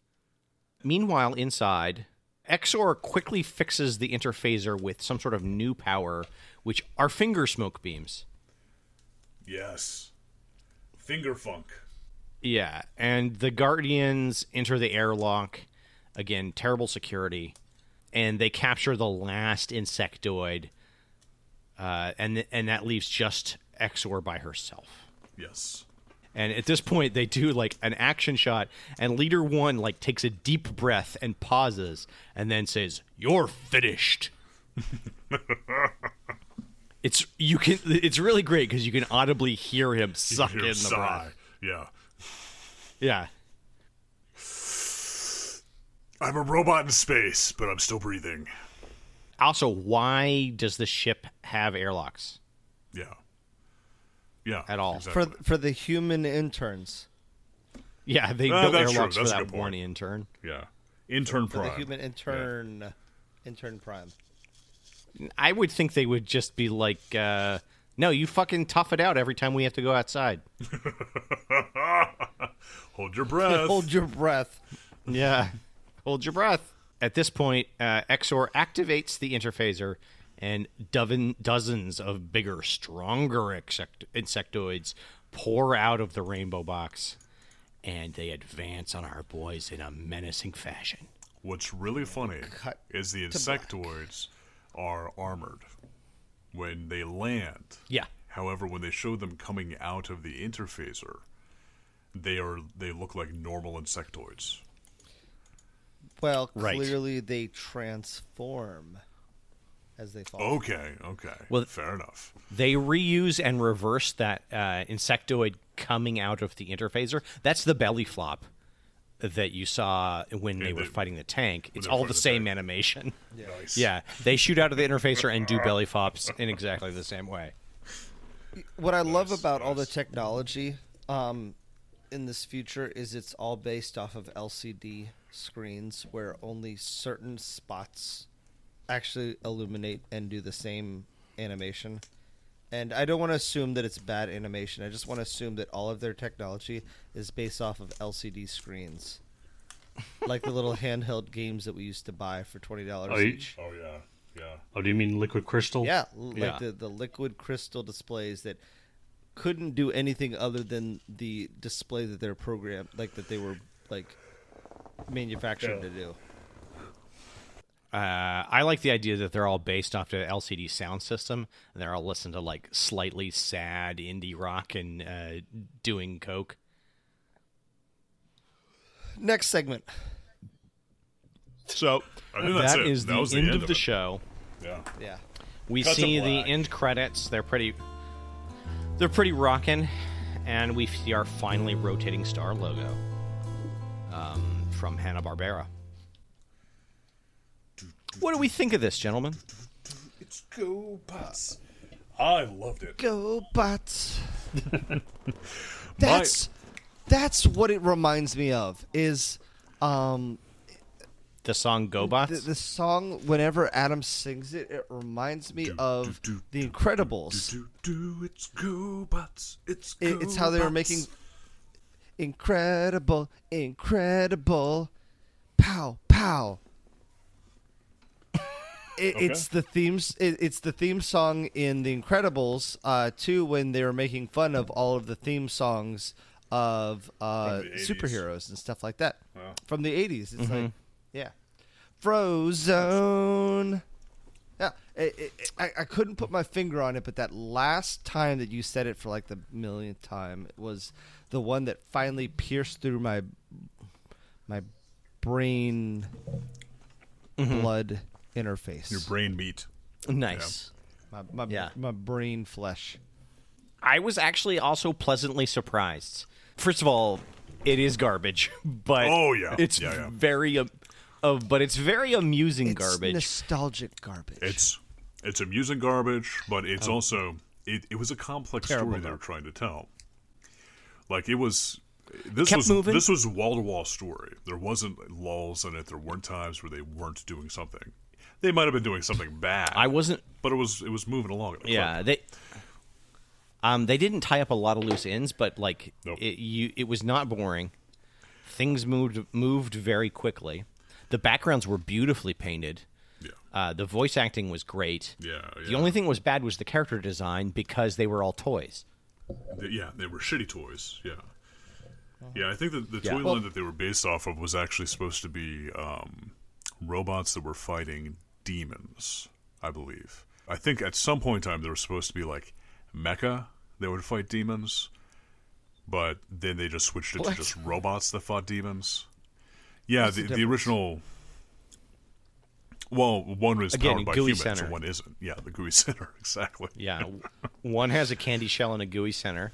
Speaker 4: Meanwhile, inside, Exor quickly fixes the interphaser with some sort of new power, which are finger smoke beams.
Speaker 3: Yes, finger funk.
Speaker 4: Yeah, and the Guardians enter the airlock. Again, terrible security. And they capture the last insectoid. Uh, and, and that leaves just Exor by herself.
Speaker 3: Yes,
Speaker 4: And at this point, they do like an action shot, and leader one like takes a deep breath and pauses, and then says, "You're
Speaker 3: <laughs>
Speaker 4: finished." it's you can it's really great because you can audibly hear him suck
Speaker 3: Hear
Speaker 4: in
Speaker 3: him
Speaker 4: the
Speaker 3: sigh.
Speaker 4: breath.
Speaker 3: Yeah,
Speaker 4: Yeah,
Speaker 3: I'm a robot in space, but I'm still breathing.
Speaker 4: Also, why does the ship have airlocks?
Speaker 3: Yeah, yeah.
Speaker 4: At all.
Speaker 2: for
Speaker 3: exactly.
Speaker 2: for the human interns.
Speaker 4: Yeah, they
Speaker 3: Ah,
Speaker 4: built
Speaker 3: that's true.
Speaker 4: airlocks for
Speaker 3: That's a
Speaker 4: that
Speaker 3: good point.
Speaker 4: one intern.
Speaker 3: yeah. Intern
Speaker 2: For the
Speaker 3: prime.
Speaker 2: human intern, intern prime.
Speaker 4: I would think they would just be like, uh, "No, you fucking tough it out every time we have to go outside."
Speaker 3: Hold your
Speaker 4: <laughs>
Speaker 3: breath.
Speaker 2: Hold your breath.
Speaker 4: Yeah. Hold your breath. At this point, uh, Exor activates the interphaser, and doven, dozens of bigger, stronger insect- insectoids pour out of the rainbow box, and they advance on our boys in a menacing fashion.
Speaker 3: What's really funny
Speaker 2: Cut
Speaker 3: is the
Speaker 2: to black.
Speaker 3: insectoids are armored when they land.
Speaker 4: Yeah.
Speaker 3: However, when they show them coming out of the interfacer, they are they look like normal insectoids.
Speaker 2: Well,
Speaker 4: Right.
Speaker 2: clearly they transform as they fall.
Speaker 3: Okay, okay.
Speaker 4: Well-
Speaker 3: fair enough.
Speaker 4: They reuse and reverse that uh, insectoid coming out of the interphaser. That's the belly flop that you saw when they were
Speaker 3: they-
Speaker 4: fighting the tank. It's
Speaker 3: they were
Speaker 4: all
Speaker 3: fighting
Speaker 4: the
Speaker 3: the
Speaker 4: same animation.
Speaker 3: Nice.
Speaker 4: Yeah, they shoot out of the interfacer and
Speaker 3: <laughs>
Speaker 4: do belly flops in exactly the same way.
Speaker 2: What I love about all the technology um, in this future is it's all based off of LCD screens where only certain spots actually illuminate and do the same animation. And I don't want to assume that it's bad animation. I just want to assume that all of their technology is based off of LCD screens. like
Speaker 5: <laughs>
Speaker 2: the little handheld games that we used to buy for $20
Speaker 5: Oh, you-
Speaker 2: each.
Speaker 3: Oh yeah, yeah.
Speaker 5: Oh, do you mean liquid crystal?
Speaker 2: Yeah, l- like
Speaker 4: Yeah.
Speaker 2: The, the liquid crystal displays that couldn't do anything other than the display that they're programmed, like that they were like manufactured to do.
Speaker 4: Uh, I like the idea that they're all based off the LCD sound system, and they're all listening to like slightly sad indie rock and uh, doing coke.
Speaker 2: Next segment.
Speaker 4: So
Speaker 3: I think that's
Speaker 4: that
Speaker 3: it.
Speaker 4: is
Speaker 3: That
Speaker 4: the,
Speaker 3: was the
Speaker 4: end,
Speaker 3: end
Speaker 4: of
Speaker 3: of
Speaker 4: the
Speaker 3: it.
Speaker 4: show.
Speaker 3: Yeah.
Speaker 2: Yeah.
Speaker 4: We
Speaker 3: Cut to
Speaker 4: see the
Speaker 3: black.
Speaker 4: end credits. They're pretty. They're pretty rocking, and we see our finally rotating star logo um, from Hanna Barbera. What do we think of this, gentlemen?
Speaker 3: It's go bots. I loved it. <laughs>
Speaker 2: Go bots.
Speaker 3: That's-
Speaker 2: That's what it reminds me of. Is um,
Speaker 4: The song
Speaker 2: the,
Speaker 4: GoBots.
Speaker 2: the song whenever Adam sings it, it reminds me of
Speaker 3: do,
Speaker 2: The Incredibles.
Speaker 3: Do, do, it's GoBots. It's
Speaker 2: It, it's how they were making
Speaker 3: GoBots.
Speaker 2: incredible, incredible, pow pow. It, It's the themes. It, it's the theme song in The Incredibles uh, too, when they were making fun of all of the theme songs of uh,
Speaker 3: From the 80s.
Speaker 2: superheroes and stuff like that from the eighties. It's
Speaker 4: Mm-hmm.
Speaker 2: like, yeah, Frozone. Yeah, it, it, it- I, I couldn't put my finger on it, but that last time that you said it for like the millionth time was the one that finally pierced through my my brain
Speaker 4: Mm-hmm.
Speaker 2: blood interface.
Speaker 3: your brain meat.
Speaker 4: nice.
Speaker 2: my, my,
Speaker 4: Yeah.
Speaker 2: my brain flesh.
Speaker 4: I was actually also pleasantly surprised. First of all, it is garbage, <laughs> but
Speaker 3: Oh, yeah.
Speaker 4: it's
Speaker 3: Yeah, yeah.
Speaker 4: very, um, uh, but it's very amusing garbage.
Speaker 2: nostalgic garbage.
Speaker 3: It's it's amusing garbage, but
Speaker 4: Oh.
Speaker 3: it's also it, it was a complex story they were trying to tell. Like it was this
Speaker 4: Kept
Speaker 3: was
Speaker 4: moving.
Speaker 3: this was wall to wall story. There wasn't lulls in it. There weren't times where they weren't doing something. They might have been doing something bad.
Speaker 4: I wasn't.
Speaker 3: but it was it was moving along. At a clip.
Speaker 4: Yeah, they. Um, they didn't tie up a lot of loose ends, but like
Speaker 3: Nope.
Speaker 4: it, you, it was not boring. Things moved moved very quickly. The backgrounds were beautifully painted.
Speaker 3: yeah,
Speaker 4: Uh, the voice acting was great.
Speaker 3: yeah. yeah.
Speaker 4: The only thing that was bad was the character design because they were all toys.
Speaker 3: They- yeah, they were shitty toys. Yeah, yeah. I think that the
Speaker 4: Yeah.
Speaker 3: toy
Speaker 4: Well-
Speaker 3: line that they were based off of was actually supposed to be um, robots that were fighting demons. I believe. I think at some point in time there was supposed to be like mecha that would fight demons, but then they just switched it to just robots that fought demons. Yeah, the, the, original. Well, one was
Speaker 4: Again,
Speaker 3: powered by
Speaker 4: GUI
Speaker 3: humans,
Speaker 4: center.
Speaker 3: and one isn't. Yeah, the GUI <laughs> center exactly.
Speaker 4: Yeah, <laughs> one has a candy shell and a gooey center,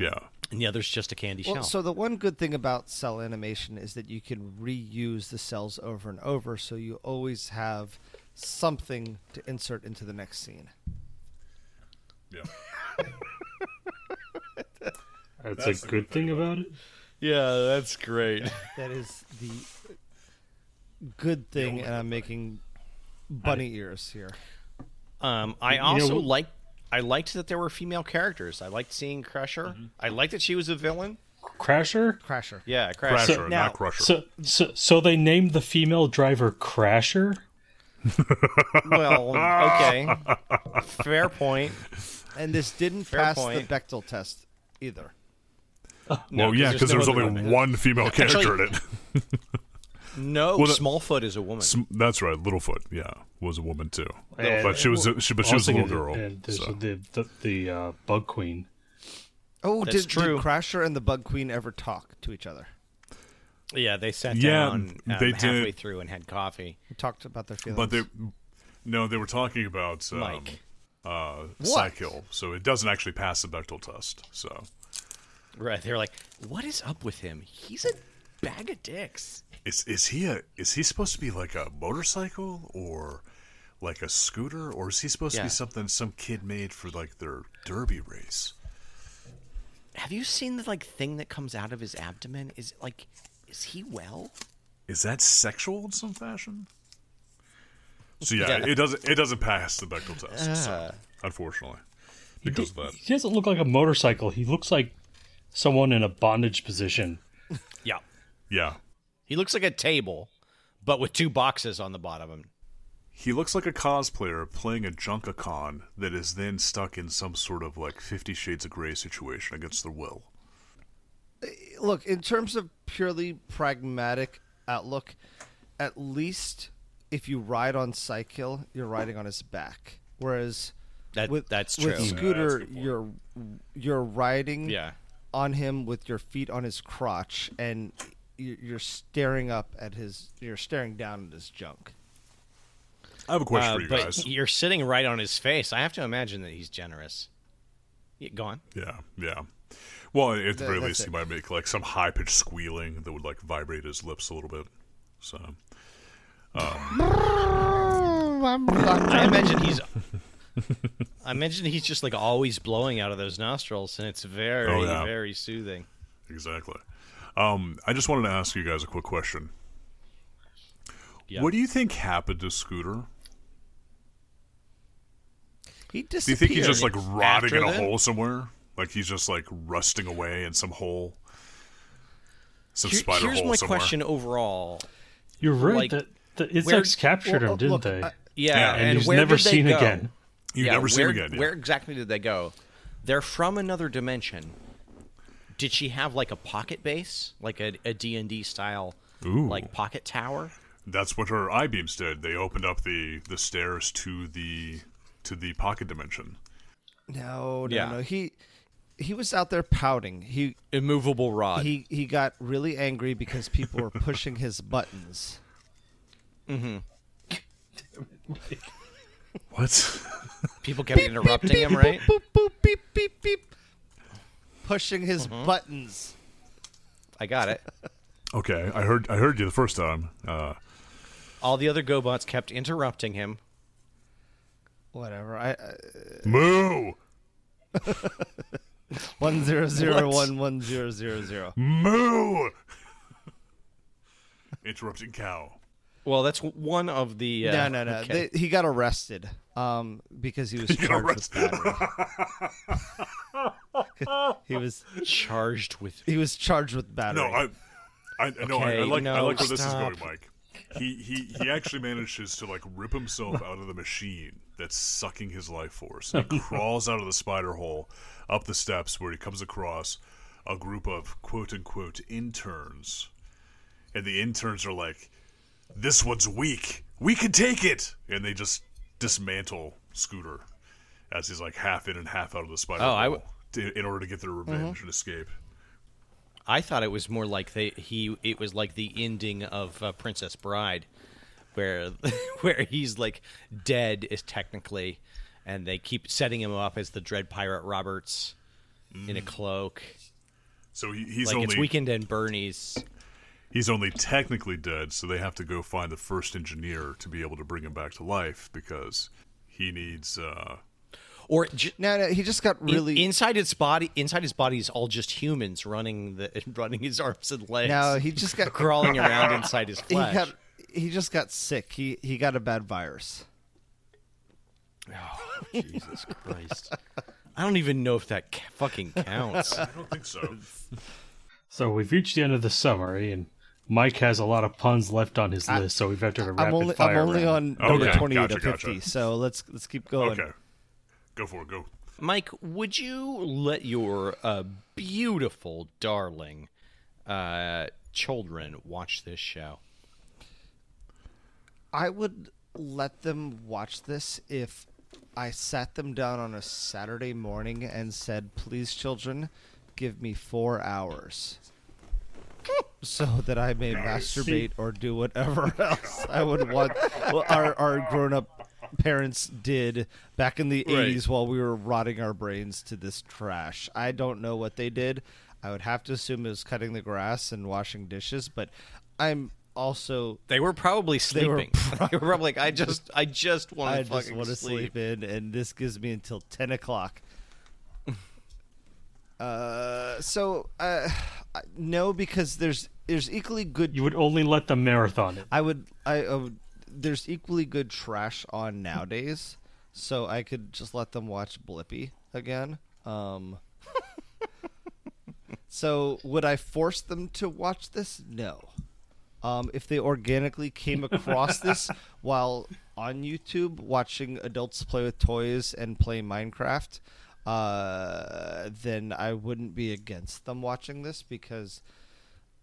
Speaker 3: yeah.
Speaker 4: and the other's just a candy
Speaker 2: Well,
Speaker 4: shell.
Speaker 2: so the one good thing about cell animation is that you can reuse the cells over and over, so you always have something to insert into the next scene.
Speaker 3: yeah.
Speaker 5: That's,
Speaker 3: That's
Speaker 5: a
Speaker 3: the
Speaker 5: good thing about it.
Speaker 4: yeah, that's great.
Speaker 2: That is the good thing, and I'm making bunny ears here.
Speaker 4: <laughs> Um, I
Speaker 5: know,
Speaker 4: also
Speaker 5: we-
Speaker 4: like. I liked that there were female characters. I liked seeing Crusher. I liked that she was a villain.
Speaker 5: Crasher?
Speaker 2: Crasher.
Speaker 4: Yeah, Crusher.
Speaker 3: Crasher,
Speaker 2: now-
Speaker 3: not Crusher.
Speaker 5: So, so, so they named the female driver Crasher?
Speaker 4: Well, <laughs> okay, fair point.
Speaker 2: And this didn't
Speaker 4: Fair
Speaker 2: pass
Speaker 4: point.
Speaker 2: the Bechtel test either.
Speaker 4: No,
Speaker 3: well, yeah, because there was
Speaker 4: no
Speaker 3: only
Speaker 4: other woman.
Speaker 3: one female character
Speaker 4: Actually-
Speaker 3: in it.
Speaker 4: no.
Speaker 3: Well, the-
Speaker 4: Smallfoot is a woman.
Speaker 3: Sm- That's right, Littlefoot. Yeah, was a woman too,
Speaker 5: Yeah,
Speaker 3: but she was a, she, but she was a
Speaker 5: Also,
Speaker 3: little
Speaker 5: the-
Speaker 3: girl.
Speaker 4: uh,
Speaker 5: and there's
Speaker 3: so.
Speaker 5: The, the, the uh, Bug Queen.
Speaker 2: Oh,
Speaker 4: That's
Speaker 2: did,
Speaker 4: true.
Speaker 2: did Crasher and the Bug Queen ever talk to each other?
Speaker 4: yeah, they sat
Speaker 3: Yeah,
Speaker 4: down um,
Speaker 3: they did.
Speaker 4: halfway through and had coffee.
Speaker 2: We talked about their feelings.
Speaker 3: But they, no, they were talking about um,
Speaker 4: Mike.
Speaker 3: uh, Psykill, so it doesn't actually pass the Bechtel test. So
Speaker 4: Right, they were like, "What is up with him? He's a bag of dicks."
Speaker 3: is is he a is he supposed to be like a motorcycle or like a scooter or is he supposed to
Speaker 4: Yeah.
Speaker 3: be something some kid made for like their derby race?
Speaker 4: Have you seen the like thing that comes out of his abdomen? Is like, is he well?
Speaker 3: Is that sexual in some fashion? So yeah,
Speaker 4: Yeah.
Speaker 3: it doesn't it doesn't pass the Bechtel test, so, unfortunately, because of that.
Speaker 5: He doesn't look like a motorcycle. He looks like someone in a bondage position.
Speaker 4: Yeah,
Speaker 3: Yeah,
Speaker 4: he looks like a table, but with two boxes on the bottom of him.
Speaker 3: He looks like a cosplayer playing a Junkacon that is then stuck in some sort of like Fifty Shades of Grey situation against their will.
Speaker 2: look in terms of purely pragmatic outlook at least if you ride on Psykill, you're riding on his back whereas
Speaker 4: That-
Speaker 2: with
Speaker 4: that's
Speaker 2: with
Speaker 4: true. Yeah,
Speaker 2: scooter you're you're riding
Speaker 4: Yeah.
Speaker 2: on him with your feet on his crotch and you- you're staring up at his you're staring down at his junk
Speaker 3: I have a question
Speaker 4: Uh,
Speaker 3: for you
Speaker 4: but
Speaker 3: guys.
Speaker 4: you're sitting right on his face. I have to imagine that he's generous. Yeah, go on.
Speaker 3: Yeah, yeah. Well, at the very
Speaker 2: that's
Speaker 3: least, he
Speaker 2: it.
Speaker 3: might make like some high pitched squealing that would like vibrate his lips a little bit. So
Speaker 4: I imagine he's. I imagine he's just like always blowing out of those nostrils, and it's very,
Speaker 3: Oh, yeah.
Speaker 4: very soothing.
Speaker 3: Exactly. Um, I just wanted to ask you guys a quick question. What do you think happened to Scooter?
Speaker 2: He
Speaker 3: Do you
Speaker 2: disappeared.
Speaker 3: think he's just like rotting
Speaker 2: after
Speaker 3: in a
Speaker 2: that?
Speaker 3: hole somewhere? Like he's just like rusting away in some hole, some
Speaker 4: Here-
Speaker 3: spider
Speaker 4: here's
Speaker 3: hole
Speaker 4: my
Speaker 3: somewhere.
Speaker 4: question overall.
Speaker 8: You're right.
Speaker 4: Like,
Speaker 8: that, that insects
Speaker 4: where-
Speaker 8: captured
Speaker 2: well,
Speaker 8: him, didn't
Speaker 2: Oh, look, uh,
Speaker 8: they?
Speaker 2: I-
Speaker 4: Yeah,
Speaker 3: Yeah.
Speaker 8: and,
Speaker 4: and,
Speaker 8: he's
Speaker 4: where
Speaker 8: never
Speaker 4: did they
Speaker 8: seen
Speaker 4: go?
Speaker 8: again.
Speaker 3: You've
Speaker 4: yeah,
Speaker 3: never
Speaker 4: where,
Speaker 3: seen him again. yeah.
Speaker 4: Where exactly did they go? They're from another dimension. Did she have like a pocket base, like a, a D&D style,
Speaker 3: Ooh.
Speaker 4: like pocket tower?
Speaker 3: That's what her I beams did. They opened up the the stairs to the to the pocket dimension.
Speaker 2: No, no,
Speaker 4: Yeah.
Speaker 2: no. He he was out there pouting. He
Speaker 4: Immovable rod.
Speaker 2: he he got really angry because people were pushing his buttons.
Speaker 3: What?
Speaker 4: People kept interrupting him, right?
Speaker 2: Boop boop beep beep beep. Mm-hmm. Pushing his buttons.
Speaker 4: I got it.
Speaker 3: <laughs> okay, I heard I heard you the first time. Uh,
Speaker 4: All the other GoBots kept interrupting him.
Speaker 2: Whatever. I, I
Speaker 3: moo,
Speaker 2: one zero zero one one zero zero zero.
Speaker 3: moo. <laughs> Interrupting cow.
Speaker 4: Well, that's w- one of the. Uh,
Speaker 2: No, no, no.
Speaker 4: okay.
Speaker 2: They, he got arrested um, because he was
Speaker 3: got
Speaker 2: charged with battery. <laughs> he was
Speaker 4: charged with.
Speaker 2: he was charged with battery.
Speaker 3: No, I, I no, I, I
Speaker 4: Okay,
Speaker 3: like I
Speaker 4: no,
Speaker 3: like where this is
Speaker 4: stop.
Speaker 3: going, Mike. He he he actually manages to like rip himself out of the machine that's sucking his life force.
Speaker 4: <laughs>
Speaker 3: He crawls out of the spider hole, up the steps where he comes across a group of quote unquote interns, and the interns are like, "This one's weak. We can take it," and they just dismantle Scooter as he's like half in and half out of the spider
Speaker 4: Oh,
Speaker 3: hole
Speaker 4: I w- Mm-hmm.
Speaker 3: to, in order to get their revenge and escape.
Speaker 4: I thought it was more like they he it was like the ending of uh, Princess Bride, where <laughs> where he's like dead is technically, and they keep setting him up as the Dread Pirate Roberts in a cloak.
Speaker 3: So he, he's
Speaker 4: like
Speaker 3: only
Speaker 4: it's Weekend and Bernie's.
Speaker 3: He's only technically dead, so they have to go find the first engineer to be able to bring him back to life because he needs. Uh,
Speaker 4: Or j-
Speaker 2: no, no. He just got
Speaker 4: in-
Speaker 2: really.
Speaker 4: inside his body, inside his body is all just humans running the <laughs> running his arms and legs.
Speaker 2: no, he just got
Speaker 4: crawling around inside his
Speaker 2: he
Speaker 4: flesh.
Speaker 2: got he just got sick. He he got a bad virus.
Speaker 4: Jesus Christ. I don't even know if that ca- fucking counts.
Speaker 3: I don't think so.
Speaker 8: So we've reached the end of the summary, and Mike has a lot of puns left on his list, so we've got to do a rapid
Speaker 2: I'm only
Speaker 8: fire
Speaker 2: I'm only
Speaker 8: round.
Speaker 2: on number
Speaker 3: Okay,
Speaker 2: twenty
Speaker 3: gotcha,
Speaker 2: to fifty.
Speaker 3: gotcha.
Speaker 2: So let's let's keep going.
Speaker 3: <laughs> okay, go for it. Go.
Speaker 4: Mike, would you let your uh, beautiful, darling uh, children watch this show?
Speaker 2: I would let them watch this if I sat them down on a Saturday morning and said, "Please, children, give me four hours." <laughs> So that I may masturbate or do whatever else I would want. Well, our our grown up parents did back in the
Speaker 4: Right.
Speaker 2: 80s while we were rotting our brains to this trash. I don't know what they did. I would have to assume it was cutting the grass and washing dishes, but I'm also
Speaker 4: They were probably
Speaker 2: were
Speaker 4: sleeping. <laughs> They were, probably like, I just, I just want
Speaker 2: I
Speaker 4: to
Speaker 2: just
Speaker 4: fucking
Speaker 2: want to
Speaker 4: sleep.
Speaker 2: sleep in, and this gives me until ten o'clock. uh, so uh, <sighs> I- no, because there's there's equally good.
Speaker 8: You would only let them marathon it.
Speaker 2: I would I, I would, there's equally good trash on nowadays, so I could just let them watch Blippy again. Um. So would I force them to watch this? No. Um, if they organically came across this while on YouTube watching adults play with toys and play Minecraft, uh, then I wouldn't be against them watching this because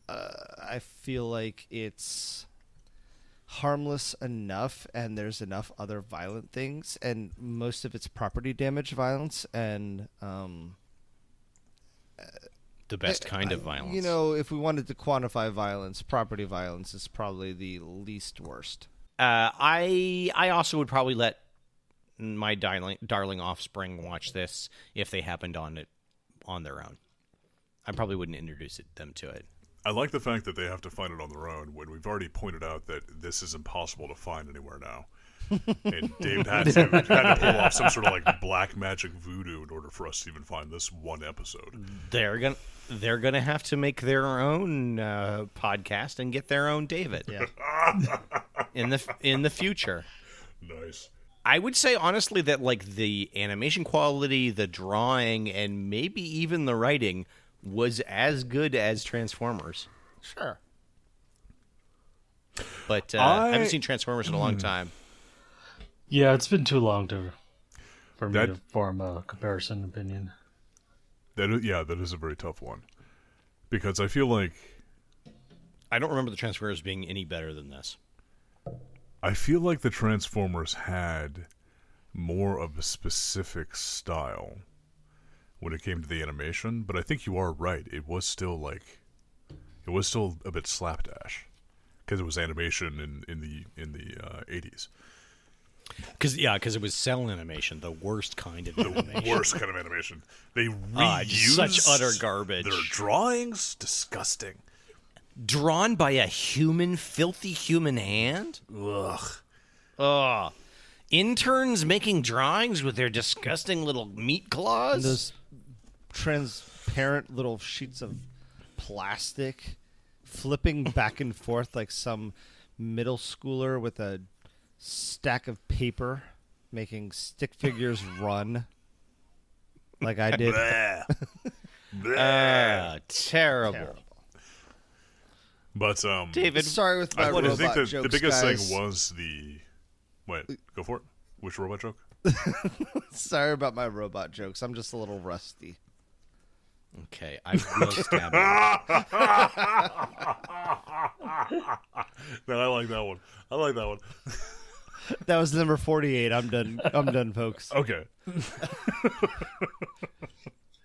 Speaker 2: uh, I feel like it's harmless enough and there's enough other violent things and most of it's property damage violence and um,
Speaker 4: The best kind of violence.
Speaker 2: you know, if we wanted to quantify violence, property violence is probably the least worst.
Speaker 4: Uh, I I also would probably let my darling darling offspring watch this if they happened on it on their own. I probably wouldn't introduce it, them to it.
Speaker 3: I like the fact that they have to find it on their own when we've already pointed out that this is impossible to find anywhere now. and <laughs> David had to, had to pull off some sort of like black magic voodoo in order for us to even find this one episode.
Speaker 4: They're gonna they're gonna have to make their own uh, podcast and get their own David.
Speaker 2: Yeah.
Speaker 4: <laughs> in the in the future.
Speaker 3: Nice.
Speaker 4: I would say honestly that like the animation quality, the drawing, and maybe even the writing was as good as Transformers.
Speaker 2: Sure.
Speaker 4: But uh, I...
Speaker 3: I-
Speaker 4: haven't seen Transformers in a long time.
Speaker 8: Yeah, it's been too long to for me
Speaker 3: That-
Speaker 8: to form a comparison opinion.
Speaker 3: That is, yeah, that is a very tough one because I feel like
Speaker 4: I don't remember the Transformers being any better than this.
Speaker 3: I feel like the Transformers had more of a specific style when it came to the animation, but I think you are right. It was still like it was still a bit slapdash because it was animation in in the in the uh, 80s.
Speaker 4: Because yeah, because it was cell animation, the worst kind of
Speaker 3: The
Speaker 4: animation.
Speaker 3: worst kind of animation. They
Speaker 4: Ah,
Speaker 3: reused
Speaker 4: just such utter garbage.
Speaker 3: Their drawings disgusting.
Speaker 4: Drawn by a human, filthy human hand.
Speaker 3: Ugh.
Speaker 4: <laughs> Ugh. Interns making drawings with their disgusting little meat claws.
Speaker 2: Those transparent little sheets of plastic flipping <laughs> back and forth like some middle schooler with a stack of paper making stick figures run like I did.
Speaker 3: Bleh. Bleh.
Speaker 4: Ah, terrible.
Speaker 3: but um
Speaker 4: David,
Speaker 2: Sorry with my
Speaker 3: I,
Speaker 2: robot
Speaker 3: think that
Speaker 2: jokes,
Speaker 3: the biggest
Speaker 2: guys.
Speaker 3: thing was the. Wait, go for it. Which robot joke? <laughs>
Speaker 2: Sorry about my robot jokes. I'm just a little rusty.
Speaker 4: Okay, I
Speaker 2: <laughs>
Speaker 4: will stab him.
Speaker 3: No, I like that one. I like that one.
Speaker 2: That was number 48. I'm done. I'm done, folks.
Speaker 3: Okay.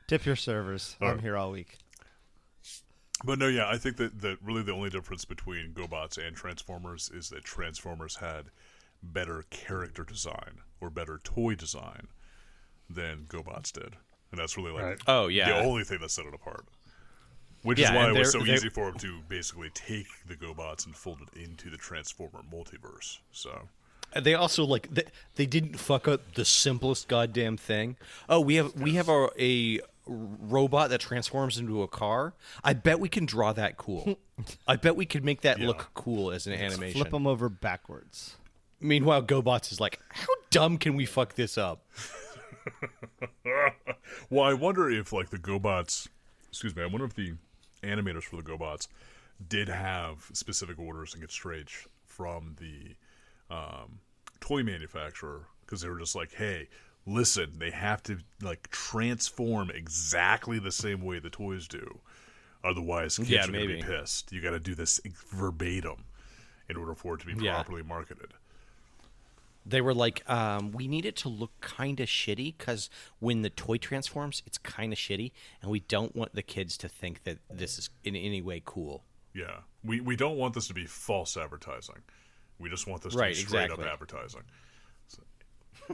Speaker 2: Tip your servers. I'm here all week.
Speaker 3: But no, yeah, I think that, that really the only difference between GoBots and Transformers is that Transformers had better character design or better toy design than GoBots did. And that's really like
Speaker 8: Right.
Speaker 4: Oh, yeah.
Speaker 3: the only thing that set it apart. Which
Speaker 4: Yeah,
Speaker 3: is why
Speaker 4: and
Speaker 3: it was
Speaker 4: they're-
Speaker 3: so
Speaker 4: they're-
Speaker 3: easy for them to basically take the GoBots and fold it into the Transformer multiverse. So
Speaker 4: They also like they, they didn't fuck up the simplest goddamn thing. Oh, we have we have a, a robot that transforms into a car. I bet we can draw that
Speaker 2: <laughs>
Speaker 4: cool. I bet we could make that look cool as an animation.
Speaker 2: Flip them over backwards.
Speaker 4: Meanwhile, GoBots is like, how dumb can we fuck this up?
Speaker 3: Well, I wonder if like the GoBots, excuse me, I wonder if the animators for the GoBots did have specific orders and get straight from the um, toy manufacturer because they were just like, hey, listen, they have to like transform exactly the same way the toys do, otherwise kids
Speaker 4: Yeah,
Speaker 3: are gonna be
Speaker 4: maybe.
Speaker 3: pissed. You got to do this verbatim in order for it to be
Speaker 4: Yeah.
Speaker 3: properly marketed.
Speaker 4: They were like, um, we need it to look kind of shitty because when the toy transforms, it's kind of shitty, and we don't want the kids to think that this is in any way cool.
Speaker 3: Yeah, we we don't want this to be false advertising. We just want this
Speaker 4: Right,
Speaker 3: to be straight
Speaker 4: exactly.
Speaker 3: up advertising. So-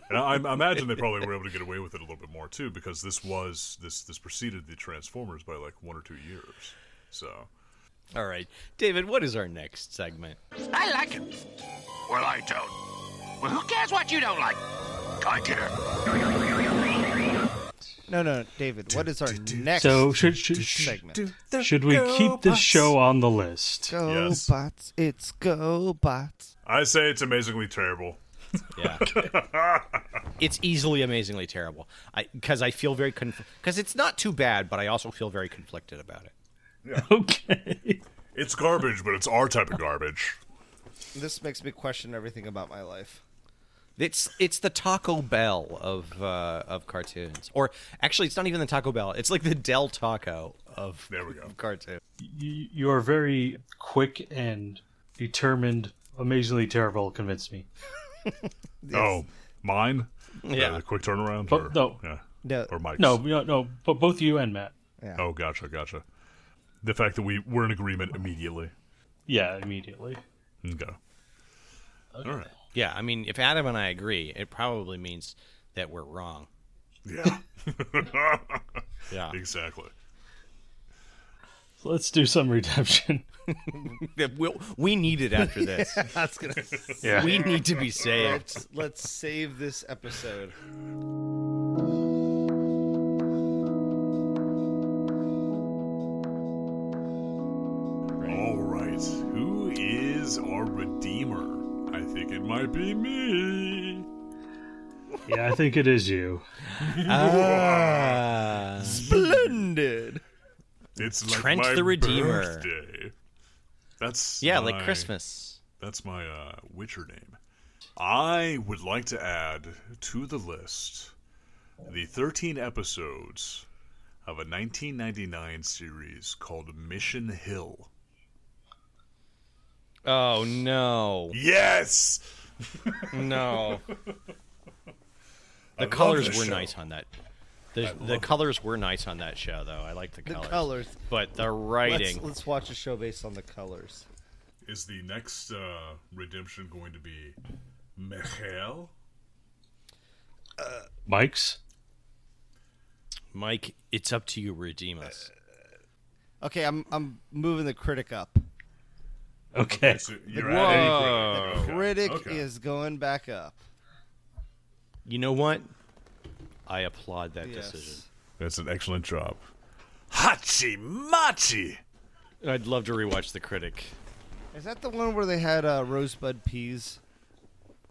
Speaker 3: and I, I imagine they probably were able to get away with it a little bit more too, because this was this this preceded the Transformers by like one or two years. So
Speaker 4: All right, David, what is our next segment?
Speaker 1: I like it.
Speaker 6: Well, I don't.
Speaker 1: Well, who cares what you don't like?
Speaker 6: I care.
Speaker 2: No, no, David. What is our next
Speaker 8: So should should,
Speaker 2: segment?
Speaker 8: should we keep this show on the list?
Speaker 2: Go
Speaker 3: Yes.
Speaker 2: bots, it's go bots.
Speaker 3: I say it's amazingly terrible.
Speaker 4: Yeah, it's easily amazingly terrible. I because I feel very because it's not too bad, but I also feel very conflicted about it.
Speaker 8: Okay.
Speaker 3: It's garbage, but it's our type of garbage.
Speaker 2: This makes me question everything about my life.
Speaker 4: It's it's the Taco Bell of uh, of cartoons, or actually, it's not even the Taco Bell. It's like the Del Taco of
Speaker 3: There we go.
Speaker 4: of cartoon.
Speaker 8: you, you are very quick and determined. Amazingly terrible convinced me.
Speaker 3: Oh, mine.
Speaker 4: Yeah.
Speaker 3: the quick turnaround.
Speaker 8: But
Speaker 3: or,
Speaker 8: no.
Speaker 3: yeah,
Speaker 2: No, <laughs>
Speaker 3: or Mike's.
Speaker 8: No, no, no. But both you and Matt.
Speaker 3: Oh, gotcha, gotcha. The fact that we we're in agreement immediately.
Speaker 8: Yeah, immediately.
Speaker 3: Okay. All right.
Speaker 4: Yeah, I mean, if Adam and I agree, it probably means that we're wrong.
Speaker 3: Yeah. <laughs>
Speaker 4: <laughs> Yeah.
Speaker 3: Exactly.
Speaker 8: Let's do some redemption.
Speaker 4: We'll, we need it after
Speaker 2: <laughs>
Speaker 4: this.
Speaker 2: That's gonna.
Speaker 4: We need to be
Speaker 2: <laughs>
Speaker 4: saved.
Speaker 2: Let's let's save this episode.
Speaker 3: All right. Who is our redeemer? I think it might be me.
Speaker 8: <laughs> yeah, I think it is you.
Speaker 4: Ah.
Speaker 2: Blended.
Speaker 3: It's like
Speaker 4: Trent
Speaker 3: my
Speaker 4: the Redeemer.
Speaker 3: birthday. That's
Speaker 4: yeah, like
Speaker 3: my-
Speaker 4: Christmas.
Speaker 3: That's my uh, Witcher name. I would like to add to the list the 13 episodes of a 1999 series called Mission Hill.
Speaker 4: Oh no,
Speaker 3: Yes,
Speaker 4: no. The
Speaker 3: love
Speaker 4: colors
Speaker 3: this
Speaker 4: were
Speaker 3: show.
Speaker 4: nice on that. The, the colors were nice on that show, though. I like the colors.
Speaker 2: colors.
Speaker 4: but the
Speaker 2: Let's,
Speaker 4: writing.
Speaker 2: let's watch a show based on the colors.
Speaker 3: is the next uh, redemption going to be Michael?
Speaker 8: Mike's?
Speaker 4: Mike, it's up to you. Redeem us.
Speaker 2: Okay, I'm I'm moving the critic up.
Speaker 8: Okay.
Speaker 3: So you're adding-
Speaker 2: Critic
Speaker 3: Oh, okay.
Speaker 2: is going back up.
Speaker 4: You know what? I applaud that
Speaker 2: Yes.
Speaker 4: decision.
Speaker 3: That's an excellent job. Hachi Machi.
Speaker 4: I'd love to rewatch The Critic.
Speaker 2: Is that the one where they had uh, rosebud peas?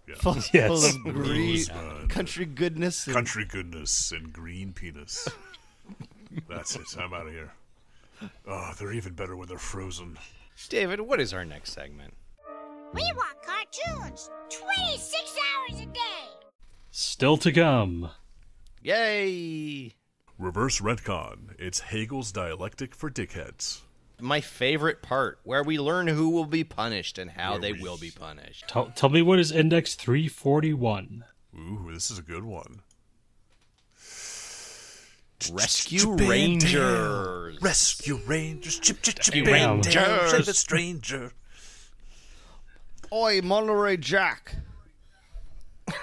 Speaker 3: Yeah.
Speaker 4: <laughs>
Speaker 2: Full,
Speaker 8: Yes.
Speaker 2: full of green
Speaker 3: Rosebud.
Speaker 2: country goodness. and-
Speaker 3: Country goodness and green penis. That's it. I'm out of here. Oh, they're even better when they're frozen.
Speaker 4: David, what is our next segment?
Speaker 9: We want cartoons 26 hours a day.
Speaker 8: Still to come.
Speaker 4: Yay!
Speaker 3: Reverse retcon. It's Hegel's dialectic for dickheads.
Speaker 4: My favorite part, where we learn who will be punished and how
Speaker 3: Where
Speaker 4: they
Speaker 3: we-
Speaker 4: will be punished.
Speaker 8: Tell, tell me what is index 341?
Speaker 3: Ooh, this is a good one.
Speaker 4: Rescue Rangers.
Speaker 3: Rescue Rangers. Chip, chip, chip,
Speaker 8: Rangers.
Speaker 4: Rangers.
Speaker 3: Save a stranger.
Speaker 2: Oi, Monterey Jack.
Speaker 4: I'm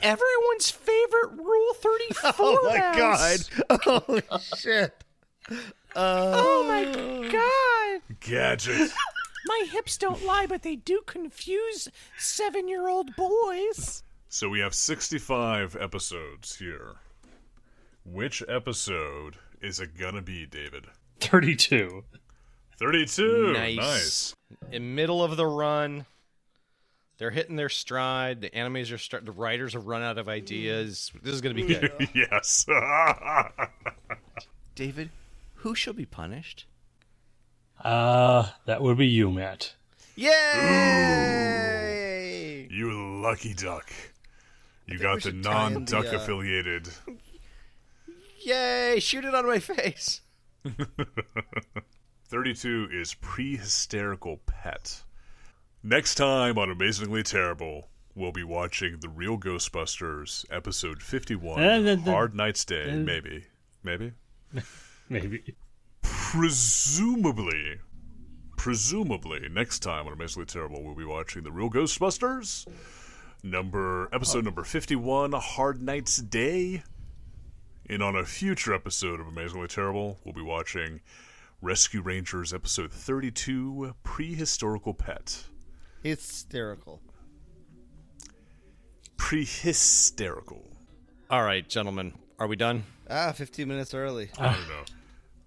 Speaker 4: everyone's favorite Rule 34.
Speaker 2: <laughs> Oh my god. <laughs> Holy shit.
Speaker 7: Oh my god!
Speaker 3: Gadget.
Speaker 7: My hips don't lie, but they do confuse seven year old boys.
Speaker 3: So we have 65 episodes here. Which episode is it gonna be, David?
Speaker 8: 32.
Speaker 3: 32.
Speaker 4: Nice. In middle of the run, they're hitting their stride. The animes are start. The writers have run out of ideas. This is going to be good.
Speaker 3: <laughs> Yes.
Speaker 4: David, <laughs> who shall be punished?
Speaker 8: Uh, that would be you, Matt.
Speaker 4: Yay!
Speaker 3: you lucky duck. You got the
Speaker 2: should tie in the,
Speaker 3: non-duck
Speaker 2: uh,
Speaker 3: affiliated.
Speaker 4: Yay! Shoot it on my face.
Speaker 3: 32 is pre-hysterical pet. Next time on Amazingly Terrible, we'll be watching The Real Ghostbusters episode 51,
Speaker 8: Uh, the- uh, the-
Speaker 3: Hard Night's Day, maybe. Maybe.
Speaker 8: Maybe. <laughs>
Speaker 3: presumably, presumably, next time on Amazingly Terrible, we'll be watching the Real Ghostbusters, number episode number fifty-one, Hard Night's Day, and on a future episode of Amazingly Terrible, we'll be watching Rescue Rangers episode thirty-two, Prehistorical Pet,
Speaker 2: Hysterical.
Speaker 3: Prehysterical.
Speaker 4: All right, gentlemen, are we done?
Speaker 2: Ah, 15 minutes early.
Speaker 3: I don't know.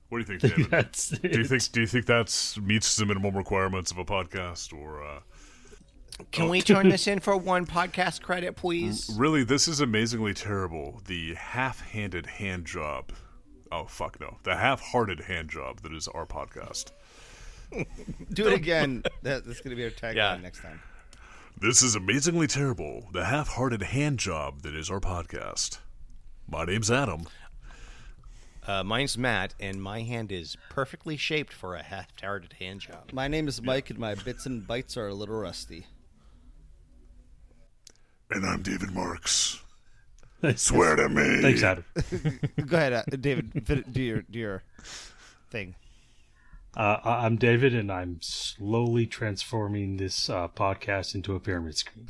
Speaker 3: What do you think, David?
Speaker 8: That's it.
Speaker 3: Do you think do you think that's meets the minimum requirements of a podcast, or uh,
Speaker 4: Can
Speaker 2: Oh.
Speaker 4: we turn
Speaker 2: <laughs>
Speaker 4: this in for one podcast credit, please?
Speaker 3: Really, this is amazingly terrible. The half-handed hand job. Oh fuck no! The half-hearted hand job that is our podcast.
Speaker 2: Do it again. that, that's going to be our tagline
Speaker 4: Yeah.
Speaker 2: next time.
Speaker 3: This is amazingly terrible. The half-hearted hand job that is our podcast. My name's Adam.
Speaker 4: Uh, mine's Matt, and my hand is perfectly shaped for a half-hearted hand job.
Speaker 2: My name is Mike, and my bits and bites are a little rusty.
Speaker 3: And I'm David
Speaker 8: <laughs>
Speaker 3: Marks. Swear to me.
Speaker 8: Thanks, Adam.
Speaker 2: Go ahead, uh, David. <laughs> fin- Do your, do your thing.
Speaker 8: Uh, I- I'm David, and I'm slowly transforming this uh, podcast into a pyramid scheme.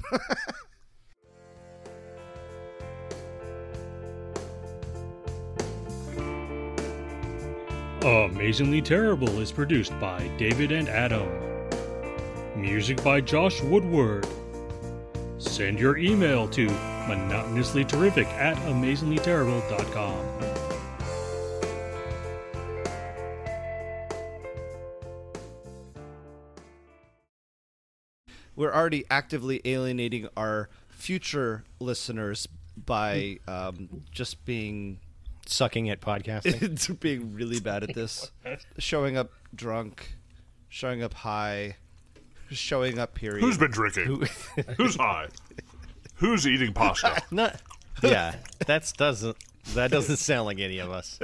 Speaker 5: Amazingly Terrible is produced by David and Adam. Music by Josh Woodward. Send your email to monotonouslyterrific at amazinglyterrible.com.
Speaker 2: We're already actively alienating our future listeners by um, just <laughs> being
Speaker 4: Sucking at <laughs> podcasting.
Speaker 2: into being really bad at this. Showing up drunk, showing up high, showing up period.
Speaker 3: Who's been drinking? Who's high? Who's eating pasta?
Speaker 4: Not, yeah, that's doesn't that doesn't sound like any of us.